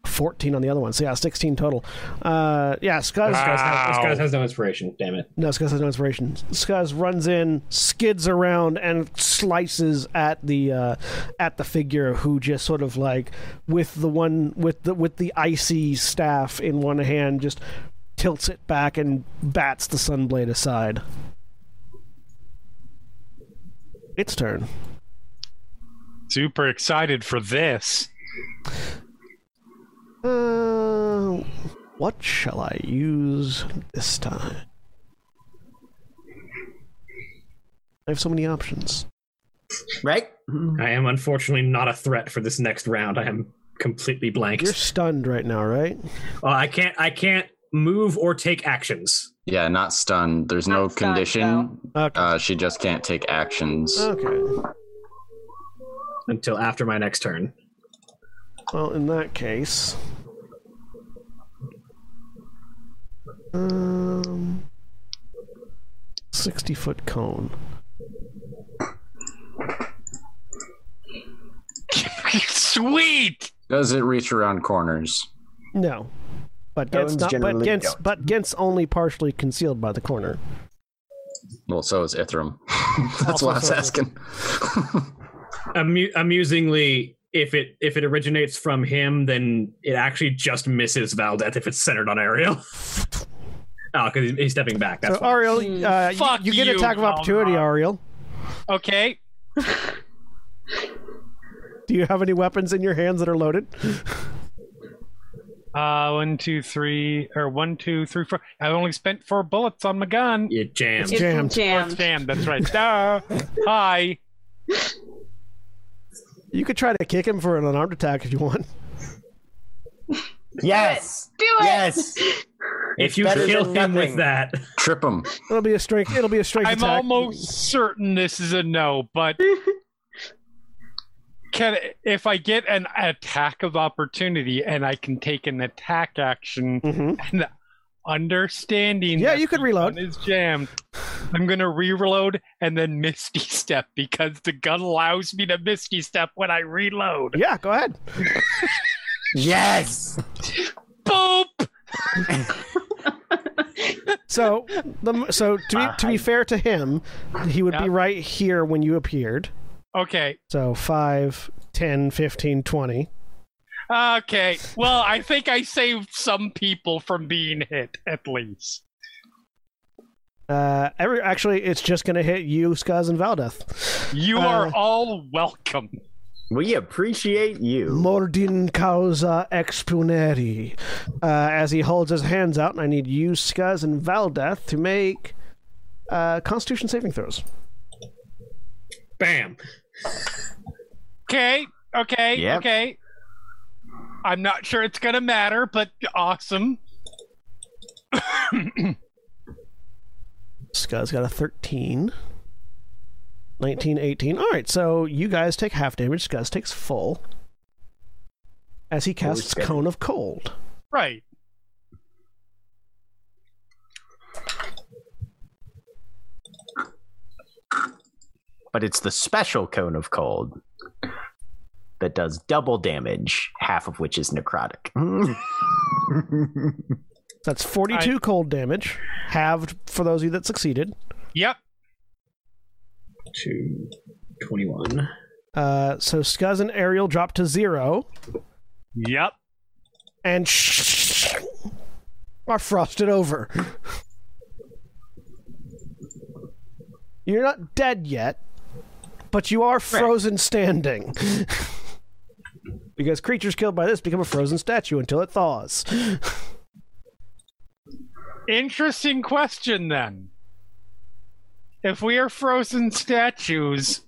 Speaker 1: 14 on the other one. So yeah, 16 total. Uh, yeah, Skuz.
Speaker 7: Ah.
Speaker 9: Scuzz has,
Speaker 7: Ow.
Speaker 9: Scuzz has no inspiration. Damn it.
Speaker 1: No, Skuz has no inspiration. Skuz runs in, skids around, and slices at the uh, at the figure who just sort of like with the one with the with the icy staff in one hand just tilts it back and bats the sunblade aside. Its turn.
Speaker 7: Super excited for this.
Speaker 1: Uh, what shall I use this time? I have so many options.
Speaker 2: right?
Speaker 9: I am unfortunately not a threat for this next round. I am completely blank.
Speaker 1: You're stunned right now, right?
Speaker 9: Uh, I can't. I can't move or take actions.
Speaker 5: Yeah, not stunned. There's
Speaker 3: Not
Speaker 5: no
Speaker 3: stunned,
Speaker 5: condition.
Speaker 1: Okay.
Speaker 5: Uh, she just can't take actions.
Speaker 1: Mm. Okay.
Speaker 9: Until after my next turn.
Speaker 1: Well, in that case. Um, 60 foot cone.
Speaker 7: Sweet.
Speaker 5: Does it reach around corners?
Speaker 1: No. But
Speaker 2: Cones
Speaker 1: Gent's, not, but,
Speaker 2: generally
Speaker 1: Gent's,
Speaker 2: don't.
Speaker 1: but Gent's only partially concealed by the corner.
Speaker 5: Well, so is Ithram. That's what I was
Speaker 1: so is
Speaker 5: asking.
Speaker 9: Amu- amusingly, if it if it originates from him, then it actually just misses Valdeth if it's centered on Ariel. oh, because he's stepping back. That's
Speaker 1: so,
Speaker 9: why.
Speaker 1: Ariel, uh, you,
Speaker 7: Fuck
Speaker 1: you get an
Speaker 7: you,
Speaker 1: attack of opportunity,
Speaker 7: Balrog.
Speaker 1: Ariel.
Speaker 7: Okay.
Speaker 1: Do you have any weapons in your hands that are loaded?
Speaker 7: Uh, one, two, three, or one, two, three, four. I've only spent four bullets on my gun.
Speaker 9: you jam.
Speaker 3: It's
Speaker 1: jammed.
Speaker 7: Fourth jam. That's right. Duh. Hi.
Speaker 1: You could try to kick him for an unarmed attack if you want.
Speaker 2: Yes.
Speaker 3: Do it.
Speaker 2: Yes.
Speaker 9: If you
Speaker 2: better
Speaker 9: kill
Speaker 2: than
Speaker 9: him with
Speaker 2: nothing.
Speaker 9: that,
Speaker 5: Trip him.
Speaker 1: It'll be a strength. It'll be a strength
Speaker 7: I'm
Speaker 1: attack.
Speaker 7: almost certain this is a no, but can if I get an attack of opportunity and I can take an attack action,
Speaker 1: Mhm.
Speaker 7: and understanding
Speaker 1: Yeah,
Speaker 7: that
Speaker 1: you could
Speaker 7: the
Speaker 1: reload.
Speaker 7: gun is jammed, I'm gonna reload and then Misty Step because the gun allows me to Misty Step when I reload.
Speaker 1: Yeah, go ahead.
Speaker 2: Yes.
Speaker 7: Boop.
Speaker 1: So, the, so to be, to be fair to him, he would be
Speaker 7: Yeah.
Speaker 1: right here when you appeared.
Speaker 7: Okay.
Speaker 1: So 5, 10, 15, 20.
Speaker 7: Okay. Well, I think I saved some people from being hit at least.
Speaker 1: Uh, every, actually, it's just going to hit you, Skaz, and Valdeth.
Speaker 7: You
Speaker 1: Uh,
Speaker 7: are all welcome.
Speaker 2: We appreciate you.
Speaker 1: Mordin causa expuneri. Uh, as he holds his hands out, and I need you, Skuz, and Valdeth to make uh, Constitution saving throws.
Speaker 9: bam.
Speaker 7: Okay. Okay.
Speaker 2: Yep.
Speaker 7: Okay. I'm not sure it's gonna matter, but awesome.
Speaker 1: Skuz got a 13. 19, 18. All right, so you guys take half damage. Skuz takes full. As he casts
Speaker 2: Always
Speaker 1: Cone of Cold.
Speaker 7: Right.
Speaker 2: But it's the special cone of cold that does double damage, half of which is necrotic.
Speaker 1: That's 42 cold damage, halved for those of you that succeeded.
Speaker 7: Yep.
Speaker 9: Two twenty-one.
Speaker 1: Uh, so Skuz and Ariel drop to zero.
Speaker 7: Yep.
Speaker 1: and sh- are frosted over. You're not dead yet, but you are frozen standing. because creatures killed by this become a frozen statue until it thaws.
Speaker 7: Interesting question then. If we are frozen statues,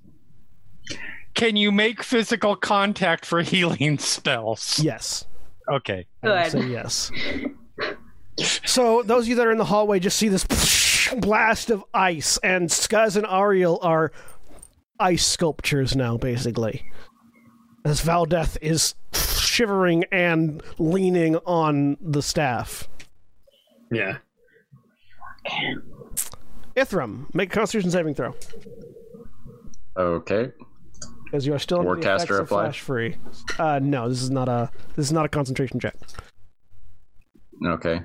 Speaker 7: can you make physical contact for healing spells?
Speaker 1: yes.
Speaker 7: Okay.
Speaker 1: I would
Speaker 3: Good.
Speaker 1: say yes. So those of you that are in the hallway just see this blast of ice, and Skuz and Ariel are ice sculptures now, basically. As Valdeth is shivering and leaning on the staff.
Speaker 9: Yeah.
Speaker 1: Ithram, make a Constitution saving throw
Speaker 5: Okay.
Speaker 1: because you are still under the
Speaker 5: Warcaster
Speaker 1: effects of
Speaker 5: apply?
Speaker 1: flash free. Uh, no, this is not a this is not a concentration check.
Speaker 5: Okay.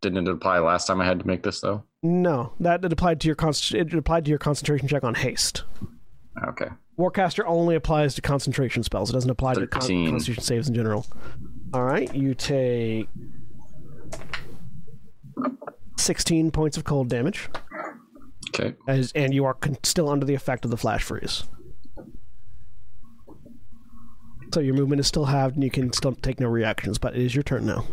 Speaker 5: Didn't it apply last time I had to make this though?
Speaker 1: No, that it applied to your const- it applied to your concentration check on haste.
Speaker 5: Okay.
Speaker 1: Warcaster only applies to concentration spells. It doesn't apply to con-
Speaker 5: 13.
Speaker 1: constitution saves in general. All right, you take 16 points of cold damage,
Speaker 5: Okay.
Speaker 1: as, and you are con- still under the effect of the flash freeze. So your movement is still halved, and you can still take no reactions. But it is your turn now.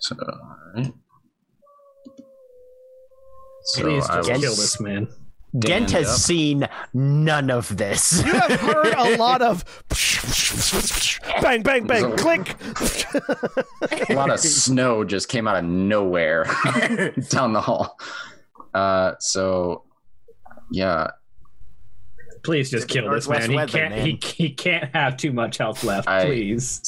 Speaker 5: So alright. So
Speaker 9: Please
Speaker 5: I
Speaker 9: just
Speaker 5: will
Speaker 9: kill this man.
Speaker 5: stand
Speaker 2: Gent has
Speaker 5: up.
Speaker 2: seen none of this.
Speaker 1: You have heard a lot of bang, bang, bang,
Speaker 5: So-
Speaker 1: click.
Speaker 5: a lot of snow just came out of nowhere down the hall. Uh, so yeah,
Speaker 9: Please just kill this
Speaker 2: Northwest
Speaker 9: man. He
Speaker 2: weather,
Speaker 9: can't.
Speaker 2: man.
Speaker 9: He, he can't have too much health left.
Speaker 5: I-
Speaker 9: Please.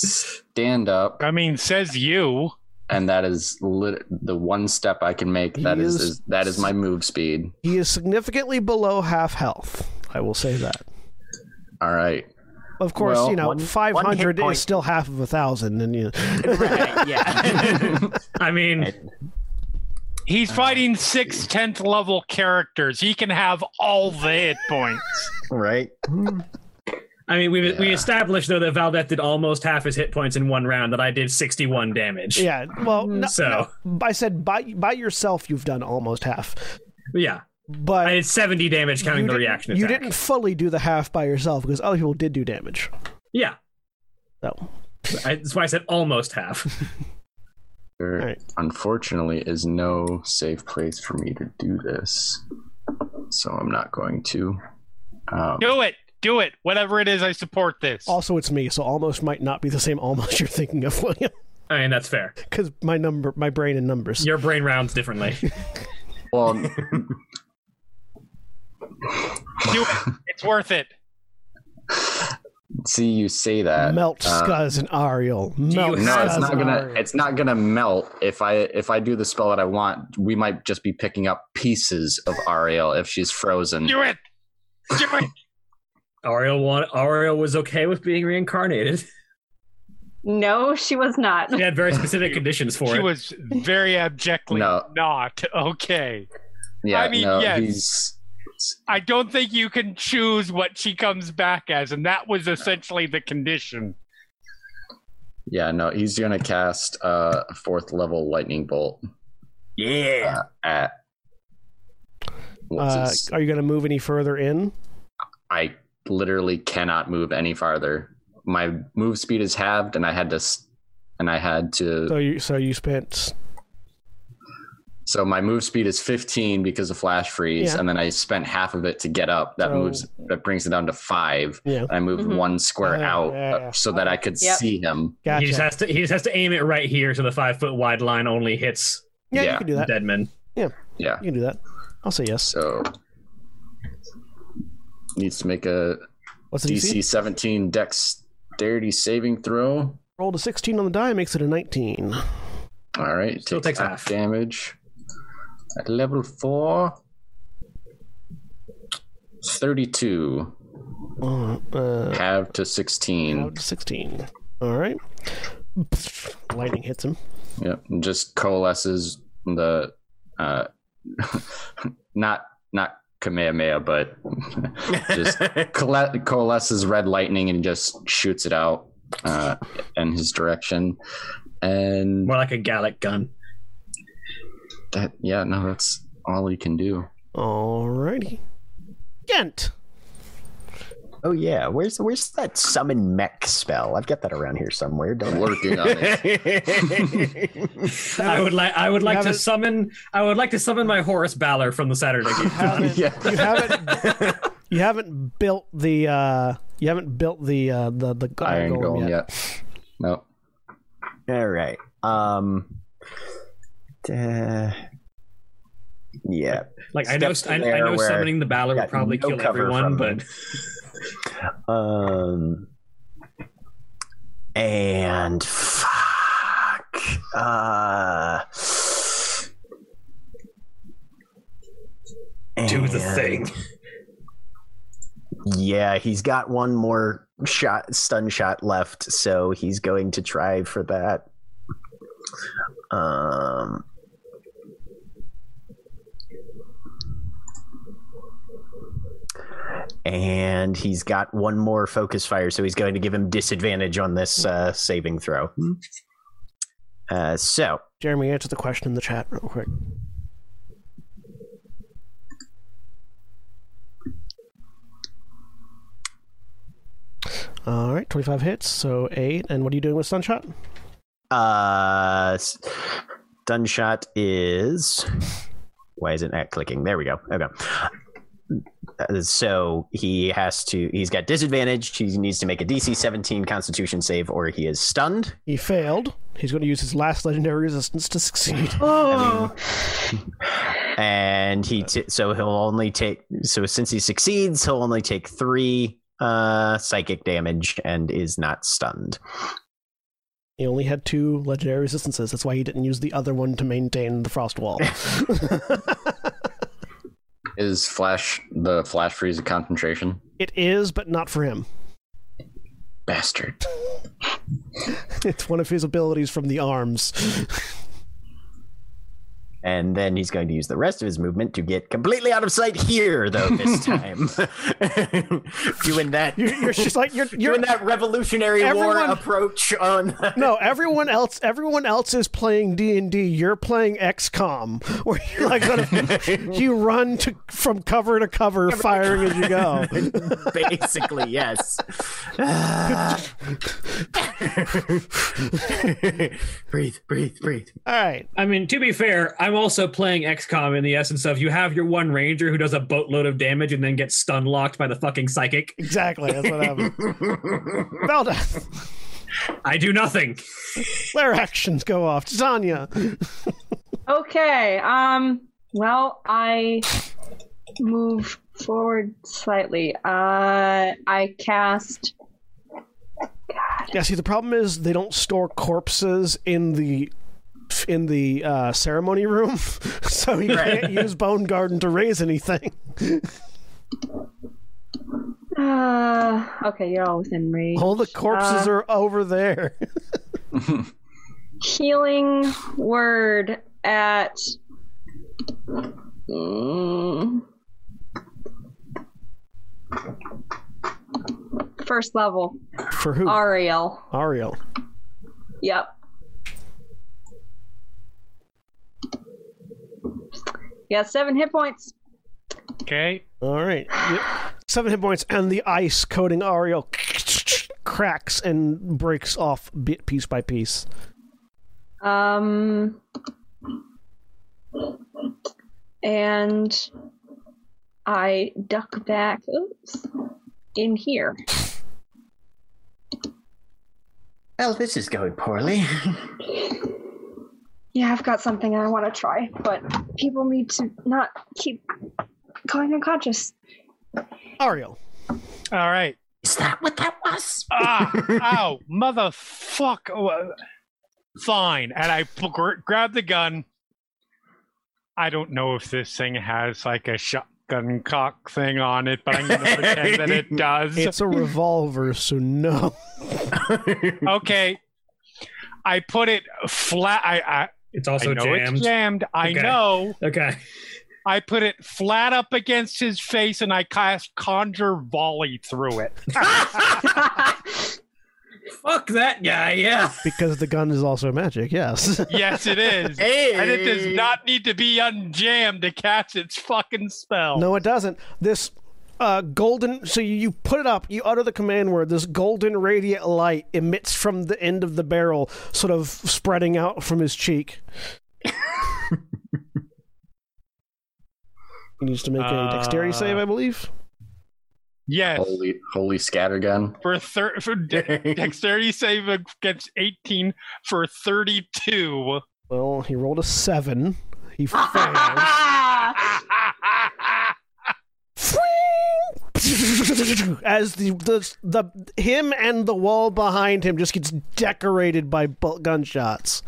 Speaker 5: stand up,
Speaker 7: I mean, says you.
Speaker 5: and that is lit- the one step I can make. That
Speaker 1: He
Speaker 5: is,
Speaker 1: is-
Speaker 5: is that is my move speed.
Speaker 1: He is significantly below half health. I will say that.
Speaker 5: All right,
Speaker 1: Of course,
Speaker 5: Well,
Speaker 1: you know,
Speaker 2: one-
Speaker 1: five
Speaker 2: one hit
Speaker 1: hundred
Speaker 2: point.
Speaker 1: is still half of a thousand, and you
Speaker 2: Right, yeah.
Speaker 9: I mean,
Speaker 7: He's fighting six tenth level characters. He can have all the hit points.
Speaker 2: right.
Speaker 9: I mean, we we
Speaker 5: Yeah.
Speaker 9: established though that Valdeth did almost half his hit points in one round. That I did sixty-one damage.
Speaker 1: yeah. Well, no,
Speaker 9: So.
Speaker 1: no, I said by by yourself, you've done almost half,
Speaker 9: Yeah.
Speaker 1: but
Speaker 9: I did seventy damage counting
Speaker 1: you
Speaker 9: the
Speaker 1: didn't-
Speaker 9: reaction
Speaker 1: You
Speaker 9: attack.
Speaker 1: didn't fully do the half by yourself because other people did do damage.
Speaker 9: Yeah.
Speaker 1: So
Speaker 9: I, that's why I said almost half.
Speaker 5: there
Speaker 1: Alright.
Speaker 5: unfortunately is no safe place for me to do this, so I'm not going to. Um,
Speaker 7: Do it. Do it. Whatever it is, I support this.
Speaker 1: also, it's me, so almost might not be the same almost you're thinking of, William,
Speaker 9: I mean, that's fair.
Speaker 1: because my number, my brain and numbers.
Speaker 9: Your brain rounds differently.
Speaker 5: Well,
Speaker 7: Do it. It's worth it.
Speaker 5: see, you say that
Speaker 1: melt
Speaker 5: uh,
Speaker 1: Scuzz and Ariel.
Speaker 9: you
Speaker 1: Melt
Speaker 9: have-
Speaker 5: No,
Speaker 1: Scuzz
Speaker 5: it's not
Speaker 1: and
Speaker 5: gonna.
Speaker 1: Ariel.
Speaker 5: It's not gonna melt. If I if I do the spell that I want, we might just be picking up pieces of Ariel if she's frozen.
Speaker 7: Do it. Do it.
Speaker 9: Ariel won. Ariel was okay with being reincarnated.
Speaker 3: No, she was not.
Speaker 9: She had very specific conditions for
Speaker 7: She
Speaker 9: it.
Speaker 7: was very abjectly
Speaker 5: No.
Speaker 7: not okay.
Speaker 5: Yeah,
Speaker 7: I mean,
Speaker 5: no,
Speaker 7: yes.
Speaker 5: he's
Speaker 7: I don't think you can choose what she comes back as, and that was essentially the condition.
Speaker 5: yeah, no, he's gonna cast uh, a fourth level lightning bolt
Speaker 2: Yeah.
Speaker 5: at. What's
Speaker 1: Uh,
Speaker 5: his-
Speaker 1: are you gonna move any further in?
Speaker 5: I literally cannot move any farther. My move speed is halved, and I had to, s- and I had to.
Speaker 1: So you, so you spent
Speaker 5: So my move speed is 15 because of flash freeze,
Speaker 1: Yeah.
Speaker 5: and then I spent half of it to get up. That
Speaker 1: So-
Speaker 5: moves that brings it down to five.
Speaker 1: Yeah.
Speaker 5: I moved
Speaker 3: Mhm.
Speaker 5: one square
Speaker 1: Oh,
Speaker 5: out
Speaker 1: yeah,
Speaker 5: uh,
Speaker 1: yeah.
Speaker 5: so that I could
Speaker 3: Yep.
Speaker 5: see him.
Speaker 1: gotcha.
Speaker 9: He just has to. He just has to aim it right here, so the five foot wide line only hits
Speaker 1: yeah, you
Speaker 5: yeah,
Speaker 1: can do that.
Speaker 9: Deadman.
Speaker 5: Yeah.
Speaker 1: You can do that. I'll say yes.
Speaker 5: So needs to make a
Speaker 1: What's the
Speaker 5: DC 17 dexterity saving throw.
Speaker 1: Rolled a 16 on the die, makes it a 19.
Speaker 5: All right,
Speaker 9: Still takes half.
Speaker 5: damage at level four. 32
Speaker 1: Oh, uh,
Speaker 5: have to 16
Speaker 1: out to 16. All right. Lightning hits him.
Speaker 5: Yep, and just coalesces the uh, not not Kamehameha, but just coale- coalesces red lightning and just shoots it out uh, in his direction. And
Speaker 9: More like a Gallic gun.
Speaker 5: that, yeah, no, that's all he can do.
Speaker 1: Alrighty. Ghent.
Speaker 2: Oh yeah, where's where's that summon mech spell? I've got that around here somewhere. Don't I?
Speaker 5: Working on it.
Speaker 9: I would like I would like to
Speaker 1: haven't-
Speaker 9: summon I would like to summon my Horus Balor from the Saturday game.
Speaker 1: haven't- you haven't you haven't built the uh you haven't built the uh the the
Speaker 5: Iron
Speaker 1: golem
Speaker 5: golem
Speaker 1: yet.
Speaker 5: yet. No.
Speaker 2: All right. Um. uh, yeah.
Speaker 9: like I know
Speaker 2: Steps to
Speaker 9: I, I
Speaker 2: there
Speaker 9: know
Speaker 2: where
Speaker 9: summoning the Balor
Speaker 2: you
Speaker 9: would
Speaker 2: got
Speaker 9: probably
Speaker 2: no
Speaker 9: kill
Speaker 2: cover
Speaker 9: everyone,
Speaker 2: from
Speaker 9: but
Speaker 2: Um. And fuck. Uh.
Speaker 9: do the
Speaker 2: and-
Speaker 9: thing.
Speaker 2: Yeah, he's got one more shot, stun shot left, so he's going to try for that. Um. And he's got one more focus fire, so he's going to give him disadvantage on this uh, saving throw. Uh, so,
Speaker 1: Jeremy, answer the question in the chat real quick. All right, 25 hits, so 8. And what are you doing with Sunshot?
Speaker 2: uh, s- stun shot is. Why isn't that clicking? There we go. Okay. Uh, So he has to. He's got disadvantage. He needs to make a DC 17 Constitution save, or he is stunned.
Speaker 1: He failed. He's going to use his last legendary resistance to succeed.
Speaker 3: Oh,
Speaker 2: and he t- so he'll only take so since he succeeds he'll only take three uh psychic damage and is not stunned
Speaker 1: He only had two legendary resistances. That's why he didn't use the other one to maintain the frost wall.
Speaker 5: Is flash the flash freeze a concentration?
Speaker 1: it is, but not for him.
Speaker 5: Bastard.
Speaker 1: It's one of his abilities from the arms.
Speaker 2: and then he's going to use the rest of his movement to get completely out of sight here though this time doing that
Speaker 1: You're, you're just like you're you're
Speaker 2: doing that revolutionary
Speaker 1: Everyone-
Speaker 2: war approach on
Speaker 1: No, everyone else everyone else is playing D&D. You're playing XCOM where you're like sort of- you run to from cover to cover firing as you go.
Speaker 2: basically yes breathe breathe breathe
Speaker 1: All right.
Speaker 9: I mean, to be fair, I'm also playing XCOM in the essence of you have your one ranger who does a boatload of damage and then gets stun locked by the fucking psychic.
Speaker 1: Exactly. That's what happened. Valda,
Speaker 9: I do nothing.
Speaker 1: flare actions go off. Zanya.
Speaker 3: okay. Um. Well, I move forward slightly. Uh, I cast.
Speaker 1: Yeah, see, the problem is they don't store corpses in the in the uh, ceremony room, so he can't use Bone Garden to raise anything.
Speaker 3: Uh, okay, you're all within range.
Speaker 1: All the corpses are over there.
Speaker 3: Healing word at. Mm. First level,
Speaker 1: For who?
Speaker 3: Ariel.
Speaker 1: Ariel.
Speaker 3: Yep. Yeah, seven hit points.
Speaker 7: Okay.
Speaker 1: All right. Yep. Seven hit points, and the ice coating Ariel cracks and breaks off bit piece by piece.
Speaker 3: Um, and I duck back oops, in here.
Speaker 2: well this is going poorly
Speaker 3: Yeah, I've got something I want to try, but people need to not keep going unconscious.
Speaker 1: Ariel.
Speaker 7: All right.
Speaker 2: Is that what that was?
Speaker 7: ah, ow, motherfuck. Wha- Fine. And I p- gr- grab the gun. I don't know if this thing has like a shotgun cock thing on it, but I'm going to pretend that it does.
Speaker 1: It's a revolver, so no.
Speaker 7: okay. I put it flat. I, I,
Speaker 9: It's
Speaker 7: I
Speaker 9: also
Speaker 7: know
Speaker 9: jammed.
Speaker 7: it's jammed. I
Speaker 9: Okay.
Speaker 7: know.
Speaker 9: okay.
Speaker 7: I put it flat up against his face and I cast Conjure Volley through it.
Speaker 9: Fuck that guy, yeah.
Speaker 1: because the gun is also magic. Yes.
Speaker 7: Yes, it is. And it does not need to be unjammed to catch its fucking spell.
Speaker 1: No, it doesn't. This uh, golden. So you, you put it up. You utter the command word. This golden radiant light emits from the end of the barrel, sort of spreading out from his cheek. he needs to make a dexterity save, I believe.
Speaker 7: Yes.
Speaker 5: Holy, holy scattergun.
Speaker 7: For, thir- for de- dexterity save against 18 for 32.
Speaker 1: Well, he rolled a seven. He failed. As the, the the him and the wall behind him just gets decorated by bu- gunshots.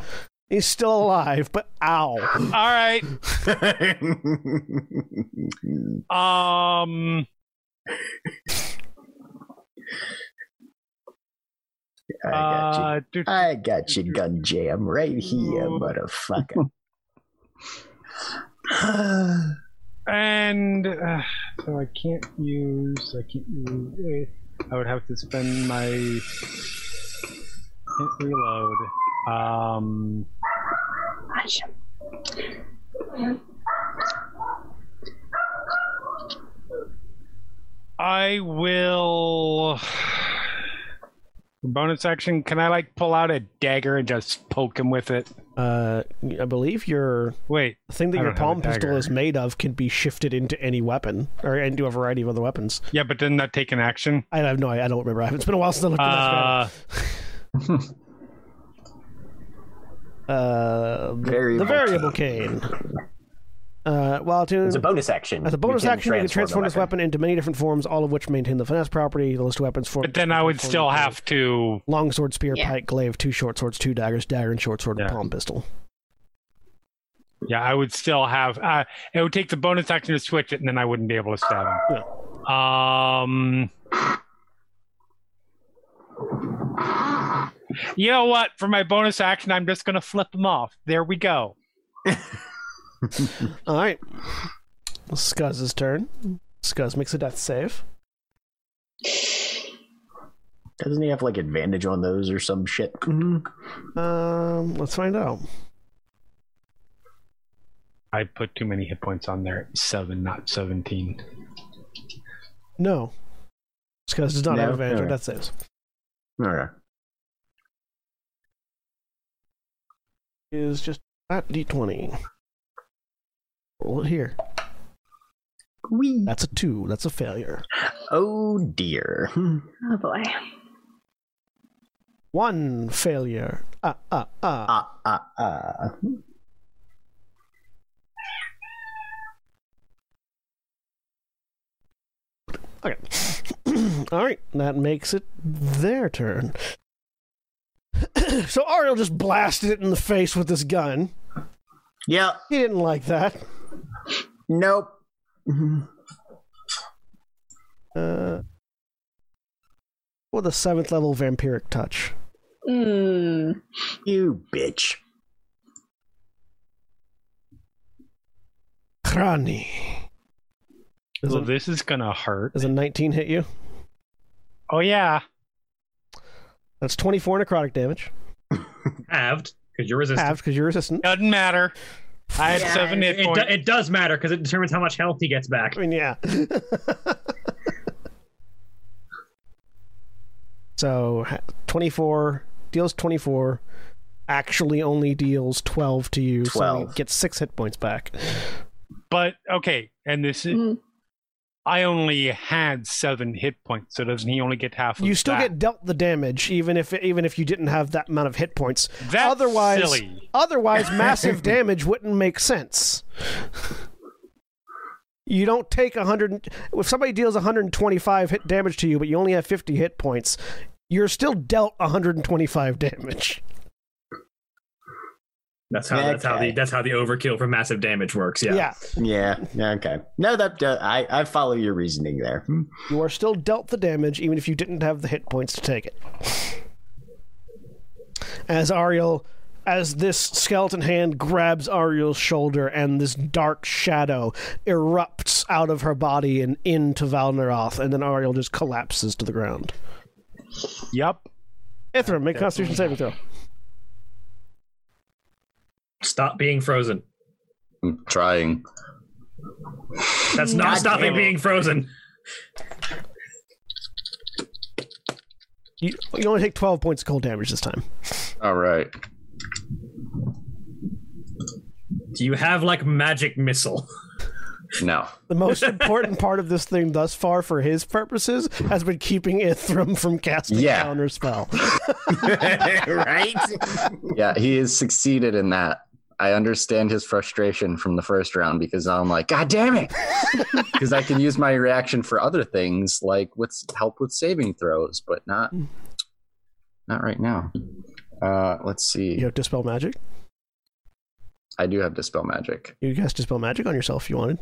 Speaker 1: He's still alive, but ow.
Speaker 7: All right. Um.
Speaker 2: I got you.
Speaker 7: Uh, do-
Speaker 2: I got you, gun jam, right here, motherfucker.
Speaker 7: and uh, so I can't use. I can't use. eh, I would have to spend my. Can't reload. Um. I will. Bonus action. Can I like pull out a dagger and just poke him with it?
Speaker 1: Uh, I believe your
Speaker 7: Wait.
Speaker 1: the thing that
Speaker 7: I
Speaker 1: your
Speaker 7: don't have a
Speaker 1: palm pistol
Speaker 7: dagger.
Speaker 1: is made of can be shifted into any weapon or into a variety of other weapons.
Speaker 7: Yeah, but didn't that take an action?
Speaker 1: I have no, I don't remember. It's been a while since I looked at
Speaker 7: Uh,
Speaker 1: that. Uh, the,
Speaker 2: Variable
Speaker 1: the variable cane. Uh, while tuned,
Speaker 2: It's a bonus action.
Speaker 1: As a bonus
Speaker 2: You can
Speaker 1: action, you can transform
Speaker 2: a
Speaker 1: this weapon into many different forms, all of which maintain the finesse property. The list of weapons for
Speaker 7: but then I would still have to.
Speaker 1: long sword, spear,
Speaker 6: Yeah.
Speaker 1: pike, glaive, two short swords, two daggers, dagger, and short sword, and
Speaker 7: Yeah.
Speaker 1: palm pistol.
Speaker 7: Yeah, I would still have. Uh, it would take the bonus action to switch it, and then I wouldn't be able to stab him. Um. You know what? For my bonus action, I'm just gonna flip him off. There we go.
Speaker 1: All right, Scuzz's turn. Scuzz makes a death save.
Speaker 2: Doesn't he have like advantage on those or some shit? Mm-hmm.
Speaker 1: Um, let's find out.
Speaker 7: I put too many hit points on there. Seven, not seventeen.
Speaker 1: No, Scuzz does not
Speaker 2: No?
Speaker 1: have advantage on
Speaker 2: Okay.
Speaker 1: death saves.
Speaker 2: Alright.
Speaker 1: Is just at d20. Roll it here.
Speaker 2: Wee.
Speaker 1: That's a two. That's a failure.
Speaker 2: Oh dear.
Speaker 3: Oh boy.
Speaker 1: One failure. Ah ah ah.
Speaker 2: Ah, ah, ah.
Speaker 1: Okay. All right, that makes it their turn. so Ariel just blasted it in the face with this gun.
Speaker 2: Yep.
Speaker 1: He didn't like that.
Speaker 2: Nope.
Speaker 1: Uh, with a seventh level vampiric touch.
Speaker 3: Mm.
Speaker 2: You bitch.
Speaker 1: Krani. Does,
Speaker 7: Well,
Speaker 1: a,
Speaker 7: this is gonna hurt.
Speaker 1: does a 19 hit you?
Speaker 7: Oh yeah.
Speaker 1: That's 24 necrotic damage.
Speaker 9: Halved, because you're resistant.
Speaker 1: Halved because you're resistant.
Speaker 7: Doesn't matter. I had
Speaker 6: Yeah,
Speaker 7: seven hit
Speaker 9: It, do-
Speaker 7: points.
Speaker 9: it does matter because it determines how much health he gets back.
Speaker 1: I mean, yeah. so ha- 24 deals 24 actually only deals 12 to you so you
Speaker 2: 12.
Speaker 1: get 6 hit points back.
Speaker 7: But okay, and this is.
Speaker 3: Mm.
Speaker 7: I only had seven hit points, so doesn't he only get half? Of
Speaker 1: You still
Speaker 7: that?
Speaker 1: get dealt the damage even if even if you didn't have that amount of hit points.
Speaker 7: That's
Speaker 1: otherwise
Speaker 7: silly.
Speaker 1: otherwise massive damage wouldn't make sense. You don't take 100 and- if somebody deals 125 hit damage to you but you only have 50 hit points, you're still dealt 125 damage.
Speaker 9: That's how that's how the
Speaker 2: Okay.
Speaker 9: that's how the overkill for massive damage works. Yeah.
Speaker 2: Yeah. yeah, Okay. No, that uh, I I follow your reasoning there. Hmm.
Speaker 1: You are still dealt the damage, even if you didn't have the hit points to take it. As Ariel, as this skeleton hand grabs Ariel's shoulder, and this dark shadow erupts out of her body and into Valneroth, and then Ariel just collapses to the ground.
Speaker 7: Yep.
Speaker 1: Ithram, make Constitution saving throw.
Speaker 8: Stop being frozen.
Speaker 5: I'm trying.
Speaker 8: That's not stopping being frozen.
Speaker 1: You, you only take 12 points of cold damage this time.
Speaker 5: All right.
Speaker 8: Do you have like magic missile?
Speaker 5: No.
Speaker 1: The most important part of this thing thus far, for his purposes, has been keeping Ithram from casting
Speaker 5: Yeah.
Speaker 1: counter spell.
Speaker 2: right?
Speaker 5: Yeah, he has succeeded in that. I understand his frustration from the first round because now I'm like, God damn it! Because I can use my reaction for other things, like with help with saving throws, but not
Speaker 1: Hmm.
Speaker 5: not right now. Uh, let's
Speaker 1: You
Speaker 5: see.
Speaker 1: have dispel magic.
Speaker 5: I do have dispel magic.
Speaker 1: You guys dispel magic on yourself if you wanted.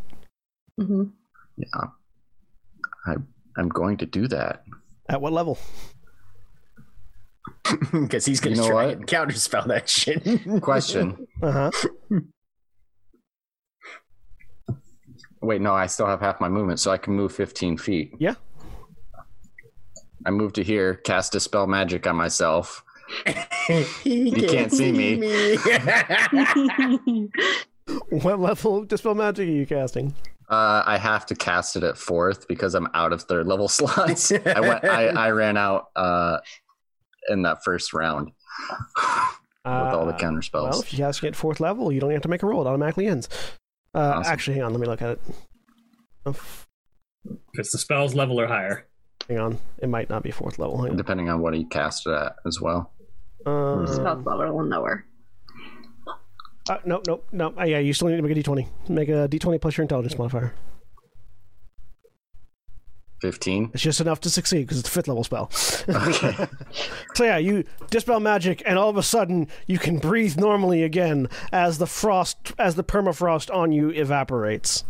Speaker 5: Yeah, I I'm going to do that.
Speaker 1: At what level?
Speaker 2: Because he's going to
Speaker 5: You know
Speaker 2: try
Speaker 5: what?
Speaker 2: and counterspell that shit.
Speaker 5: Question.
Speaker 1: Uh huh.
Speaker 5: Wait, no, I still have half my movement, so I can move 15 feet.
Speaker 1: Yeah.
Speaker 5: I move to here, cast dispel magic on myself.
Speaker 2: you
Speaker 5: can't see me.
Speaker 1: What level of dispel magic are you casting?
Speaker 5: Uh, I have to cast it at fourth because I'm out of third level slots. I went, I, I ran out uh, in that first round with all the
Speaker 1: Uh,
Speaker 5: counter
Speaker 1: Well,
Speaker 5: spells.
Speaker 1: if you cast it at fourth level, you don't have to make a roll. It automatically ends. Uh,
Speaker 5: Awesome.
Speaker 1: Actually, hang on. Let me look at it. Oh, Oof,
Speaker 8: If it's the spell's level or higher.
Speaker 1: Hang on. It might not be fourth level. Hang
Speaker 5: Depending on what he cast it at as well.
Speaker 1: on.
Speaker 10: Spell
Speaker 5: Mm-hmm.
Speaker 1: Um,
Speaker 10: level lower.
Speaker 1: uh, nope, nope, nope. Uh, yeah, you still need to make a d20. Make a d20 plus your intelligence modifier.
Speaker 5: 15.
Speaker 1: It's just enough to succeed because it's a fifth level spell.
Speaker 5: Okay.
Speaker 1: So yeah, you dispel magic, and all of a sudden you can breathe normally again as the frost, as the permafrost on you evaporates.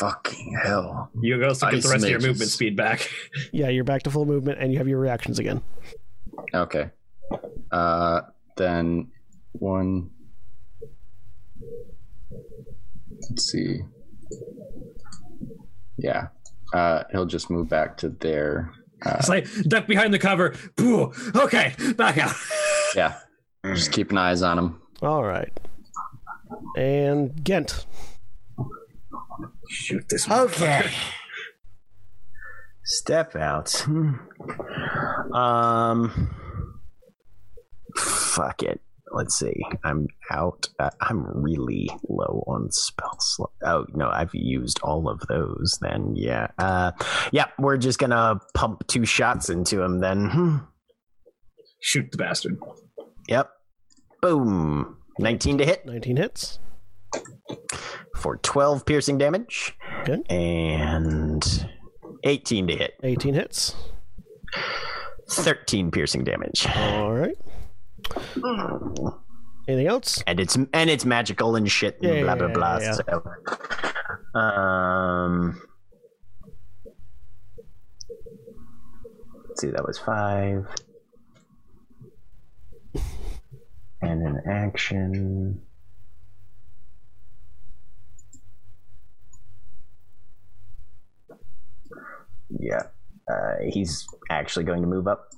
Speaker 5: Fucking hell.
Speaker 8: You also get
Speaker 5: Ice
Speaker 8: the rest of your
Speaker 5: mages.
Speaker 8: movement speed back.
Speaker 1: Yeah, you're back to full movement, and you have your reactions again.
Speaker 5: Okay. Uh, then one. Let's see. Yeah. Uh, he'll just move back to there. Uh,
Speaker 8: It's like duck behind the cover. Phew. Okay, back out.
Speaker 5: yeah.
Speaker 2: Mm.
Speaker 5: Just keeping eyes on him.
Speaker 1: All right. And Gent,
Speaker 8: Shoot this.
Speaker 2: Okay. Step out. Hmm. Um. Fuck it. Let's see. I'm out. Uh, I'm really low on spell slot. Oh no, I've used all of those. Then yeah. Uh, yeah. We're just gonna pump two shots into him. Then. Hmm.
Speaker 8: Shoot the bastard.
Speaker 2: Yep. Boom. 19 to hit
Speaker 1: 19 hits.
Speaker 2: for 12 piercing damage.
Speaker 1: Good.
Speaker 2: And 18 to hit.
Speaker 1: 18 hits.
Speaker 2: 13 piercing damage.
Speaker 1: All right. Anything else?
Speaker 2: and it's and it's magical and shit and
Speaker 1: Yeah,
Speaker 2: blah blah
Speaker 1: yeah,
Speaker 2: blah.
Speaker 1: yeah,
Speaker 2: So, um, let's see, that was five, and an action. Yeah, uh, he's actually going to move up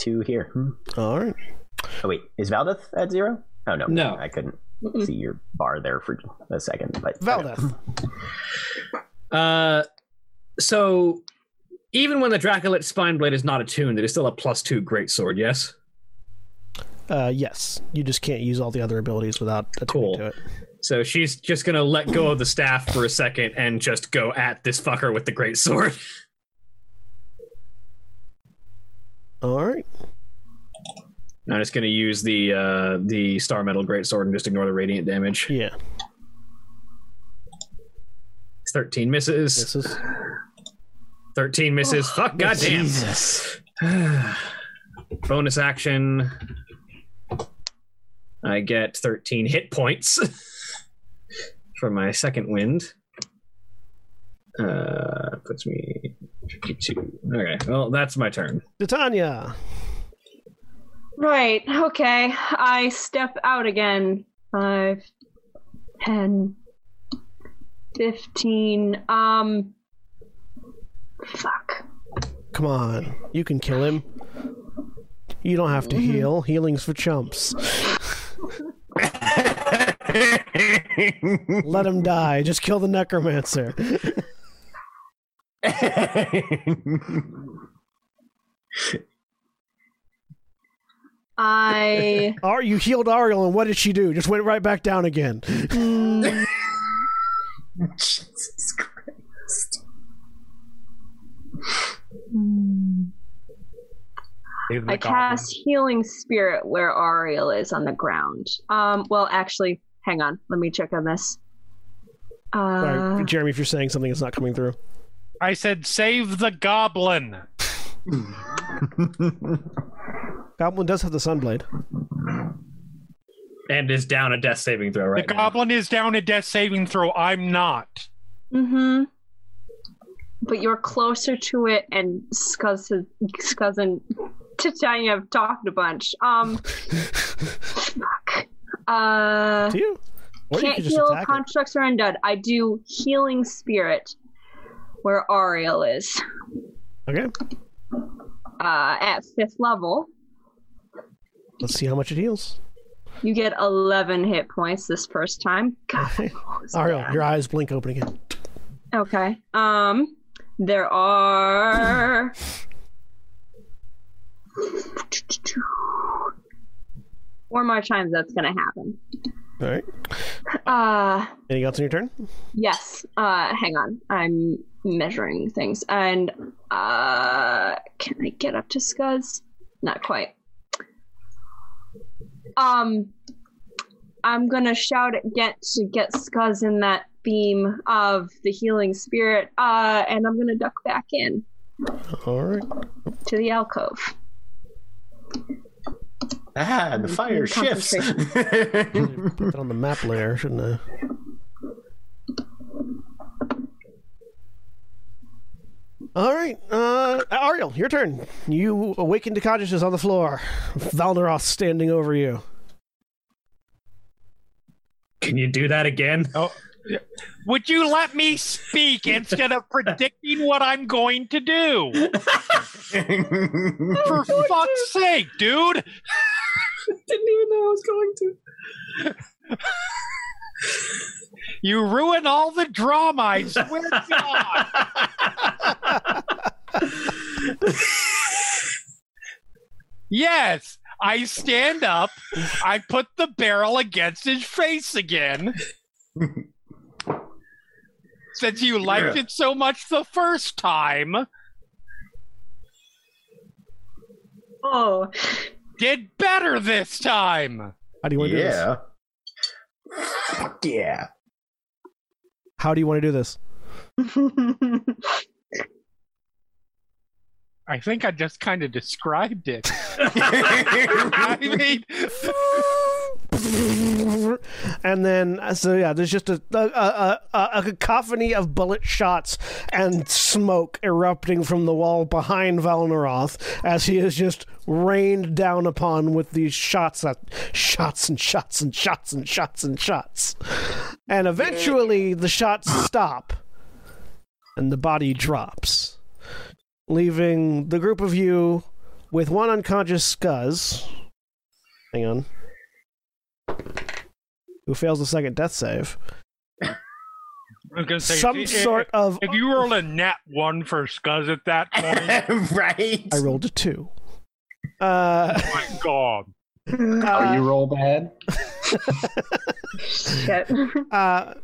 Speaker 2: to here. Hmm.
Speaker 1: All right.
Speaker 2: Oh wait, is Valdeth at zero? Oh no,
Speaker 11: No.
Speaker 2: I couldn't
Speaker 3: Mm-mm.
Speaker 2: see your bar there for a second. But
Speaker 1: Valdeth.
Speaker 8: Uh, so even when the Dracolit spine blade is not attuned, it is still a plus two greatsword. Yes.
Speaker 1: Uh, yes. You just can't use all the other abilities without attending
Speaker 8: Cool.
Speaker 1: to it.
Speaker 8: So she's just gonna let go of the staff for a second and just go at this fucker with the great sword.
Speaker 1: All right.
Speaker 8: I'm just gonna use the uh, the star metal great sword and just ignore the radiant damage.
Speaker 1: Yeah.
Speaker 8: Thirteen misses.
Speaker 1: This is
Speaker 8: Thirteen misses. Fuck, goddamn.
Speaker 2: Jesus.
Speaker 8: Bonus action. I get 13 hit points for my second wind. Uh, puts me 52. Okay, well, that's my turn.
Speaker 1: Titania.
Speaker 3: Right, okay. I step out again. Five, ten, fifteen. Um. Fuck.
Speaker 1: Come on. You can kill him. You don't have to
Speaker 3: Mm-hmm.
Speaker 1: heal. Healing's for chumps. Let him die. Just kill the necromancer.
Speaker 3: I
Speaker 1: Ar- you healed Ariel, and what did she do? Just went right back down again.
Speaker 2: Jesus Christ.
Speaker 7: Leave the
Speaker 3: I
Speaker 7: goblin.
Speaker 3: cast healing spirit where Ariel is on the ground. Um, well, actually, hang on. Let me check on this. Uh,
Speaker 1: Sorry, Jeremy, if you're saying something, it's not coming through.
Speaker 7: I said, save the goblin.
Speaker 1: Goblin does have the sunblade.
Speaker 9: and is down a death saving throw right
Speaker 7: the
Speaker 9: now.
Speaker 7: goblin is down a death saving throw. I'm not.
Speaker 3: mm-hmm. But you're closer to it, and Scuzz has- Scuzz and Titania have talked a bunch. Um, fuck. Uh,
Speaker 1: Do you? Or you
Speaker 3: can't
Speaker 1: could just
Speaker 3: heal
Speaker 1: attack it.
Speaker 3: constructs or undead. I do healing spirit where Ariel is.
Speaker 1: Okay.
Speaker 3: Uh, at fifth level,
Speaker 1: Let's see how much it heals.
Speaker 3: you get 11 hit points this first time. God,
Speaker 1: Okay.
Speaker 3: what was
Speaker 1: Ariel,
Speaker 3: that?
Speaker 1: your eyes blink open again.
Speaker 3: Okay. Um, there are. Four more times that's gonna happen.
Speaker 1: All right.
Speaker 3: Uh,
Speaker 1: Anything else on your turn?
Speaker 3: yes. Uh, hang on. I'm measuring things. And, uh, can I get up to Scuzz? Not quite. Um, I'm gonna shout at Get to get Scuzz in that beam of the healing spirit, uh, and I'm gonna duck back in
Speaker 1: All right.
Speaker 3: to the alcove.
Speaker 2: Ah, and the fire shifts.
Speaker 1: Put that on the map layer, shouldn't I? All right, uh, Ariel, your turn. You awaken to consciousness on the floor. Valnaroth standing over you.
Speaker 9: Can you do that again?
Speaker 7: Would you let me speak instead of predicting what I'm going to do? For fuck's sake, dude!
Speaker 9: Didn't even know I was going to.
Speaker 7: You ruin all the drama, I swear to God. yes, I stand up. I put the barrel against his face again. Since you liked it so much the first time,
Speaker 3: Oh,
Speaker 7: did better this time.
Speaker 1: How do you want to do this?
Speaker 2: yeah. Fuck yeah.
Speaker 1: How do you want to do this?
Speaker 7: I think I just kind of described it. I mean,
Speaker 1: and then, uh, so yeah, there's just a, a, a, a, a cacophony of bullet shots and smoke erupting from the wall behind Valnaroth as he is just rained down upon with these shots that shots and shots and shots and shots and shots. And eventually, the shots stop, and the body drops, leaving the group of you with one unconscious Scuzz. Hang on. Who fails the second death save?
Speaker 7: I was gonna say,
Speaker 1: Some
Speaker 7: if-
Speaker 1: sort of.
Speaker 7: If you roll a net one for Scuzz at that point,
Speaker 2: right.
Speaker 1: I rolled a two. Uh,
Speaker 7: oh my god.
Speaker 5: Oh,
Speaker 1: uh,
Speaker 5: you roll bad.
Speaker 3: shit.
Speaker 1: uh,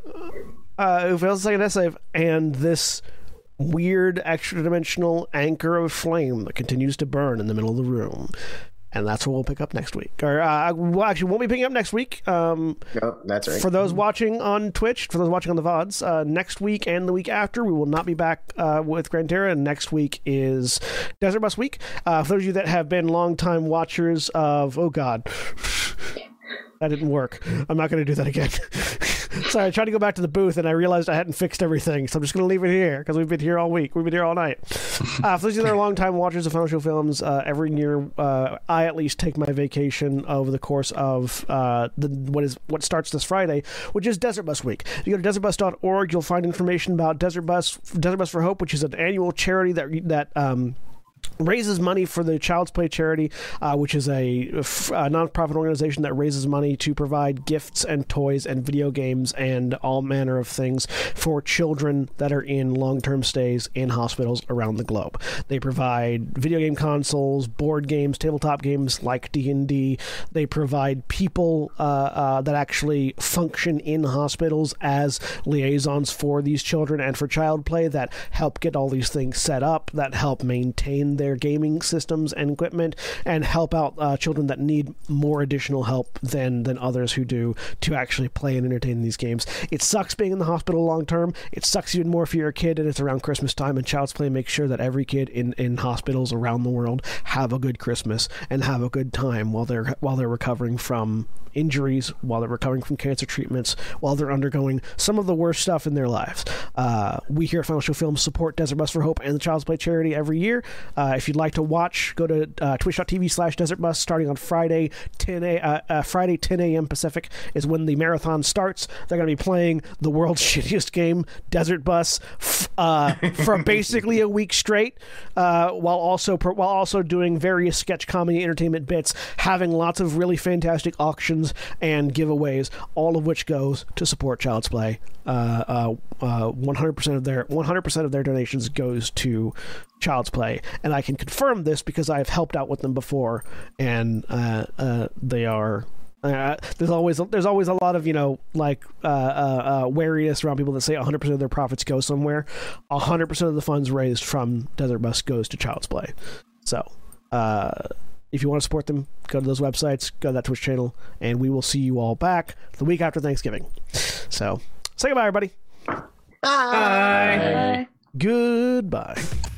Speaker 1: uh, who fails the second death save, and this weird extra dimensional anchor of flame that continues to burn in the middle of the room. And that's what we'll pick up next week. Or, uh, well, actually, won't be picking up next week. Um,
Speaker 2: Oh, that's right.
Speaker 1: For those watching on Twitch, for those watching on the VODs, uh, next week and the week after, we will not be back uh, with Grand Terra. And next week is Desert Bus Week. Uh, for those of you that have been longtime watchers of, oh God, that didn't work. I'm not going to do that again. Sorry, I tried to go back to the booth and I realized I hadn't fixed everything, so I'm just going to leave it here because we've been here all week. We've been here all night. Uh, for those of you that are longtime watchers of Final Show Films, uh, every year uh, I at least take my vacation over the course of uh, the, what is what starts this Friday, which is Desert Bus Week. If you go to desertbus.org, you'll find information about Desert Bus, Desert Bus for Hope, which is an annual charity that that. Um, raises money for the Child's Play charity, uh, which is a, f- a nonprofit organization that raises money to provide gifts and toys and video games and all manner of things for children that are in long term stays in hospitals around the globe. They provide video game consoles, board games, tabletop games like D and D. They provide people uh, uh, that actually function in hospitals as liaisons for these children and for child play that help get all these things set up, that help maintain their gaming systems and equipment, and help out uh, children that need more additional help than than others who do to actually play and entertain these games. It sucks being in the hospital long term. It sucks even more if you're a kid and it's around Christmas time. And Child's Play makes sure that every kid in in hospitals around the world have a good Christmas and have a good time while they're while they're recovering from injuries, while they're recovering from cancer treatments, while they're undergoing some of the worst stuff in their lives. Uh, we here at Final Show Films support Desert Bus for Hope and the Child's Play charity every year. Uh, if you'd like to watch, go to uh, twitch.tv slash desert bus starting on Friday 10 a, uh, uh, Friday 10 a.m. Pacific is when the marathon starts. They're going to be playing the world's shittiest game, Desert Bus, f- uh, for basically a week straight, uh, while also pro- while also doing various sketch comedy entertainment bits, having lots of really fantastic auctions and giveaways, all of which goes to support Child's Play. Uh, uh, uh, 100% of their 100% of their donations goes to Child's Play, and I can confirm this because I've helped out with them before, and uh, uh, they are. Uh, there's always there's always a lot of you know like uh, uh, uh, wariness around people that say 100% of their profits go somewhere. 100% of the funds raised from Desert Bus goes to Child's Play. So uh, if you want to support them, go to those websites, go to that Twitch channel, and we will see you all back the week after Thanksgiving. So say goodbye, everybody.
Speaker 2: Bye.
Speaker 1: Goodbye.